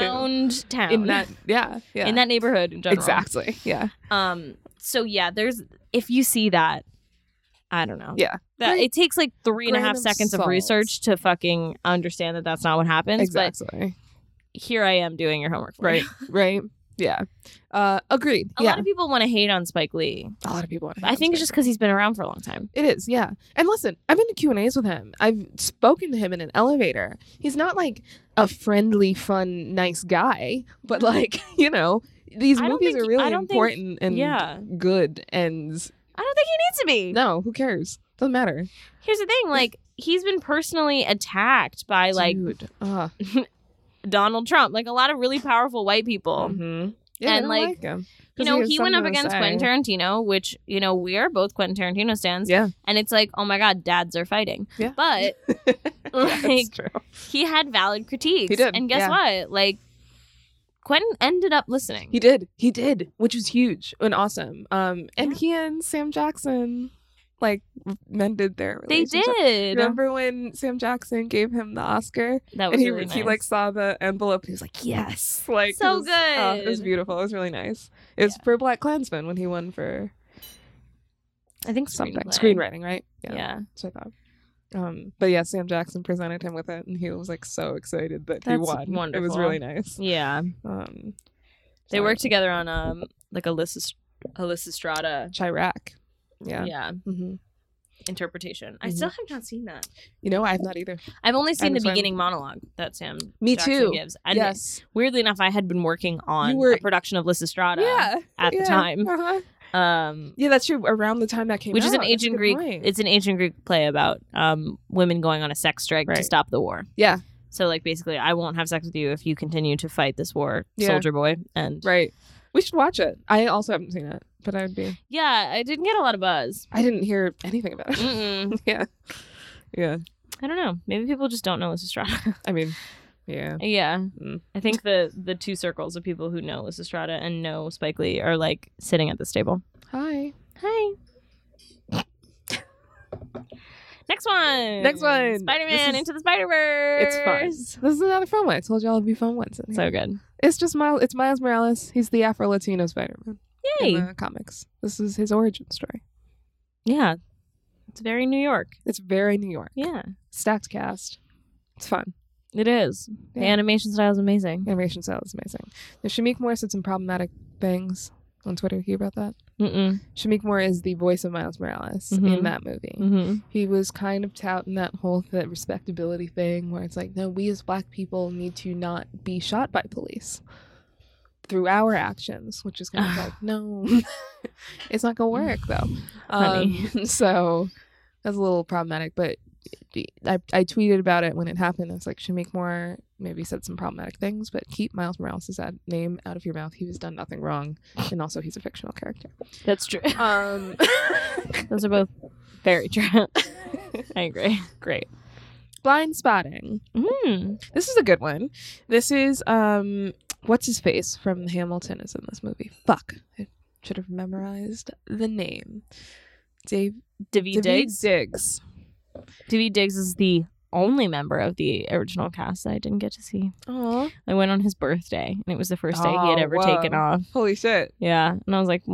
[SPEAKER 2] around town,
[SPEAKER 1] in that yeah yeah
[SPEAKER 2] in that neighborhood in general.
[SPEAKER 1] exactly yeah
[SPEAKER 2] Um. So yeah, there's if you see that, I don't know.
[SPEAKER 1] Yeah.
[SPEAKER 2] That,
[SPEAKER 1] Great-
[SPEAKER 2] it takes like three and a
[SPEAKER 1] grain
[SPEAKER 2] half
[SPEAKER 1] of
[SPEAKER 2] seconds of
[SPEAKER 1] salt.
[SPEAKER 2] research to fucking understand that that's not what happens.
[SPEAKER 1] exactly
[SPEAKER 2] But here I am doing your homework. For you.
[SPEAKER 1] right right yeah uh agreed
[SPEAKER 2] A
[SPEAKER 1] yeah
[SPEAKER 2] lot of people want to hate on Spike Lee.
[SPEAKER 1] a lot of people wanna
[SPEAKER 2] I
[SPEAKER 1] hang
[SPEAKER 2] think
[SPEAKER 1] out
[SPEAKER 2] it's just because he's been around for a long time.
[SPEAKER 1] It is, yeah. And listen, I've been to Q and A's with him. I've spoken to him in an elevator. He's not like a friendly, fun, nice guy, but like you know, these
[SPEAKER 2] I don't
[SPEAKER 1] movies
[SPEAKER 2] think-
[SPEAKER 1] are really
[SPEAKER 2] I don't think-
[SPEAKER 1] important and
[SPEAKER 2] yeah.
[SPEAKER 1] good. And
[SPEAKER 2] I don't think he needs to be.
[SPEAKER 1] no, who cares? Doesn't matter.
[SPEAKER 2] Here's the thing, like he's been personally attacked by like
[SPEAKER 1] Dude, uh,
[SPEAKER 2] Donald Trump, like a lot of really powerful white people.
[SPEAKER 1] mhm. yeah,
[SPEAKER 2] and,
[SPEAKER 1] and
[SPEAKER 2] like,
[SPEAKER 1] like, him.
[SPEAKER 2] You
[SPEAKER 1] 'Cause
[SPEAKER 2] know,
[SPEAKER 1] has
[SPEAKER 2] he went up
[SPEAKER 1] something to
[SPEAKER 2] against
[SPEAKER 1] say.
[SPEAKER 2] Quentin Tarantino, which, you know, we are both Quentin Tarantino stands.
[SPEAKER 1] Yeah,
[SPEAKER 2] And it's like, oh my God, dads are fighting.
[SPEAKER 1] Yeah.
[SPEAKER 2] But like
[SPEAKER 1] that's true.
[SPEAKER 2] he had valid critiques.
[SPEAKER 1] He did,
[SPEAKER 2] And guess
[SPEAKER 1] yeah.
[SPEAKER 2] what? Like Quentin ended up listening.
[SPEAKER 1] He did. He did, which was huge and awesome. Um, and he and Sam Jackson, like, mended their
[SPEAKER 2] they
[SPEAKER 1] relationship.
[SPEAKER 2] did.
[SPEAKER 1] Remember when Sam Jackson gave him the Oscar
[SPEAKER 2] That
[SPEAKER 1] and
[SPEAKER 2] was
[SPEAKER 1] he,
[SPEAKER 2] really
[SPEAKER 1] he
[SPEAKER 2] nice.
[SPEAKER 1] like saw the envelope and he was like, "Yes!" Like
[SPEAKER 2] So
[SPEAKER 1] it was- oh, it was
[SPEAKER 2] good.
[SPEAKER 1] beautiful. It was really nice. It was for Black Klansman when he won for
[SPEAKER 2] I think
[SPEAKER 1] something
[SPEAKER 2] screenplay.
[SPEAKER 1] screenwriting, right?
[SPEAKER 2] Yeah.
[SPEAKER 1] that's what I thought. Um, but yeah, Sam Jackson presented him with it, and he was like so excited that he
[SPEAKER 2] That's
[SPEAKER 1] won. It was
[SPEAKER 2] wonderful.
[SPEAKER 1] really nice.
[SPEAKER 2] Yeah.
[SPEAKER 1] Um,
[SPEAKER 2] They
[SPEAKER 1] sorry.
[SPEAKER 2] worked together on um like Alyssa Alyssa Strada.
[SPEAKER 1] Chirac. Yeah.
[SPEAKER 2] yeah.
[SPEAKER 1] hmm
[SPEAKER 2] Interpretation. I
[SPEAKER 1] Mhm.
[SPEAKER 2] still have not seen that.
[SPEAKER 1] You know, I've not either.
[SPEAKER 2] I've only seen
[SPEAKER 1] And
[SPEAKER 2] the
[SPEAKER 1] it's fine.
[SPEAKER 2] beginning monologue that Sam
[SPEAKER 1] Me
[SPEAKER 2] Jackson
[SPEAKER 1] too.
[SPEAKER 2] gives. And
[SPEAKER 1] yes.
[SPEAKER 2] weirdly enough, I had been working on
[SPEAKER 1] You were-
[SPEAKER 2] a production of Lysistrata
[SPEAKER 1] Yeah.
[SPEAKER 2] at
[SPEAKER 1] yeah,
[SPEAKER 2] the time.
[SPEAKER 1] uh-huh.
[SPEAKER 2] Um
[SPEAKER 1] Yeah, that's true. Around the time that came
[SPEAKER 2] which is an
[SPEAKER 1] out. That's a
[SPEAKER 2] ancient
[SPEAKER 1] good
[SPEAKER 2] Greek
[SPEAKER 1] point.
[SPEAKER 2] it's an ancient Greek play about um women going on a sex strike to
[SPEAKER 1] Right.
[SPEAKER 2] stop the war.
[SPEAKER 1] yeah.
[SPEAKER 2] So like basically I won't have sex with you if you continue to fight this war,
[SPEAKER 1] Yeah.
[SPEAKER 2] soldier boy. And
[SPEAKER 1] Right. We should watch it. I also haven't seen it, but I would be.
[SPEAKER 2] yeah, I didn't get a lot of buzz.
[SPEAKER 1] I didn't hear anything about it.
[SPEAKER 2] Mm-mm.
[SPEAKER 1] yeah. Yeah.
[SPEAKER 2] I don't know. Maybe people just don't know Lysistrata. Hmm.
[SPEAKER 1] I mean, yeah.
[SPEAKER 2] yeah.
[SPEAKER 1] Mm.
[SPEAKER 2] I think the the two circles of people who know Lysistrata and know Spike Lee are like sitting at this table.
[SPEAKER 1] Hi.
[SPEAKER 2] Hi. Next one.
[SPEAKER 1] Next one.
[SPEAKER 2] Spider Man
[SPEAKER 1] This is-
[SPEAKER 2] into the Spider Verse.
[SPEAKER 1] It's fun. This is another fun one. I told y'all it'd be fun ones. in here.
[SPEAKER 2] So good.
[SPEAKER 1] it's just Miles. It's Miles Morales. He's the Afro Latino Spider Man
[SPEAKER 2] Yay.
[SPEAKER 1] in the comics. This is his origin story.
[SPEAKER 2] Yeah. It's very New York.
[SPEAKER 1] It's very New York.
[SPEAKER 2] Yeah.
[SPEAKER 1] Stacked cast. It's fun.
[SPEAKER 2] It is. The
[SPEAKER 1] Yeah.
[SPEAKER 2] animation style is amazing.
[SPEAKER 1] Animation style is amazing. Now, Shamik Moore said some problematic things on Twitter hear about that?
[SPEAKER 2] Mm-mm.
[SPEAKER 1] Shamik Moore is the voice of Miles Morales
[SPEAKER 2] Mhm.
[SPEAKER 1] in that movie.
[SPEAKER 2] Mm-hmm.
[SPEAKER 1] He was kind of touting that whole th- respectability thing where it's like, no, we as black people need to not be shot by police through our actions, which is kind of like, no, it's not going to work though.
[SPEAKER 2] Funny.
[SPEAKER 1] Um, so that's a little problematic, but I, I tweeted about it when it happened. I was like, Shamik Moore maybe said some problematic things, but keep Miles Morales' ad- name out of your mouth. He has done nothing wrong. And also, he's a fictional character.
[SPEAKER 2] That's true.
[SPEAKER 1] Um,
[SPEAKER 2] Those are both very true. I agree.
[SPEAKER 1] great. Blind spotting.
[SPEAKER 2] Mm.
[SPEAKER 1] This is a good one. This is um what's his face from Hamilton is in this movie. Fuck. I should have memorized the name. Dave
[SPEAKER 2] Divi
[SPEAKER 1] David
[SPEAKER 2] Diggs.
[SPEAKER 1] Diggs.
[SPEAKER 2] Divi Diggs is the only member of the original cast that I didn't get to see.
[SPEAKER 1] Aw.
[SPEAKER 2] I went on his birthday, and it was the first day he had
[SPEAKER 1] Oh,
[SPEAKER 2] ever
[SPEAKER 1] whoa.
[SPEAKER 2] taken off.
[SPEAKER 1] Holy shit.
[SPEAKER 2] Yeah, and I was like,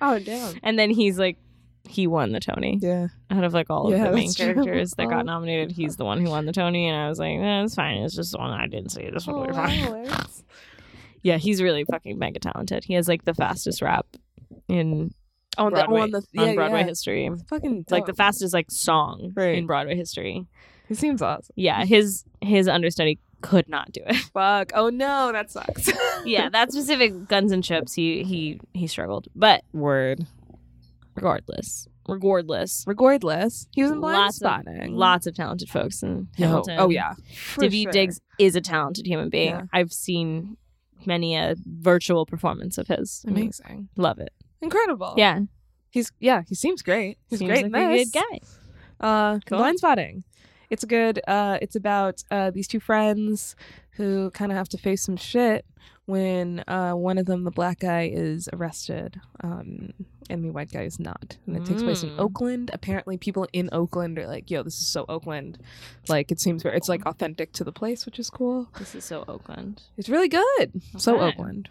[SPEAKER 1] Oh damn.
[SPEAKER 2] and then he's like, he won the Tony
[SPEAKER 1] Yeah.
[SPEAKER 2] out of like all of
[SPEAKER 1] Yeah,
[SPEAKER 2] the main
[SPEAKER 1] that's true.
[SPEAKER 2] characters that
[SPEAKER 1] Oh.
[SPEAKER 2] got nominated. He's the one who won the Tony, and I was like, eh, it's fine. It's just the one I didn't see. This one
[SPEAKER 1] Oh,
[SPEAKER 2] will be fine. Yeah, he's really fucking mega talented. He has like the fastest rap in
[SPEAKER 1] Oh, on the
[SPEAKER 2] Broadway,
[SPEAKER 1] on the
[SPEAKER 2] on
[SPEAKER 1] yeah,
[SPEAKER 2] Broadway
[SPEAKER 1] yeah.
[SPEAKER 2] history.
[SPEAKER 1] fucking
[SPEAKER 2] Like the
[SPEAKER 1] fact
[SPEAKER 2] fastest like song
[SPEAKER 1] Right.
[SPEAKER 2] in Broadway history.
[SPEAKER 1] he seems awesome.
[SPEAKER 2] Yeah, his his understudy could not do it.
[SPEAKER 1] Fuck. Oh no, that sucks.
[SPEAKER 2] yeah, that specific guns and chips, he he he struggled. But
[SPEAKER 1] Word.
[SPEAKER 2] regardless, regardless,
[SPEAKER 1] Regardless, he was in blind
[SPEAKER 2] Lots of-
[SPEAKER 1] spotting.
[SPEAKER 2] lots of talented folks in
[SPEAKER 1] Yo.
[SPEAKER 2] Hamilton.
[SPEAKER 1] Oh yeah. For
[SPEAKER 2] David
[SPEAKER 1] sure.
[SPEAKER 2] Diggs is a talented human being.
[SPEAKER 1] Yeah.
[SPEAKER 2] I've seen many a virtual performance of his. I mean,
[SPEAKER 1] Amazing.
[SPEAKER 2] love it.
[SPEAKER 1] Incredible.
[SPEAKER 2] Yeah,
[SPEAKER 1] He's yeah, he seems great. He's
[SPEAKER 2] Seems
[SPEAKER 1] great in
[SPEAKER 2] like a
[SPEAKER 1] this.
[SPEAKER 2] good guy.
[SPEAKER 1] Uh,
[SPEAKER 2] Cool.
[SPEAKER 1] Blind spotting. It's a good. Uh, it's about uh, these two friends who kind of have to face some shit when uh, one of them, the black guy, is arrested, um, and the white guy is not. And it takes place in
[SPEAKER 2] Mm.
[SPEAKER 1] Oakland. Apparently, people in Oakland are like, "Yo, this is so Oakland." Like, it seems very. It's like authentic to the place, which is cool.
[SPEAKER 2] This is so Oakland.
[SPEAKER 1] It's really good. So
[SPEAKER 2] Okay.
[SPEAKER 1] Oakland.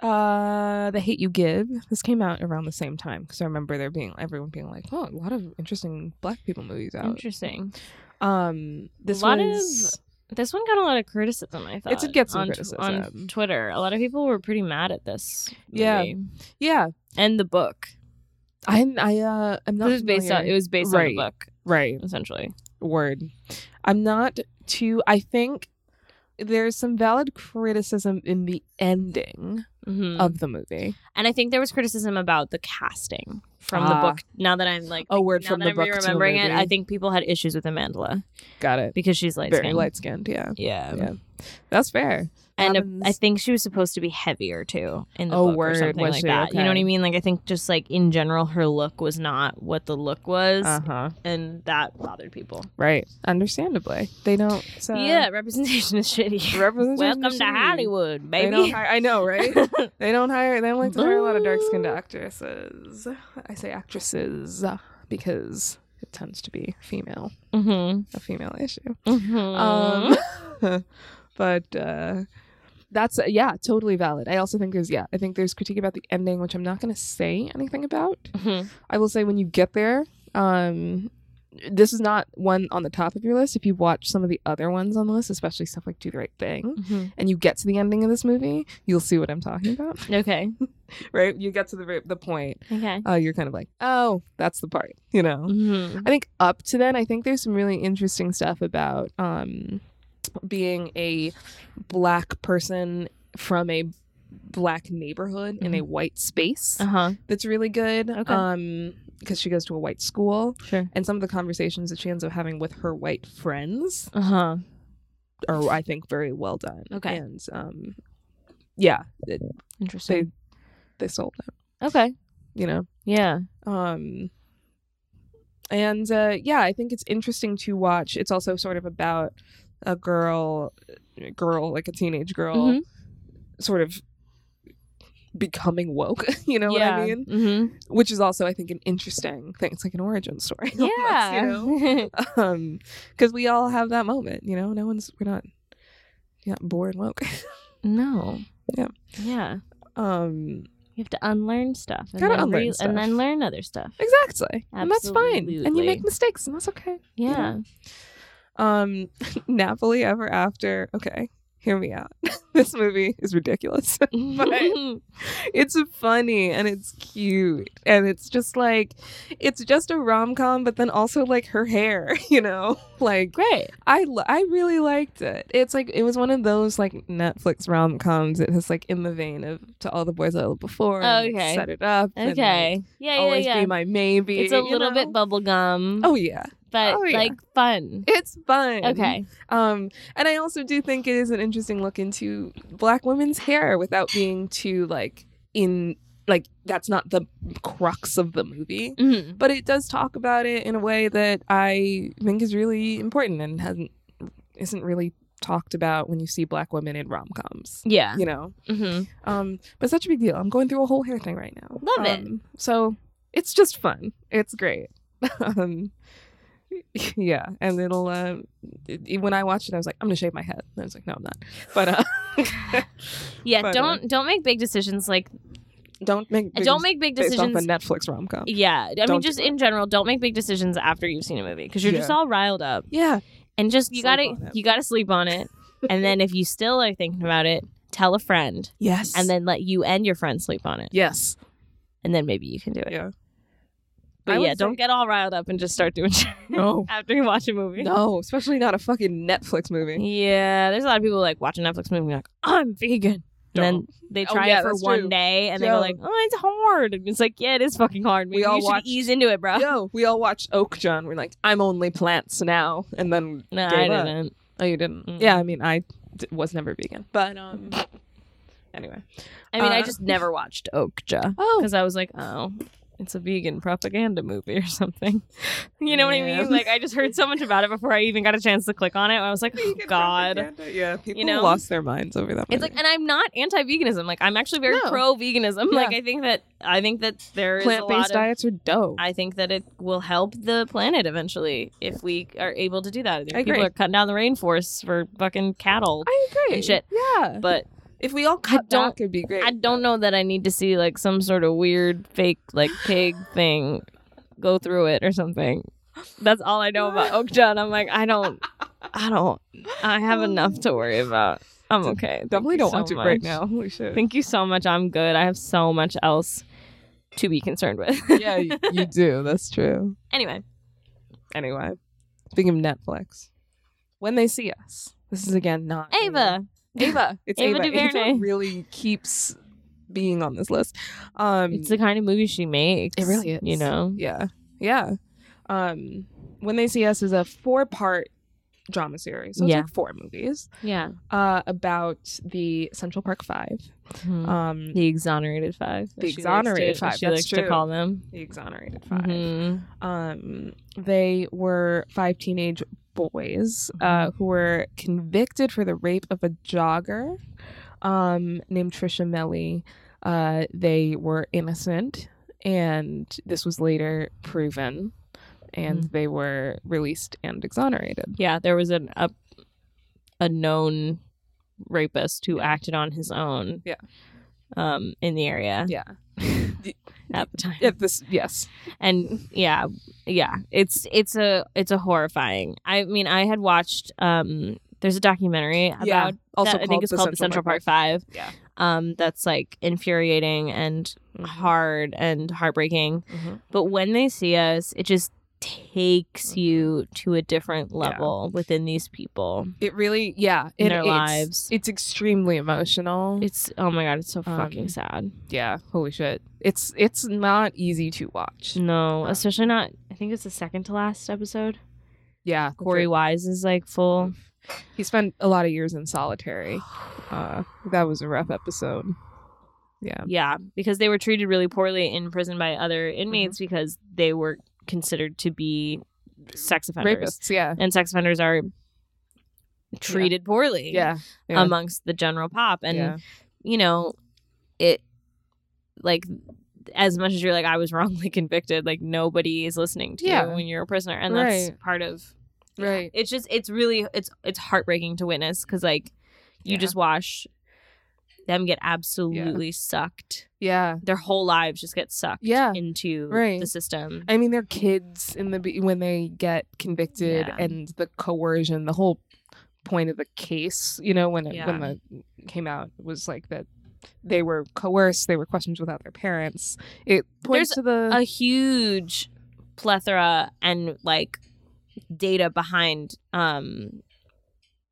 [SPEAKER 1] Uh, The Hate You Give. This came out around the same time because I remember there being everyone being like, "Oh, a lot of interesting black people movies out."
[SPEAKER 2] Interesting.
[SPEAKER 1] Um, this
[SPEAKER 2] lot
[SPEAKER 1] was
[SPEAKER 2] This one got a lot of criticism. I thought
[SPEAKER 1] did get some
[SPEAKER 2] on, tw-
[SPEAKER 1] criticism.
[SPEAKER 2] on Twitter. A lot of people were pretty mad at this.
[SPEAKER 1] Yeah.
[SPEAKER 2] movie.
[SPEAKER 1] yeah. and
[SPEAKER 2] and the book.
[SPEAKER 1] I I uh I'm not
[SPEAKER 2] This is based on.
[SPEAKER 1] familiar.
[SPEAKER 2] It was based
[SPEAKER 1] Right.
[SPEAKER 2] on a book,
[SPEAKER 1] right
[SPEAKER 2] essentially.
[SPEAKER 1] word. I'm not too. I think there's some valid criticism in the ending
[SPEAKER 2] Mhm.
[SPEAKER 1] of the movie.
[SPEAKER 2] and I think there was criticism about the casting from the
[SPEAKER 1] Ah.
[SPEAKER 2] book. Now that I'm like,
[SPEAKER 1] A word
[SPEAKER 2] now
[SPEAKER 1] from
[SPEAKER 2] that
[SPEAKER 1] the
[SPEAKER 2] I'm
[SPEAKER 1] book to the
[SPEAKER 2] remembering it,
[SPEAKER 1] movie.
[SPEAKER 2] I think people had issues with Amanda
[SPEAKER 1] Got it.
[SPEAKER 2] because she's light
[SPEAKER 1] Very
[SPEAKER 2] skinned.
[SPEAKER 1] light skinned. Yeah,
[SPEAKER 2] Yeah.
[SPEAKER 1] Yeah. that's fair.
[SPEAKER 2] And
[SPEAKER 1] Robbins-
[SPEAKER 2] a, I think she was supposed to be heavier too in the
[SPEAKER 1] Oh,
[SPEAKER 2] book or
[SPEAKER 1] word,
[SPEAKER 2] something
[SPEAKER 1] was
[SPEAKER 2] like
[SPEAKER 1] she?
[SPEAKER 2] that. You know what
[SPEAKER 1] Okay.
[SPEAKER 2] I mean? Like I think just like in general, her look was not what the look was,
[SPEAKER 1] Uh huh.
[SPEAKER 2] and that bothered people.
[SPEAKER 1] Right. Understandably, they don't. uh, So
[SPEAKER 2] yeah, representation is shitty.
[SPEAKER 1] Representation
[SPEAKER 2] Welcome
[SPEAKER 1] is
[SPEAKER 2] to
[SPEAKER 1] shitty.
[SPEAKER 2] Hollywood,
[SPEAKER 1] They don't
[SPEAKER 2] baby.
[SPEAKER 1] hi- I know, right? They don't hire. They don't like to hire a lot of dark skinned actresses. I say actresses because it tends to be female,
[SPEAKER 2] hmm
[SPEAKER 1] a female issue.
[SPEAKER 2] hmm
[SPEAKER 1] Um, but uh, that's yeah, totally valid. I also think there's yeah, I think there's critique about the ending, which I'm not going to say anything about.
[SPEAKER 2] Mm-hmm.
[SPEAKER 1] I will say when you get there, um, this is not one on the top of your list. If you watch some of the other ones on the list, especially stuff like Do the Right Thing,
[SPEAKER 2] Mm-hmm.
[SPEAKER 1] and you get to the ending of this movie, you'll see what I'm talking about.
[SPEAKER 2] Okay.
[SPEAKER 1] right? You get to the the point.
[SPEAKER 2] Okay.
[SPEAKER 1] Uh, you're kind of like, oh, that's the part, you know.
[SPEAKER 2] hmm
[SPEAKER 1] I think up to then, I think there's some really interesting stuff about um, being a black person from a black neighborhood in a white space.
[SPEAKER 2] Uh huh.
[SPEAKER 1] That's really good.
[SPEAKER 2] Okay.
[SPEAKER 1] Um, because she goes to a white school,
[SPEAKER 2] Sure.
[SPEAKER 1] and some of the conversations that she ends up having with her white friends
[SPEAKER 2] Uh huh.
[SPEAKER 1] are, I think, very well done.
[SPEAKER 2] Okay.
[SPEAKER 1] And um, yeah, it,
[SPEAKER 2] Interesting.
[SPEAKER 1] they sold it.
[SPEAKER 2] okay.
[SPEAKER 1] You know.
[SPEAKER 2] Yeah.
[SPEAKER 1] um and uh yeah i think it's interesting to watch it's also sort of about a girl a girl like a teenage girl
[SPEAKER 2] Mhm.
[SPEAKER 1] sort of becoming woke you know what i mean
[SPEAKER 2] Mm-hmm.
[SPEAKER 1] which is also i think an interesting thing it's like an origin story almost,
[SPEAKER 2] Yeah.
[SPEAKER 1] you know um because we all have that moment you know no one's we're not you're not born woke
[SPEAKER 2] no.
[SPEAKER 1] Yeah.
[SPEAKER 2] Yeah.
[SPEAKER 1] um
[SPEAKER 2] You have to unlearn stuff, and
[SPEAKER 1] Gotta
[SPEAKER 2] then
[SPEAKER 1] unlearn stuff.
[SPEAKER 2] and then learn other stuff.
[SPEAKER 1] exactly and that's fine and you
[SPEAKER 2] Absolutely.
[SPEAKER 1] make mistakes and that's okay
[SPEAKER 2] Yeah.
[SPEAKER 1] Um, Napoli Ever After. Okay, hear me out. this movie is ridiculous.
[SPEAKER 2] Mm-hmm.
[SPEAKER 1] But- it's funny and it's cute and it's just like it's just a rom-com but then also like her hair, you know? Like
[SPEAKER 2] Great.
[SPEAKER 1] I l- I really liked it. It's like it was one of those like Netflix rom coms. It was like in the vein of to all the boys I loved before. and, like,
[SPEAKER 2] Okay.
[SPEAKER 1] set it up. and, like,
[SPEAKER 2] Okay. Yeah, yeah,
[SPEAKER 1] always
[SPEAKER 2] yeah.
[SPEAKER 1] be my maybe.
[SPEAKER 2] it's a
[SPEAKER 1] you
[SPEAKER 2] little bit
[SPEAKER 1] know?
[SPEAKER 2] bubblegum,
[SPEAKER 1] Oh yeah,
[SPEAKER 2] but
[SPEAKER 1] oh, yeah.
[SPEAKER 2] like fun.
[SPEAKER 1] it's fun.
[SPEAKER 2] Okay.
[SPEAKER 1] Um, and I also do think it is an interesting look into black women's hair without being too like in like that's not the crux of the movie
[SPEAKER 2] Mhm.
[SPEAKER 1] but it does talk about it in a way that I think is really important and hasn't isn't really talked about when you see black women in rom coms.
[SPEAKER 2] Yeah.
[SPEAKER 1] You know,
[SPEAKER 2] hmm
[SPEAKER 1] um, but such a big deal. I'm going through a whole hair thing right now.
[SPEAKER 2] Love it.
[SPEAKER 1] Um, so it's just fun. It's great. um, yeah, and it'll. Uh, it- when I watched it, I was like, I'm gonna shave my head. And I was like, No, I'm not. But uh,
[SPEAKER 2] Yeah.
[SPEAKER 1] But, uh,
[SPEAKER 2] don't don't make big decisions like
[SPEAKER 1] don't make
[SPEAKER 2] don't make big
[SPEAKER 1] based off
[SPEAKER 2] decisions.
[SPEAKER 1] a Netflix rom com.
[SPEAKER 2] yeah. I mean,
[SPEAKER 1] Don't do
[SPEAKER 2] just
[SPEAKER 1] that.
[SPEAKER 2] in general, don't make big decisions after you've seen a movie because you're just
[SPEAKER 1] Yeah.
[SPEAKER 2] all riled up
[SPEAKER 1] Yeah,
[SPEAKER 2] and just you
[SPEAKER 1] Sleep
[SPEAKER 2] gotta
[SPEAKER 1] on it.
[SPEAKER 2] you gotta sleep on it. and then if you still are thinking about it, tell a friend
[SPEAKER 1] yes,
[SPEAKER 2] and then let you and your friend sleep on it,
[SPEAKER 1] yes,
[SPEAKER 2] and then maybe you can do it.
[SPEAKER 1] yeah. I
[SPEAKER 2] But
[SPEAKER 1] would
[SPEAKER 2] yeah, don't
[SPEAKER 1] say-
[SPEAKER 2] get all riled up and just start doing shit
[SPEAKER 1] No.
[SPEAKER 2] after you watch a movie.
[SPEAKER 1] No, especially not a fucking Netflix movie.
[SPEAKER 2] Yeah, there's a lot of people like watch a Netflix movie and be like, I'm vegan. And then they
[SPEAKER 1] Oh,
[SPEAKER 2] try
[SPEAKER 1] yeah,
[SPEAKER 2] it for
[SPEAKER 1] that's
[SPEAKER 2] one
[SPEAKER 1] true.
[SPEAKER 2] day and they
[SPEAKER 1] Yeah.
[SPEAKER 2] go like, Oh, it's hard. And it's like, Yeah, it is fucking hard.
[SPEAKER 1] We
[SPEAKER 2] Maybe
[SPEAKER 1] all
[SPEAKER 2] you should
[SPEAKER 1] watched-
[SPEAKER 2] ease into it, bro.
[SPEAKER 1] Yo, we all watched Oak John. We're like, I'm only plants now. And then,
[SPEAKER 2] No, I
[SPEAKER 1] Gave up.
[SPEAKER 2] didn't. Mm.
[SPEAKER 1] oh, you didn't.
[SPEAKER 2] Mm-mm.
[SPEAKER 1] Yeah, I mean, I d- was never vegan. But um, anyway.
[SPEAKER 2] I mean, I
[SPEAKER 1] Uh,
[SPEAKER 2] just never watched Okja
[SPEAKER 1] Oh,
[SPEAKER 2] because I was like, Oh, it's a vegan propaganda movie or something. you know
[SPEAKER 1] Yeah.
[SPEAKER 2] what I mean? Like, I just heard so much about it before I even got a chance to click on it. I was like, Oh, God.
[SPEAKER 1] Yeah, people
[SPEAKER 2] know?
[SPEAKER 1] lost their minds over that.
[SPEAKER 2] It's like,
[SPEAKER 1] movie.
[SPEAKER 2] and I'm not anti-veganism. Like, I'm actually very
[SPEAKER 1] No.
[SPEAKER 2] pro-veganism.
[SPEAKER 1] Yeah.
[SPEAKER 2] Like, I think that I think that there is a lot
[SPEAKER 1] plant-based
[SPEAKER 2] of-
[SPEAKER 1] diets are dope.
[SPEAKER 2] I think that it will help the planet eventually if we are able to do that. I think
[SPEAKER 1] I
[SPEAKER 2] people
[SPEAKER 1] agree.
[SPEAKER 2] are cutting down the rainforests for fucking cattle.
[SPEAKER 1] I agree.
[SPEAKER 2] and shit.
[SPEAKER 1] Yeah,
[SPEAKER 2] But
[SPEAKER 1] if we all
[SPEAKER 2] I
[SPEAKER 1] cut
[SPEAKER 2] don't-
[SPEAKER 1] back, it'd be great.
[SPEAKER 2] I don't know that I need to see like some sort of weird fake like pig thing go through it or something. That's all I know about Oakjun. I'm like, I don't, I don't, I have enough to worry about. I'm okay. Thank
[SPEAKER 1] Definitely
[SPEAKER 2] you
[SPEAKER 1] don't
[SPEAKER 2] so
[SPEAKER 1] watch it right
[SPEAKER 2] much.
[SPEAKER 1] now. Holy shit.
[SPEAKER 2] Thank you so much. I'm good. I have so much else to be concerned with.
[SPEAKER 1] yeah, you, you do. That's true.
[SPEAKER 2] anyway.
[SPEAKER 1] Anyway, speaking of Netflix, when they see us, this is again not a-
[SPEAKER 2] Ava.
[SPEAKER 1] Ava. It's Ava.
[SPEAKER 2] Ava DuVernay.
[SPEAKER 1] Ava really keeps being on this list. Um,
[SPEAKER 2] It's the kind of movie she makes.
[SPEAKER 1] It really is.
[SPEAKER 2] You know?
[SPEAKER 1] yeah, yeah. Um, when they see us is a four-part drama series. So it's
[SPEAKER 2] Yeah.
[SPEAKER 1] like four movies
[SPEAKER 2] Yeah.
[SPEAKER 1] uh, about the Central Park Five. Um,
[SPEAKER 2] Mm-hmm. The exonerated five.
[SPEAKER 1] The
[SPEAKER 2] as she likes
[SPEAKER 1] exonerated
[SPEAKER 2] to,
[SPEAKER 1] five,
[SPEAKER 2] as She
[SPEAKER 1] that's
[SPEAKER 2] likes
[SPEAKER 1] true.
[SPEAKER 2] to call them.
[SPEAKER 1] the exonerated 5
[SPEAKER 2] Mhm.
[SPEAKER 1] um, they were five teenage boys
[SPEAKER 2] Mm-hmm.
[SPEAKER 1] uh, who were convicted for the rape of a jogger um, named Trisha Melly. Uh, they were innocent, and this was later proven, and
[SPEAKER 2] Mm-hmm.
[SPEAKER 1] they were released and exonerated.
[SPEAKER 2] Yeah, there was an a, a known rapist who acted on his own.
[SPEAKER 1] Yeah.
[SPEAKER 2] Um, in the area
[SPEAKER 1] Yeah.
[SPEAKER 2] at the time.
[SPEAKER 1] Yeah, this yes.
[SPEAKER 2] and yeah yeah it's it's a it's a horrifying i mean i had watched um there's a documentary about
[SPEAKER 1] Yeah, also
[SPEAKER 2] that- i
[SPEAKER 1] called
[SPEAKER 2] think it's
[SPEAKER 1] The
[SPEAKER 2] called the central
[SPEAKER 1] Central
[SPEAKER 2] park
[SPEAKER 1] Park
[SPEAKER 2] five
[SPEAKER 1] Yeah. Mm-hmm.
[SPEAKER 2] um that's like infuriating and hard and heartbreaking but when they see us it just takes
[SPEAKER 1] Mm-hmm.
[SPEAKER 2] you to a different level within these people
[SPEAKER 1] It really, yeah,
[SPEAKER 2] In
[SPEAKER 1] it,
[SPEAKER 2] their
[SPEAKER 1] it's-
[SPEAKER 2] lives.
[SPEAKER 1] It's extremely emotional.
[SPEAKER 2] it's oh my god it's so fucking
[SPEAKER 1] Um,
[SPEAKER 2] sad
[SPEAKER 1] yeah, holy shit. It's it's not easy to watch.
[SPEAKER 2] no
[SPEAKER 1] um,
[SPEAKER 2] especially not i think it's the second to last episode
[SPEAKER 1] Yeah,
[SPEAKER 2] corey wise is like full
[SPEAKER 1] He spent a lot of years in solitary. Uh, that was a rough episode. Yeah.
[SPEAKER 2] Um, Yeah, because they were treated really poorly in prison by other inmates because they were considered to be sex offenders.
[SPEAKER 1] Rapists, yeah.
[SPEAKER 2] And sex offenders are treated poorly
[SPEAKER 1] Yeah. yeah.
[SPEAKER 2] amongst the general pop. And,
[SPEAKER 1] yeah.
[SPEAKER 2] you know, it, like, as much as you're like, I was wrongly convicted, like, nobody is listening to
[SPEAKER 1] Yeah.
[SPEAKER 2] you when you're a prisoner. And that's
[SPEAKER 1] Right.
[SPEAKER 2] part of
[SPEAKER 1] Right.
[SPEAKER 2] it's just it's really it's it's heartbreaking to witness because like you
[SPEAKER 1] Yeah.
[SPEAKER 2] just watch them get absolutely sucked
[SPEAKER 1] Yeah.
[SPEAKER 2] their whole lives just get sucked
[SPEAKER 1] Yeah,
[SPEAKER 2] into
[SPEAKER 1] right.
[SPEAKER 2] the system
[SPEAKER 1] I mean, they're kids in the be- when they get convicted
[SPEAKER 2] Yeah.
[SPEAKER 1] and the coercion, the whole point of the case, you know, when it, when the came out was like that they were coerced, they were questioned without their parents. It points
[SPEAKER 2] There's
[SPEAKER 1] to the
[SPEAKER 2] a huge plethora and like data behind um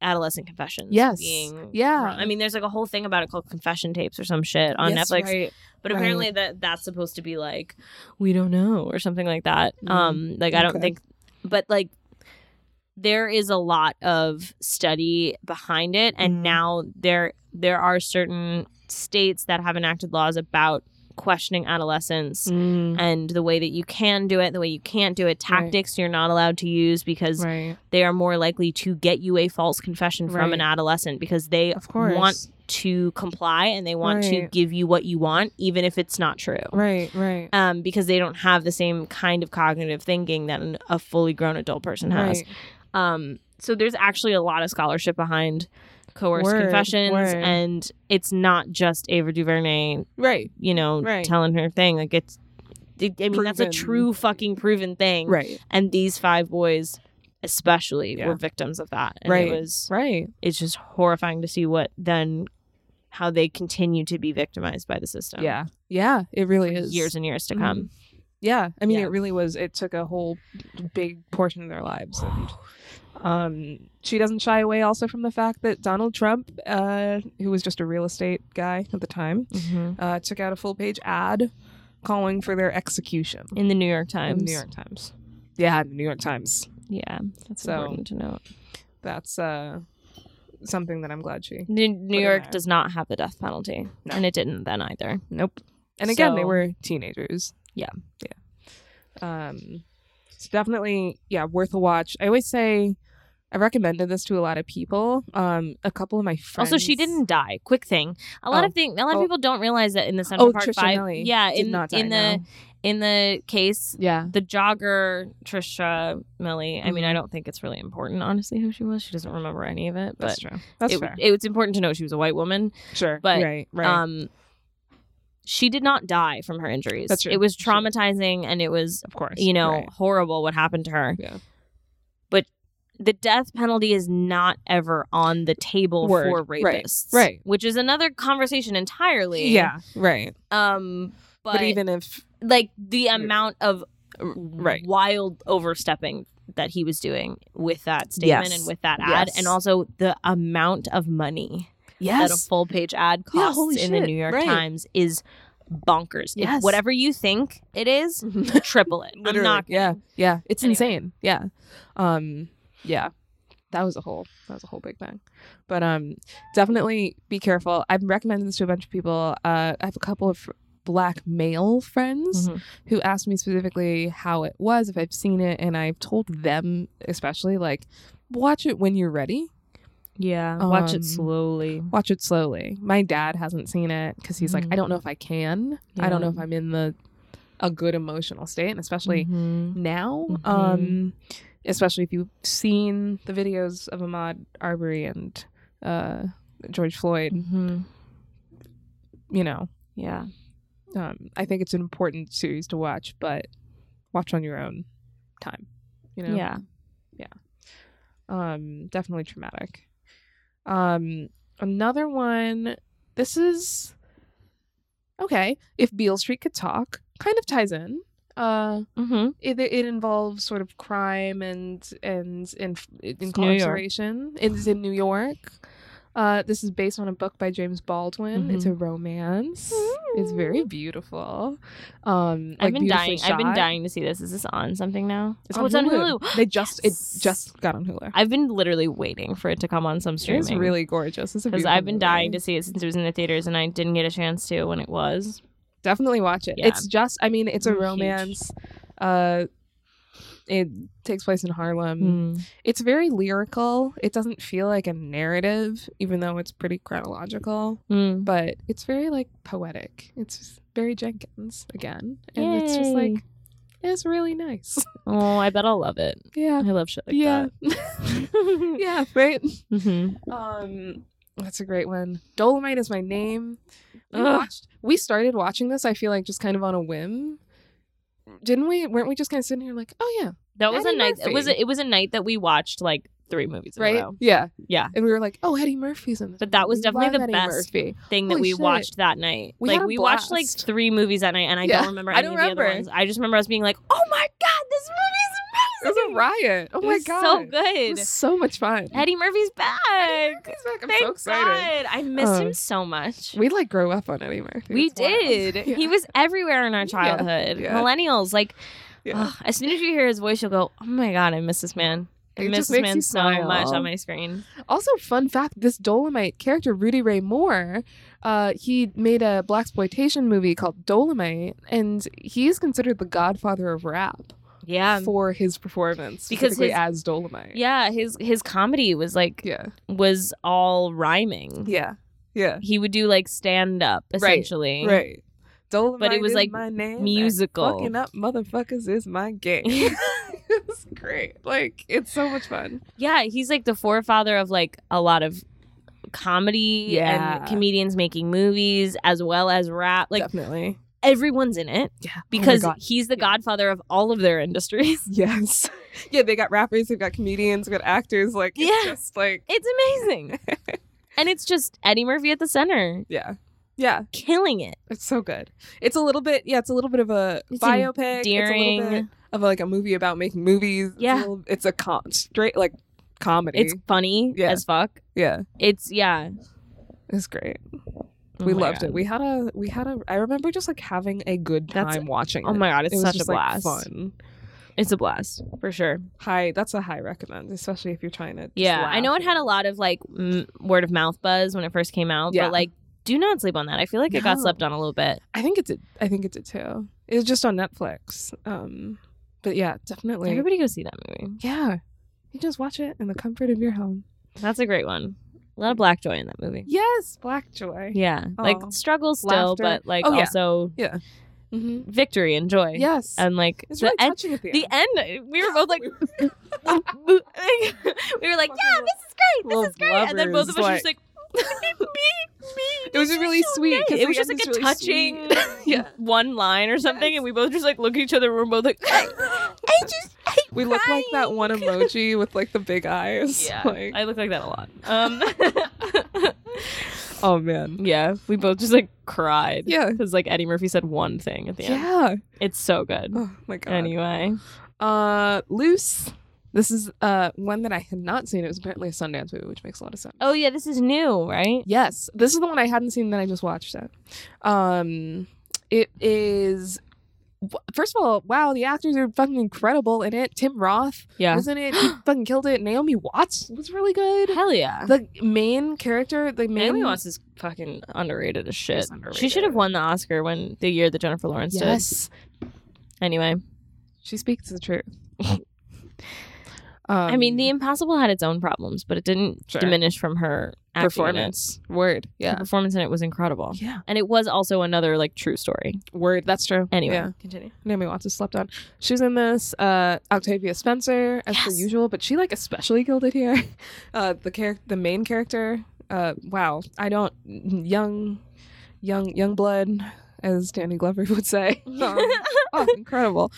[SPEAKER 2] adolescent confessions
[SPEAKER 1] Yes.
[SPEAKER 2] being
[SPEAKER 1] Yeah.
[SPEAKER 2] wrong. i mean there's like a whole thing about it called confession tapes or some shit on
[SPEAKER 1] Yes,
[SPEAKER 2] netflix
[SPEAKER 1] right.
[SPEAKER 2] but
[SPEAKER 1] right.
[SPEAKER 2] apparently that that's supposed to be like we don't know or something like that
[SPEAKER 1] Mm,
[SPEAKER 2] um like i don't
[SPEAKER 1] okay.
[SPEAKER 2] think but like there is a lot of study behind it and
[SPEAKER 1] Mm.
[SPEAKER 2] now there there are certain states that have enacted laws about questioning adolescents
[SPEAKER 1] Mm,
[SPEAKER 2] and the way that you can do it, the way you can't do it,
[SPEAKER 1] Right.
[SPEAKER 2] tactics you're not allowed to use because
[SPEAKER 1] right.
[SPEAKER 2] they are more likely to get you a false confession from an
[SPEAKER 1] Right.
[SPEAKER 2] adolescent because they
[SPEAKER 1] Of course.
[SPEAKER 2] want to comply and they want to
[SPEAKER 1] Right.
[SPEAKER 2] give you what you want, even if it's not true.
[SPEAKER 1] Right, right.
[SPEAKER 2] Um, because they don't have the same kind of cognitive thinking that an, a fully grown adult person has.
[SPEAKER 1] Right.
[SPEAKER 2] Um, so there's actually a lot of scholarship behind coerced
[SPEAKER 1] Word,
[SPEAKER 2] confessions,
[SPEAKER 1] word.
[SPEAKER 2] and it's not just Ava DuVernay
[SPEAKER 1] Right.
[SPEAKER 2] you know,
[SPEAKER 1] Right.
[SPEAKER 2] telling her thing. Like it's, I mean, that's a
[SPEAKER 1] Proven.
[SPEAKER 2] true fucking proven thing.
[SPEAKER 1] Right.
[SPEAKER 2] And these five boys, especially,
[SPEAKER 1] Yeah.
[SPEAKER 2] were victims of that. And
[SPEAKER 1] Right.
[SPEAKER 2] It was.
[SPEAKER 1] Right.
[SPEAKER 2] It's just horrifying to see what then, how they continue to be victimized by the system.
[SPEAKER 1] Yeah. Yeah, it really
[SPEAKER 2] For
[SPEAKER 1] is. Mm-hmm.
[SPEAKER 2] years and years to come.
[SPEAKER 1] Yeah, I mean,
[SPEAKER 2] Yeah.
[SPEAKER 1] it really was. It took a whole big portion of their lives, and um, she doesn't shy away also from the fact that Donald Trump, uh, who was just a real estate guy at the time,
[SPEAKER 2] Mm-hmm.
[SPEAKER 1] uh, took out a full page ad calling for their execution
[SPEAKER 2] In the New York
[SPEAKER 1] in
[SPEAKER 2] Times.
[SPEAKER 1] the New York Times. Yeah, in the New York Times.
[SPEAKER 2] Yeah, that's
[SPEAKER 1] So-
[SPEAKER 2] important to note.
[SPEAKER 1] That's uh, something that I'm glad she.
[SPEAKER 2] New, New
[SPEAKER 1] in
[SPEAKER 2] York
[SPEAKER 1] there.
[SPEAKER 2] does not have the death penalty,
[SPEAKER 1] No.
[SPEAKER 2] and it didn't then either.
[SPEAKER 1] Nope. And again, they
[SPEAKER 2] So-
[SPEAKER 1] were teenagers.
[SPEAKER 2] Yeah.
[SPEAKER 1] Yeah. Um, it's definitely, yeah, worth a watch. I always say I recommended this to a lot of people. Um, a couple of my friends.
[SPEAKER 2] Also, she didn't die. Quick thing. A lot
[SPEAKER 1] Oh.
[SPEAKER 2] of thing. A lot of
[SPEAKER 1] Oh.
[SPEAKER 2] people don't realize that in the Central
[SPEAKER 1] Oh,
[SPEAKER 2] Park
[SPEAKER 1] Trisha
[SPEAKER 2] Five.
[SPEAKER 1] Nelly
[SPEAKER 2] yeah,
[SPEAKER 1] did
[SPEAKER 2] in
[SPEAKER 1] not die,
[SPEAKER 2] in the
[SPEAKER 1] no.
[SPEAKER 2] in the case,
[SPEAKER 1] Yeah.
[SPEAKER 2] the jogger Trisha Millie. I mean,
[SPEAKER 1] Mhm.
[SPEAKER 2] I don't think it's really important, honestly, who she was. She doesn't remember any of it, but
[SPEAKER 1] That's true. That's
[SPEAKER 2] it,
[SPEAKER 1] fair.
[SPEAKER 2] it was important to know she was a white woman.
[SPEAKER 1] sure.
[SPEAKER 2] but,
[SPEAKER 1] right. Right.
[SPEAKER 2] Um, she did not die from her injuries.
[SPEAKER 1] That's true.
[SPEAKER 2] It was
[SPEAKER 1] She-
[SPEAKER 2] traumatizing, and it was
[SPEAKER 1] of course.
[SPEAKER 2] you know
[SPEAKER 1] Right.
[SPEAKER 2] horrible what happened to her.
[SPEAKER 1] Yeah.
[SPEAKER 2] But the death penalty is not ever on the table
[SPEAKER 1] Word.
[SPEAKER 2] for
[SPEAKER 1] Right.
[SPEAKER 2] rapists,
[SPEAKER 1] Right.
[SPEAKER 2] Which is another conversation entirely.
[SPEAKER 1] Yeah. Right.
[SPEAKER 2] Um, but,
[SPEAKER 1] But, even if.
[SPEAKER 2] like the
[SPEAKER 1] Mm.
[SPEAKER 2] amount of
[SPEAKER 1] Right.
[SPEAKER 2] wild overstepping that he was doing with that statement
[SPEAKER 1] Yes.
[SPEAKER 2] and with that ad,
[SPEAKER 1] Yes.
[SPEAKER 2] and also the amount of money that a full page ad
[SPEAKER 1] Yeah,
[SPEAKER 2] costs
[SPEAKER 1] holy
[SPEAKER 2] in the
[SPEAKER 1] shit,
[SPEAKER 2] New York
[SPEAKER 1] right.
[SPEAKER 2] Times is bonkers. If
[SPEAKER 1] Yes.
[SPEAKER 2] whatever you think it is,
[SPEAKER 1] Literally.
[SPEAKER 2] triple it. I'm not.
[SPEAKER 1] Yeah. Yeah. It's
[SPEAKER 2] Anyway.
[SPEAKER 1] insane. Yeah. Um. Yeah. That was a whole. That was a whole big thing. But um, definitely be careful. I've recommended this to a bunch of people. Uh, I have a couple of black male friends
[SPEAKER 2] Mhm.
[SPEAKER 1] who asked me specifically how it was if I've seen it, and I've told them especially like, watch it when you're ready.
[SPEAKER 2] Yeah,
[SPEAKER 1] watch it
[SPEAKER 2] slowly.
[SPEAKER 1] Watch it slowly. My dad hasn't seen it because he's
[SPEAKER 2] Mhm.
[SPEAKER 1] like, I don't know if I can. I don't
[SPEAKER 2] Yeah.
[SPEAKER 1] know if I'm in the a good emotional state, and especially now.
[SPEAKER 2] Mhm.
[SPEAKER 1] Um, especially if you've seen the videos of Ahmaud Arbery and uh, George Floyd, you know,
[SPEAKER 2] Yeah,
[SPEAKER 1] um, I think it's an important series to watch, but watch on your own time. You know,
[SPEAKER 2] yeah.
[SPEAKER 1] um, definitely traumatic. Um, another one. This is okay. If Beale Street could talk, kind of ties in. Uh,
[SPEAKER 2] Mm-hmm.
[SPEAKER 1] it, it involves sort of crime and and and f-
[SPEAKER 2] New York.
[SPEAKER 1] incarceration. It is in New York. Uh, this is based on a book by James Baldwin. It's
[SPEAKER 2] Mhm.
[SPEAKER 1] a romance. It's very beautiful. Um, like,
[SPEAKER 2] I've been
[SPEAKER 1] beautifully
[SPEAKER 2] dying. I've been
[SPEAKER 1] shot.
[SPEAKER 2] dying to see this. Is this on something now?
[SPEAKER 1] It's
[SPEAKER 2] oh,
[SPEAKER 1] on
[SPEAKER 2] it's on
[SPEAKER 1] Hulu.
[SPEAKER 2] Hulu.
[SPEAKER 1] They just
[SPEAKER 2] Yes.
[SPEAKER 1] it just got on Hulu.
[SPEAKER 2] I've been literally waiting for it to come on some streaming.
[SPEAKER 1] It's really gorgeous. It's a
[SPEAKER 2] because
[SPEAKER 1] beautiful
[SPEAKER 2] I've been
[SPEAKER 1] movie.
[SPEAKER 2] dying to see it since it was in the theaters, and I didn't get a chance to when it was.
[SPEAKER 1] definitely watch it.
[SPEAKER 2] Yeah.
[SPEAKER 1] It's just I mean it's a
[SPEAKER 2] Mm, huge.
[SPEAKER 1] romance. Uh, it takes place in Harlem. it's very lyrical. It doesn't feel like a narrative, even though it's pretty chronological.
[SPEAKER 2] Mm.
[SPEAKER 1] But it's very like poetic. It's very Jenkins again, and it's just
[SPEAKER 2] Yay.
[SPEAKER 1] like it's really nice.
[SPEAKER 2] Oh, I bet I'll love it. I
[SPEAKER 1] Yeah,
[SPEAKER 2] love shit like
[SPEAKER 1] yeah,
[SPEAKER 2] that.
[SPEAKER 1] yeah. Right.
[SPEAKER 2] hmm
[SPEAKER 1] Um, that's a great one. Dolomite is my name. We
[SPEAKER 2] Ugh.
[SPEAKER 1] watched. We started watching this. I feel like just kind of on a whim. Didn't we? Weren't we just kind of sitting here like, oh yeah,
[SPEAKER 2] That was
[SPEAKER 1] Eddie
[SPEAKER 2] a night. It was
[SPEAKER 1] Murphy.
[SPEAKER 2] a, it was a night that we watched like three movies in a
[SPEAKER 1] right?
[SPEAKER 2] row.
[SPEAKER 1] Yeah,
[SPEAKER 2] Yeah.
[SPEAKER 1] and we were like, oh, Eddie Murphy's in this.
[SPEAKER 2] But that was
[SPEAKER 1] movie.
[SPEAKER 2] definitely
[SPEAKER 1] Love
[SPEAKER 2] the
[SPEAKER 1] Eddie
[SPEAKER 2] best
[SPEAKER 1] Murphy.
[SPEAKER 2] Thing that
[SPEAKER 1] Holy
[SPEAKER 2] we
[SPEAKER 1] shit.
[SPEAKER 2] watched that night.
[SPEAKER 1] We
[SPEAKER 2] like
[SPEAKER 1] had a
[SPEAKER 2] we watched like
[SPEAKER 1] blast.
[SPEAKER 2] three movies that night, and I
[SPEAKER 1] Yeah.
[SPEAKER 2] don't remember
[SPEAKER 1] I
[SPEAKER 2] any
[SPEAKER 1] don't
[SPEAKER 2] of the other
[SPEAKER 1] remember.
[SPEAKER 2] ones. I just remember us being like, "Oh my god, this movie
[SPEAKER 1] It
[SPEAKER 2] is
[SPEAKER 1] was a
[SPEAKER 2] amazing!
[SPEAKER 1] riot. Oh
[SPEAKER 2] It
[SPEAKER 1] my
[SPEAKER 2] was
[SPEAKER 1] god,
[SPEAKER 2] so
[SPEAKER 1] It
[SPEAKER 2] good!
[SPEAKER 1] was so much fun.
[SPEAKER 2] Eddie Murphy's back!
[SPEAKER 1] He's back. I'm
[SPEAKER 2] Thank
[SPEAKER 1] so excited.
[SPEAKER 2] God. I missed
[SPEAKER 1] Um,
[SPEAKER 2] him so much.
[SPEAKER 1] We like grow up on Eddie Murphy.
[SPEAKER 2] We
[SPEAKER 1] It's wild.
[SPEAKER 2] did.
[SPEAKER 1] Yeah.
[SPEAKER 2] He was everywhere in our
[SPEAKER 1] Yeah.
[SPEAKER 2] childhood.
[SPEAKER 1] Yeah.
[SPEAKER 2] Millennials, like,
[SPEAKER 1] Yeah.
[SPEAKER 2] ugh, as soon as you hear his voice, you'll go, "Oh my god, I miss this man." I
[SPEAKER 1] It
[SPEAKER 2] miss
[SPEAKER 1] just
[SPEAKER 2] this
[SPEAKER 1] makes
[SPEAKER 2] man
[SPEAKER 1] you
[SPEAKER 2] so much
[SPEAKER 1] smile.
[SPEAKER 2] on my screen.
[SPEAKER 1] Also, fun fact: this Dolomite character, Rudy Ray Moore, uh, he made a black exploitation movie called Dolomite, and he is considered the godfather of rap
[SPEAKER 2] Yeah,
[SPEAKER 1] for his performance,
[SPEAKER 2] Um, Because
[SPEAKER 1] specifically
[SPEAKER 2] his-
[SPEAKER 1] as Dolomite.
[SPEAKER 2] yeah. His his comedy was like
[SPEAKER 1] yeah,
[SPEAKER 2] was all rhyming.
[SPEAKER 1] yeah, yeah.
[SPEAKER 2] He would do like stand up essentially.
[SPEAKER 1] Right. Dolomite,
[SPEAKER 2] But it was,
[SPEAKER 1] is
[SPEAKER 2] like,
[SPEAKER 1] my name. and
[SPEAKER 2] musical.
[SPEAKER 1] Fucking up, motherfuckers is my game. it's great. Like it's so much fun.
[SPEAKER 2] Yeah, he's like the forefather of like a lot of comedy
[SPEAKER 1] Yeah.
[SPEAKER 2] and comedians making movies as well as rap. Like
[SPEAKER 1] Definitely.
[SPEAKER 2] everyone's in it
[SPEAKER 1] Yeah.
[SPEAKER 2] because
[SPEAKER 1] oh my God.
[SPEAKER 2] he's the godfather of all of their industries.
[SPEAKER 1] yes, yeah. They got rappers. They've got comedians. They've got actors. Like it's
[SPEAKER 2] Yeah.
[SPEAKER 1] just like
[SPEAKER 2] It's amazing. and it's just Eddie Murphy at the center,
[SPEAKER 1] yeah. Yeah,
[SPEAKER 2] killing it.
[SPEAKER 1] It's so good. It's a little bit, yeah, it's a little bit of a
[SPEAKER 2] It's
[SPEAKER 1] biopic. It's a little
[SPEAKER 2] endearing.
[SPEAKER 1] bit of like a movie about making movies. It's a
[SPEAKER 2] Yeah.
[SPEAKER 1] little- It's a, con- straight like comedy.
[SPEAKER 2] It's funny
[SPEAKER 1] Yeah.
[SPEAKER 2] as fuck.
[SPEAKER 1] yeah.
[SPEAKER 2] It's yeah.
[SPEAKER 1] It's great.
[SPEAKER 2] Oh
[SPEAKER 1] we
[SPEAKER 2] my
[SPEAKER 1] loved
[SPEAKER 2] God.
[SPEAKER 1] it. We had a, we had a, I remember just like having a good time
[SPEAKER 2] That's-
[SPEAKER 1] watching
[SPEAKER 2] Oh
[SPEAKER 1] it.
[SPEAKER 2] my god, it's
[SPEAKER 1] it was
[SPEAKER 2] such a
[SPEAKER 1] just
[SPEAKER 2] blast.
[SPEAKER 1] Like, fun.
[SPEAKER 2] It's a blast for sure.
[SPEAKER 1] High, that's a high recommend, especially if you're trying to. just
[SPEAKER 2] Yeah, I
[SPEAKER 1] laugh
[SPEAKER 2] know it
[SPEAKER 1] and-
[SPEAKER 2] had a lot of like m- word of mouth buzz when it first came out,
[SPEAKER 1] Yeah.
[SPEAKER 2] but like, do not sleep on that. I feel like it got
[SPEAKER 1] No.
[SPEAKER 2] slept on a little bit.
[SPEAKER 1] I think it did. I think it did too. It was just on Netflix. Um, But yeah, definitely.
[SPEAKER 2] Everybody go see that movie.
[SPEAKER 1] yeah. You just watch it in the comfort of your home.
[SPEAKER 2] That's a great one. A lot of black joy in that movie.
[SPEAKER 1] Yes, Black Joy.
[SPEAKER 2] Yeah, like
[SPEAKER 1] Oh.
[SPEAKER 2] struggle still,
[SPEAKER 1] Laughter.
[SPEAKER 2] but like
[SPEAKER 1] Oh, yeah.
[SPEAKER 2] also
[SPEAKER 1] Mm-hmm.
[SPEAKER 2] victory and joy.
[SPEAKER 1] Yes.
[SPEAKER 2] and like
[SPEAKER 1] It's
[SPEAKER 2] the
[SPEAKER 1] really
[SPEAKER 2] end.
[SPEAKER 1] touching at Um, the,
[SPEAKER 2] The
[SPEAKER 1] end.
[SPEAKER 2] end. eh, We were both like, we were like, yeah,
[SPEAKER 1] Fucking
[SPEAKER 2] this is great. This
[SPEAKER 1] little
[SPEAKER 2] is great. And then both of us were
[SPEAKER 1] blubbers,
[SPEAKER 2] just like.
[SPEAKER 1] It was really sweet. 'cause
[SPEAKER 2] It was
[SPEAKER 1] the
[SPEAKER 2] just
[SPEAKER 1] end
[SPEAKER 2] like a
[SPEAKER 1] is really sweet.
[SPEAKER 2] touching
[SPEAKER 1] Yeah.
[SPEAKER 2] one line or something, and we both just like look at each other. and We're both like, I just I
[SPEAKER 1] We look like that one emoji with like the big eyes.
[SPEAKER 2] Yeah,
[SPEAKER 1] Like,
[SPEAKER 2] I look like that a lot. Um,
[SPEAKER 1] oh man.
[SPEAKER 2] yeah, we both just like cried.
[SPEAKER 1] Yeah.
[SPEAKER 2] because like Eddie Murphy said one thing at the end.
[SPEAKER 1] Yeah.
[SPEAKER 2] It's so good.
[SPEAKER 1] Oh my god.
[SPEAKER 2] Anyway,
[SPEAKER 1] Uh, loose. This is uh one that I had not seen. It was apparently a Sundance movie, which makes a lot of sense.
[SPEAKER 2] oh yeah, this is new, right?
[SPEAKER 1] Yes, this is the one I hadn't seen that I just watched it. Um, it is. w- First of all, wow, the actors are fucking incredible in it. Tim Roth,
[SPEAKER 2] Yeah,
[SPEAKER 1] wasn't it? He fucking killed it. Naomi Watts was really good.
[SPEAKER 2] hell yeah.
[SPEAKER 1] the main character, the main
[SPEAKER 2] Naomi Watts is fucking underrated as shit.
[SPEAKER 1] She's
[SPEAKER 2] She should have
[SPEAKER 1] underrated.
[SPEAKER 2] won the Oscar when the year that Jennifer Lawrence
[SPEAKER 1] Yes,
[SPEAKER 2] did. Anyway,
[SPEAKER 1] she speaks the truth.
[SPEAKER 2] I mean, The Impossible had its own problems, but it didn't
[SPEAKER 1] Sure.
[SPEAKER 2] diminish from her acting in it.
[SPEAKER 1] Performance. Um, word,
[SPEAKER 2] Her performance in it was incredible.
[SPEAKER 1] yeah,
[SPEAKER 2] And it was also another like true story.
[SPEAKER 1] word. That's true.
[SPEAKER 2] Anyway,
[SPEAKER 1] yeah.
[SPEAKER 2] continue.
[SPEAKER 1] Naomi Watts is slept on. She's in this. Uh, Octavia Spencer, as per
[SPEAKER 2] Yes.
[SPEAKER 1] usual, but she like especially killed it here. Uh, the character, the main character. Uh, wow, I don't young, young, young blood, as Danny Glover would say. Um, oh, incredible.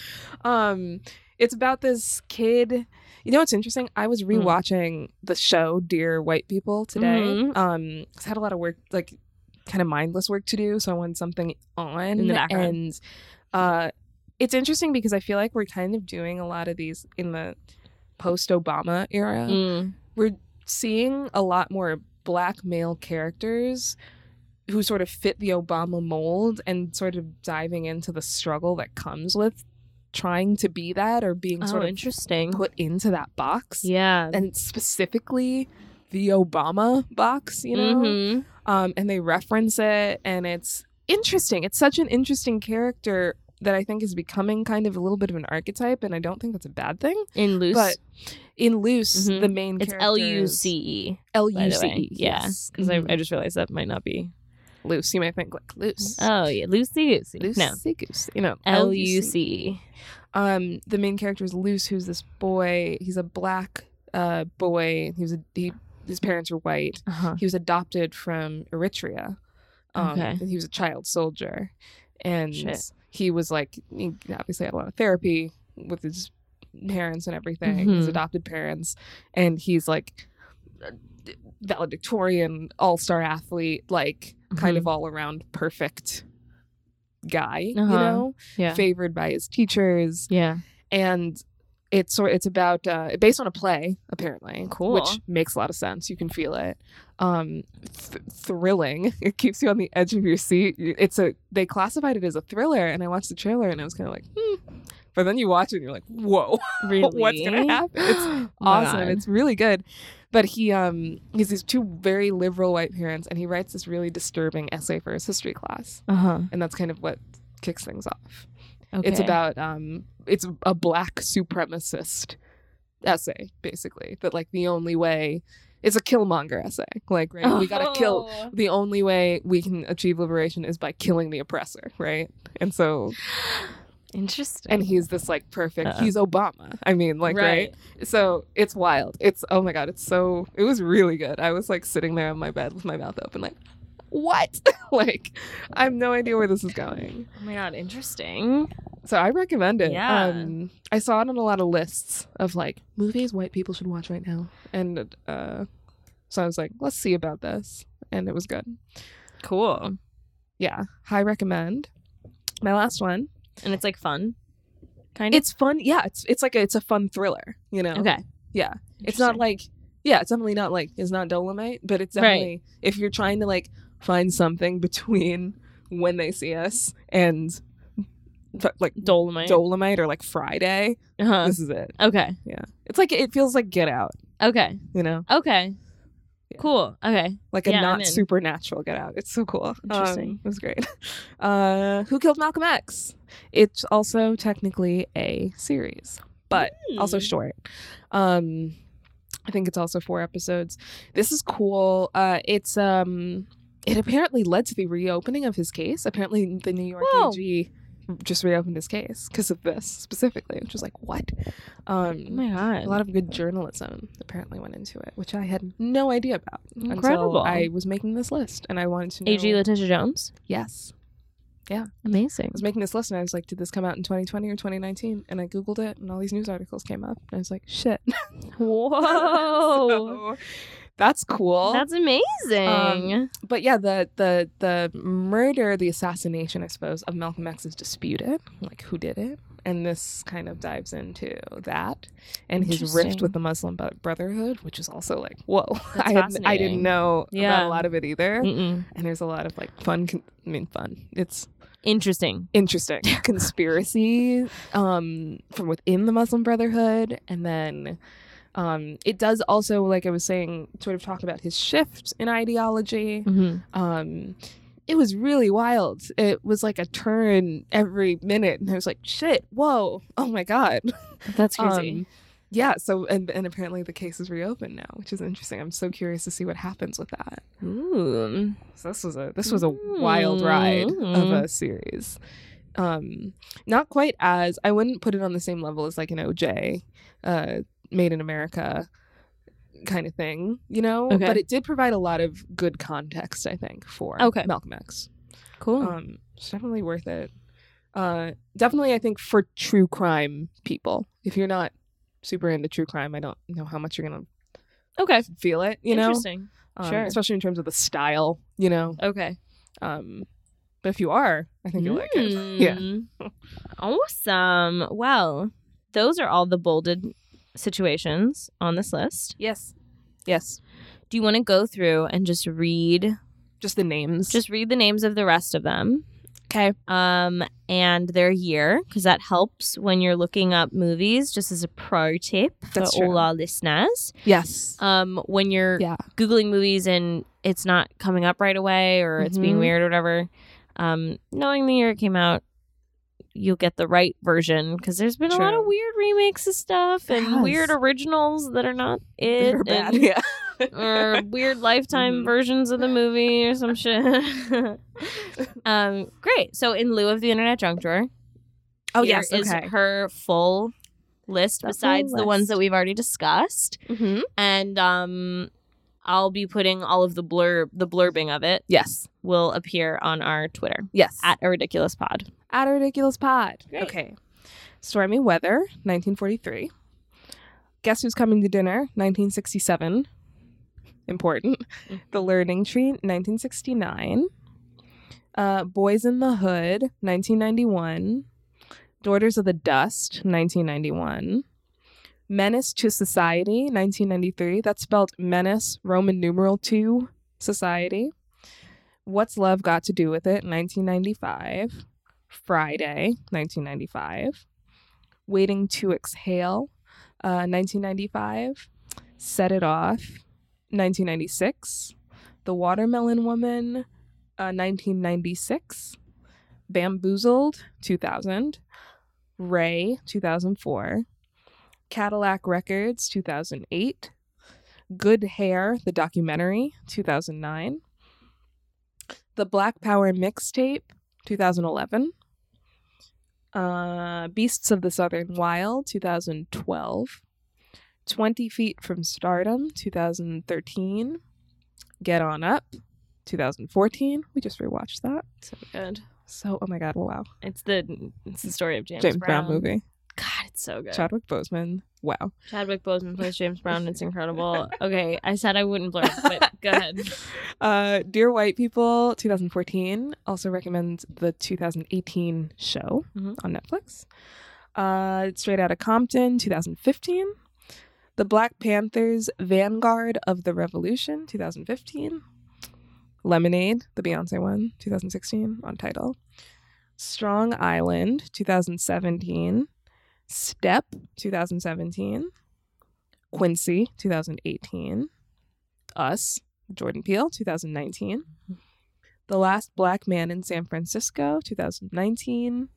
[SPEAKER 1] Um, it's about this kid. You know what's interesting? I was
[SPEAKER 2] Mm.
[SPEAKER 1] rewatching the show Dear White People today.
[SPEAKER 2] Mhm.
[SPEAKER 1] Um, 'cause I had a lot of work, like kind of mindless work to do, so I wanted something on
[SPEAKER 2] In the background.
[SPEAKER 1] And uh, it's interesting because I feel like we're kind of doing a lot of these in the post-Obama era.
[SPEAKER 2] Mm.
[SPEAKER 1] We're seeing a lot more black male characters who sort of fit the Obama mold and sort of diving into the struggle that comes with trying to be that or being
[SPEAKER 2] Oh,
[SPEAKER 1] sort of
[SPEAKER 2] interesting.
[SPEAKER 1] put into that box.
[SPEAKER 2] Yeah.
[SPEAKER 1] And specifically the Obama box, you know?
[SPEAKER 2] Mhm.
[SPEAKER 1] Um, and they reference it, and it's interesting. It's such an interesting character that I think is becoming kind of a little bit of an archetype, and I don't think that's a bad thing.
[SPEAKER 2] In loose.
[SPEAKER 1] But in Loose,
[SPEAKER 2] Mhm.
[SPEAKER 1] the main
[SPEAKER 2] it's L
[SPEAKER 1] character
[SPEAKER 2] U
[SPEAKER 1] is-
[SPEAKER 2] C E. By the way.
[SPEAKER 1] L-U-C-E.
[SPEAKER 2] Yeah. Mm-hmm.
[SPEAKER 1] yes.
[SPEAKER 2] Because
[SPEAKER 1] Mhm.
[SPEAKER 2] I, I just realized that might not be.
[SPEAKER 1] loose. You might think like loose.
[SPEAKER 2] Oh, yeah. Loosey goosey.
[SPEAKER 1] Loose,
[SPEAKER 2] No.
[SPEAKER 1] goose, you know,
[SPEAKER 2] L U C E.
[SPEAKER 1] um the main character is Luce, who's this boy. He's a black uh boy. He was a, he his parents are white.
[SPEAKER 2] Uh-huh.
[SPEAKER 1] He was adopted from Eritrea. Um
[SPEAKER 2] Okay.
[SPEAKER 1] and he was a child soldier. And
[SPEAKER 2] Shit.
[SPEAKER 1] he was like he obviously had a lot of therapy with his parents and everything, his
[SPEAKER 2] Mhm.
[SPEAKER 1] adopted parents, and he's like valedictorian, all star athlete, like
[SPEAKER 2] Mm-hmm.
[SPEAKER 1] kind of all around perfect guy, you
[SPEAKER 2] Uh-huh.
[SPEAKER 1] know,
[SPEAKER 2] Yeah.
[SPEAKER 1] favored by his teachers,
[SPEAKER 2] yeah.
[SPEAKER 1] and it's sort it's about uh, based on a play apparently,
[SPEAKER 2] Cool.
[SPEAKER 1] which makes a lot of sense. You can feel it. Um, th- thrilling. It keeps you on the edge of your seat. It's a they classified it as a thriller, and I watched the trailer and I was kind of like, hmm. but then you watch it and you're like, whoa, what's gonna
[SPEAKER 2] Really?
[SPEAKER 1] happen? It's
[SPEAKER 2] My
[SPEAKER 1] awesome.
[SPEAKER 2] God.
[SPEAKER 1] It's really good. But he um he's these two very liberal white parents, and he writes this really disturbing essay for his history class,
[SPEAKER 2] uh-huh.
[SPEAKER 1] and that's kind of what kicks things off.
[SPEAKER 2] Okay.
[SPEAKER 1] It's about um it's a black supremacist essay basically that like the only way it's a killmonger essay like right we got to kill
[SPEAKER 2] Oh.
[SPEAKER 1] the only way we can achieve liberation is by killing the oppressor right and so
[SPEAKER 2] Interesting.
[SPEAKER 1] and he's this like perfect
[SPEAKER 2] Uh-oh.
[SPEAKER 1] he's obama i mean like right. so it's wild it's oh my god it's so it was really good i was like sitting there on my bed with my mouth open like what like i have no idea where this is going
[SPEAKER 2] Oh my god, interesting.
[SPEAKER 1] so I recommend it.
[SPEAKER 2] Yeah.
[SPEAKER 1] Um, I saw it on a lot of lists of like movies white people should watch right now, and uh, so I was like, let's see about this, and it was good.
[SPEAKER 2] Cool.
[SPEAKER 1] Yeah, high recommend. My last one.
[SPEAKER 2] And it's like fun. Kind of.
[SPEAKER 1] It's fun. Yeah, it's it's like a, it's a fun thriller. You know.
[SPEAKER 2] okay.
[SPEAKER 1] Yeah. It's not
[SPEAKER 2] Interesting.
[SPEAKER 1] like yeah, it's definitely not like it's not Dolomite, but it's definitely if you're trying to like find something between when they see us and like
[SPEAKER 2] Dolomite.
[SPEAKER 1] Dolomite or like Friday,
[SPEAKER 2] uh-huh.
[SPEAKER 1] this is it.
[SPEAKER 2] Okay.
[SPEAKER 1] It's like it feels like Get Out,
[SPEAKER 2] Okay.
[SPEAKER 1] you know,
[SPEAKER 2] Okay.
[SPEAKER 1] Yeah.
[SPEAKER 2] Cool. Okay.
[SPEAKER 1] like a
[SPEAKER 2] Yeah, I'm
[SPEAKER 1] not
[SPEAKER 2] in.
[SPEAKER 1] supernatural Get Out. It's so cool.
[SPEAKER 2] Interesting.
[SPEAKER 1] Um, it was great. Uh, Who killed Malcolm X? It's also technically a series, but also
[SPEAKER 2] Hmm.
[SPEAKER 1] short. Um, I think it's also four episodes. This is cool. Uh, it's um, it apparently led to the reopening of his case. Apparently, the New York
[SPEAKER 2] Whoa.
[SPEAKER 1] AG just reopened his case because of this specifically, which was like what? Um,
[SPEAKER 2] Oh my god.
[SPEAKER 1] A lot of good journalism apparently went into it, which I had no idea about
[SPEAKER 2] Incredible.
[SPEAKER 1] until I was making this list, and I wanted to know.
[SPEAKER 2] AG Letitia Jones.
[SPEAKER 1] yes, I
[SPEAKER 2] Amazing.
[SPEAKER 1] was making this list, and I was like, "Did this come out in 2020 or 2019?" And I googled it, and all these news articles came up, and I was like, "Shit!"
[SPEAKER 2] Whoa.
[SPEAKER 1] So, Oh. that's cool.
[SPEAKER 2] That's amazing.
[SPEAKER 1] but yeah, the the the murder, the assassination, I suppose, of Malcolm X is disputed, like who did it, and this kind of dives into that and his rift
[SPEAKER 2] Interesting.
[SPEAKER 1] with the Muslim Bro- Brotherhood, which is also like whoa,
[SPEAKER 2] That's
[SPEAKER 1] I had, I
[SPEAKER 2] fascinating.
[SPEAKER 1] didn't know about
[SPEAKER 2] Yeah. Mm.
[SPEAKER 1] a lot of it either,
[SPEAKER 2] Mm-mm.
[SPEAKER 1] and there's a lot of like fun. Con- I mean, fun. It's
[SPEAKER 2] Interesting.
[SPEAKER 1] interesting conspiracy um, from within the Muslim Brotherhood, and then um, it does also, like I was saying, sort of talk about his shift in ideology
[SPEAKER 2] Mm-hmm.
[SPEAKER 1] um it was really wild it was like a turn every minute and i was like shit whoa oh my god
[SPEAKER 2] That's
[SPEAKER 1] Um, yeah so and, and apparently the case is reopened now which is interesting i'm so curious to see what happens with that
[SPEAKER 2] Um, Ooh.
[SPEAKER 1] so this was a this was a wild ride of
[SPEAKER 2] Mm.
[SPEAKER 1] a series um not quite as i wouldn't put it on the same level as like an oj uh made in america kind of thing you know
[SPEAKER 2] Okay.
[SPEAKER 1] but it did provide a lot of good context i think for
[SPEAKER 2] Okay.
[SPEAKER 1] malcolm x
[SPEAKER 2] Cool.
[SPEAKER 1] um, it's definitely worth it. Uh, definitely, I think for true crime people, if you're not super into true crime, I don't know how much you're gonna
[SPEAKER 2] okay.
[SPEAKER 1] feel it. You know,
[SPEAKER 2] Interesting.
[SPEAKER 1] Um,
[SPEAKER 2] sure.
[SPEAKER 1] Especially in terms of the style, you know.
[SPEAKER 2] Okay.
[SPEAKER 1] Um, but if you are, I think you'll like
[SPEAKER 2] Hmm.
[SPEAKER 1] it. Yeah.
[SPEAKER 2] Mm. awesome. Well, those are all the bolded situations on this list.
[SPEAKER 1] Yes, yes.
[SPEAKER 2] Do you want to go through and just read
[SPEAKER 1] Just the names.
[SPEAKER 2] just read the names of the rest of them?
[SPEAKER 1] okay.
[SPEAKER 2] Um, and their year, because that helps when you're looking up movies, just as a pro tip for
[SPEAKER 1] That's true.
[SPEAKER 2] all our listeners.
[SPEAKER 1] Yes.
[SPEAKER 2] um, when you're
[SPEAKER 1] Yeah.
[SPEAKER 2] googling movies and it's not coming up right away or it's being
[SPEAKER 1] Mhm.
[SPEAKER 2] weird or whatever, um, knowing the year it came out, you'll get the right version because there's been a lot of
[SPEAKER 1] True.
[SPEAKER 2] weird remakes of stuff
[SPEAKER 1] There
[SPEAKER 2] and
[SPEAKER 1] has.
[SPEAKER 2] weird originals that are not it
[SPEAKER 1] They're bad.
[SPEAKER 2] and-
[SPEAKER 1] Yeah.
[SPEAKER 2] or weird lifetime
[SPEAKER 1] Mhm.
[SPEAKER 2] versions of the movie or some shit. um, great. So in lieu of the internet junk drawer,
[SPEAKER 1] oh
[SPEAKER 2] here
[SPEAKER 1] yes.
[SPEAKER 2] is
[SPEAKER 1] Okay.
[SPEAKER 2] her full list
[SPEAKER 1] The full
[SPEAKER 2] besides the ones
[SPEAKER 1] list.
[SPEAKER 2] that we've already discussed
[SPEAKER 1] Mm-hmm.
[SPEAKER 2] and um I'll be putting all of the blurb the blurbing of it
[SPEAKER 1] Yes.
[SPEAKER 2] will appear on our Twitter
[SPEAKER 1] Yes.
[SPEAKER 2] at a ridiculous pod.
[SPEAKER 1] At a ridiculous pod.
[SPEAKER 2] Great.
[SPEAKER 1] Okay. Stormy Weather, 1943. Guess Who's Coming to Dinner, 1967. Important. The Learning Tree, 1969. Uh, Boys in the Hood, 1991. Daughters of the Dust, 1991. Menace to Society, 1993. That's spelled Menace, Roman numeral 2, Society. What's Love Got to Do with It, 1995. Friday, 1995. Waiting to Exhale, uh, 1995. Set It Off, 1996. The Watermelon Woman, uh, 1996. Bamboozled, 2000. Ray, 2004. Cadillac Records, 2008. Good Hair, the documentary, 2009. The Black Power mixtape, 2011. Uh, Beasts of the Southern Wild, 2012. 20 Feet from Stardom, 2013. Get On Up, 2014. We just rewatched that.
[SPEAKER 2] So good.
[SPEAKER 1] So, oh my God, wow.
[SPEAKER 2] It's the it's the story of James,
[SPEAKER 1] James Brown, movie.
[SPEAKER 2] God, it's so good.
[SPEAKER 1] Chadwick Boseman. Wow.
[SPEAKER 2] Chadwick Boseman plays James Brown. It's incredible. Okay, I said I wouldn't blur, but go ahead.
[SPEAKER 1] Uh, Dear White People, 2014. Also recommend the 2018 show
[SPEAKER 2] Mhm.
[SPEAKER 1] on Netflix. Uh, Straight Outta Compton, 2015. The Black Panthers, Vanguard of the Revolution, 2015. Lemonade, the Beyonce one, 2016 on title. Strong Island, 2017. Step, 2017. Quincy, 2018. Us, Jordan Peele, 2019. The Last Black Man in San Francisco, 2019.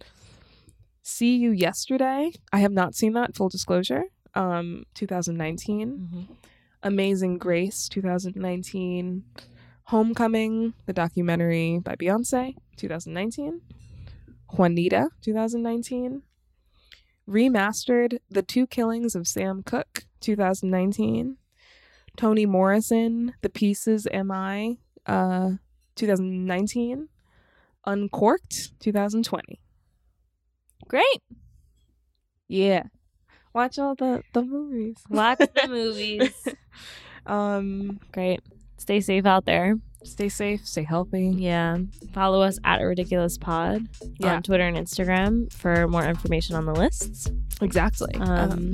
[SPEAKER 1] See You Yesterday. I have not seen that, full disclosure. Um, 2019.
[SPEAKER 2] Mm-hmm.
[SPEAKER 1] Amazing Grace, 2019. Homecoming, the documentary by Beyonce, 2019. Juanita, 2019. Remastered, The Two Killings of Sam Cooke, 2019. Toni Morrison, The Pieces Am I, uh, 2019. Uncorked, 2020.
[SPEAKER 2] Great.
[SPEAKER 1] Yeah. Watch all the, the movies.
[SPEAKER 2] Watch the movies.
[SPEAKER 1] Um,
[SPEAKER 2] Great. Stay safe out there.
[SPEAKER 1] stay safe, stay healthy.
[SPEAKER 2] Yeah. Follow us at a ridiculous pod
[SPEAKER 1] Yeah.
[SPEAKER 2] on Twitter and Instagram for more information on the lists.
[SPEAKER 1] Exactly. Um,
[SPEAKER 2] Um,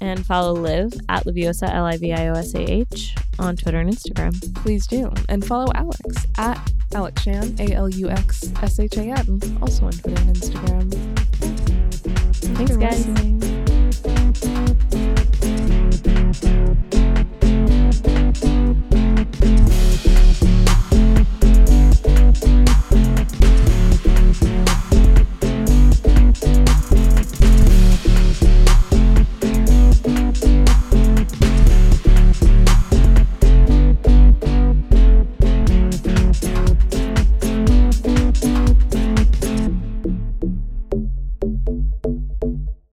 [SPEAKER 2] and follow Liv at Liviosa L I V I O S A H on Twitter and Instagram.
[SPEAKER 1] please do. And follow Alex at Alex Shan, A L U X S H A N, also on Twitter and Instagram. Thanks,
[SPEAKER 2] guys.
[SPEAKER 1] listening.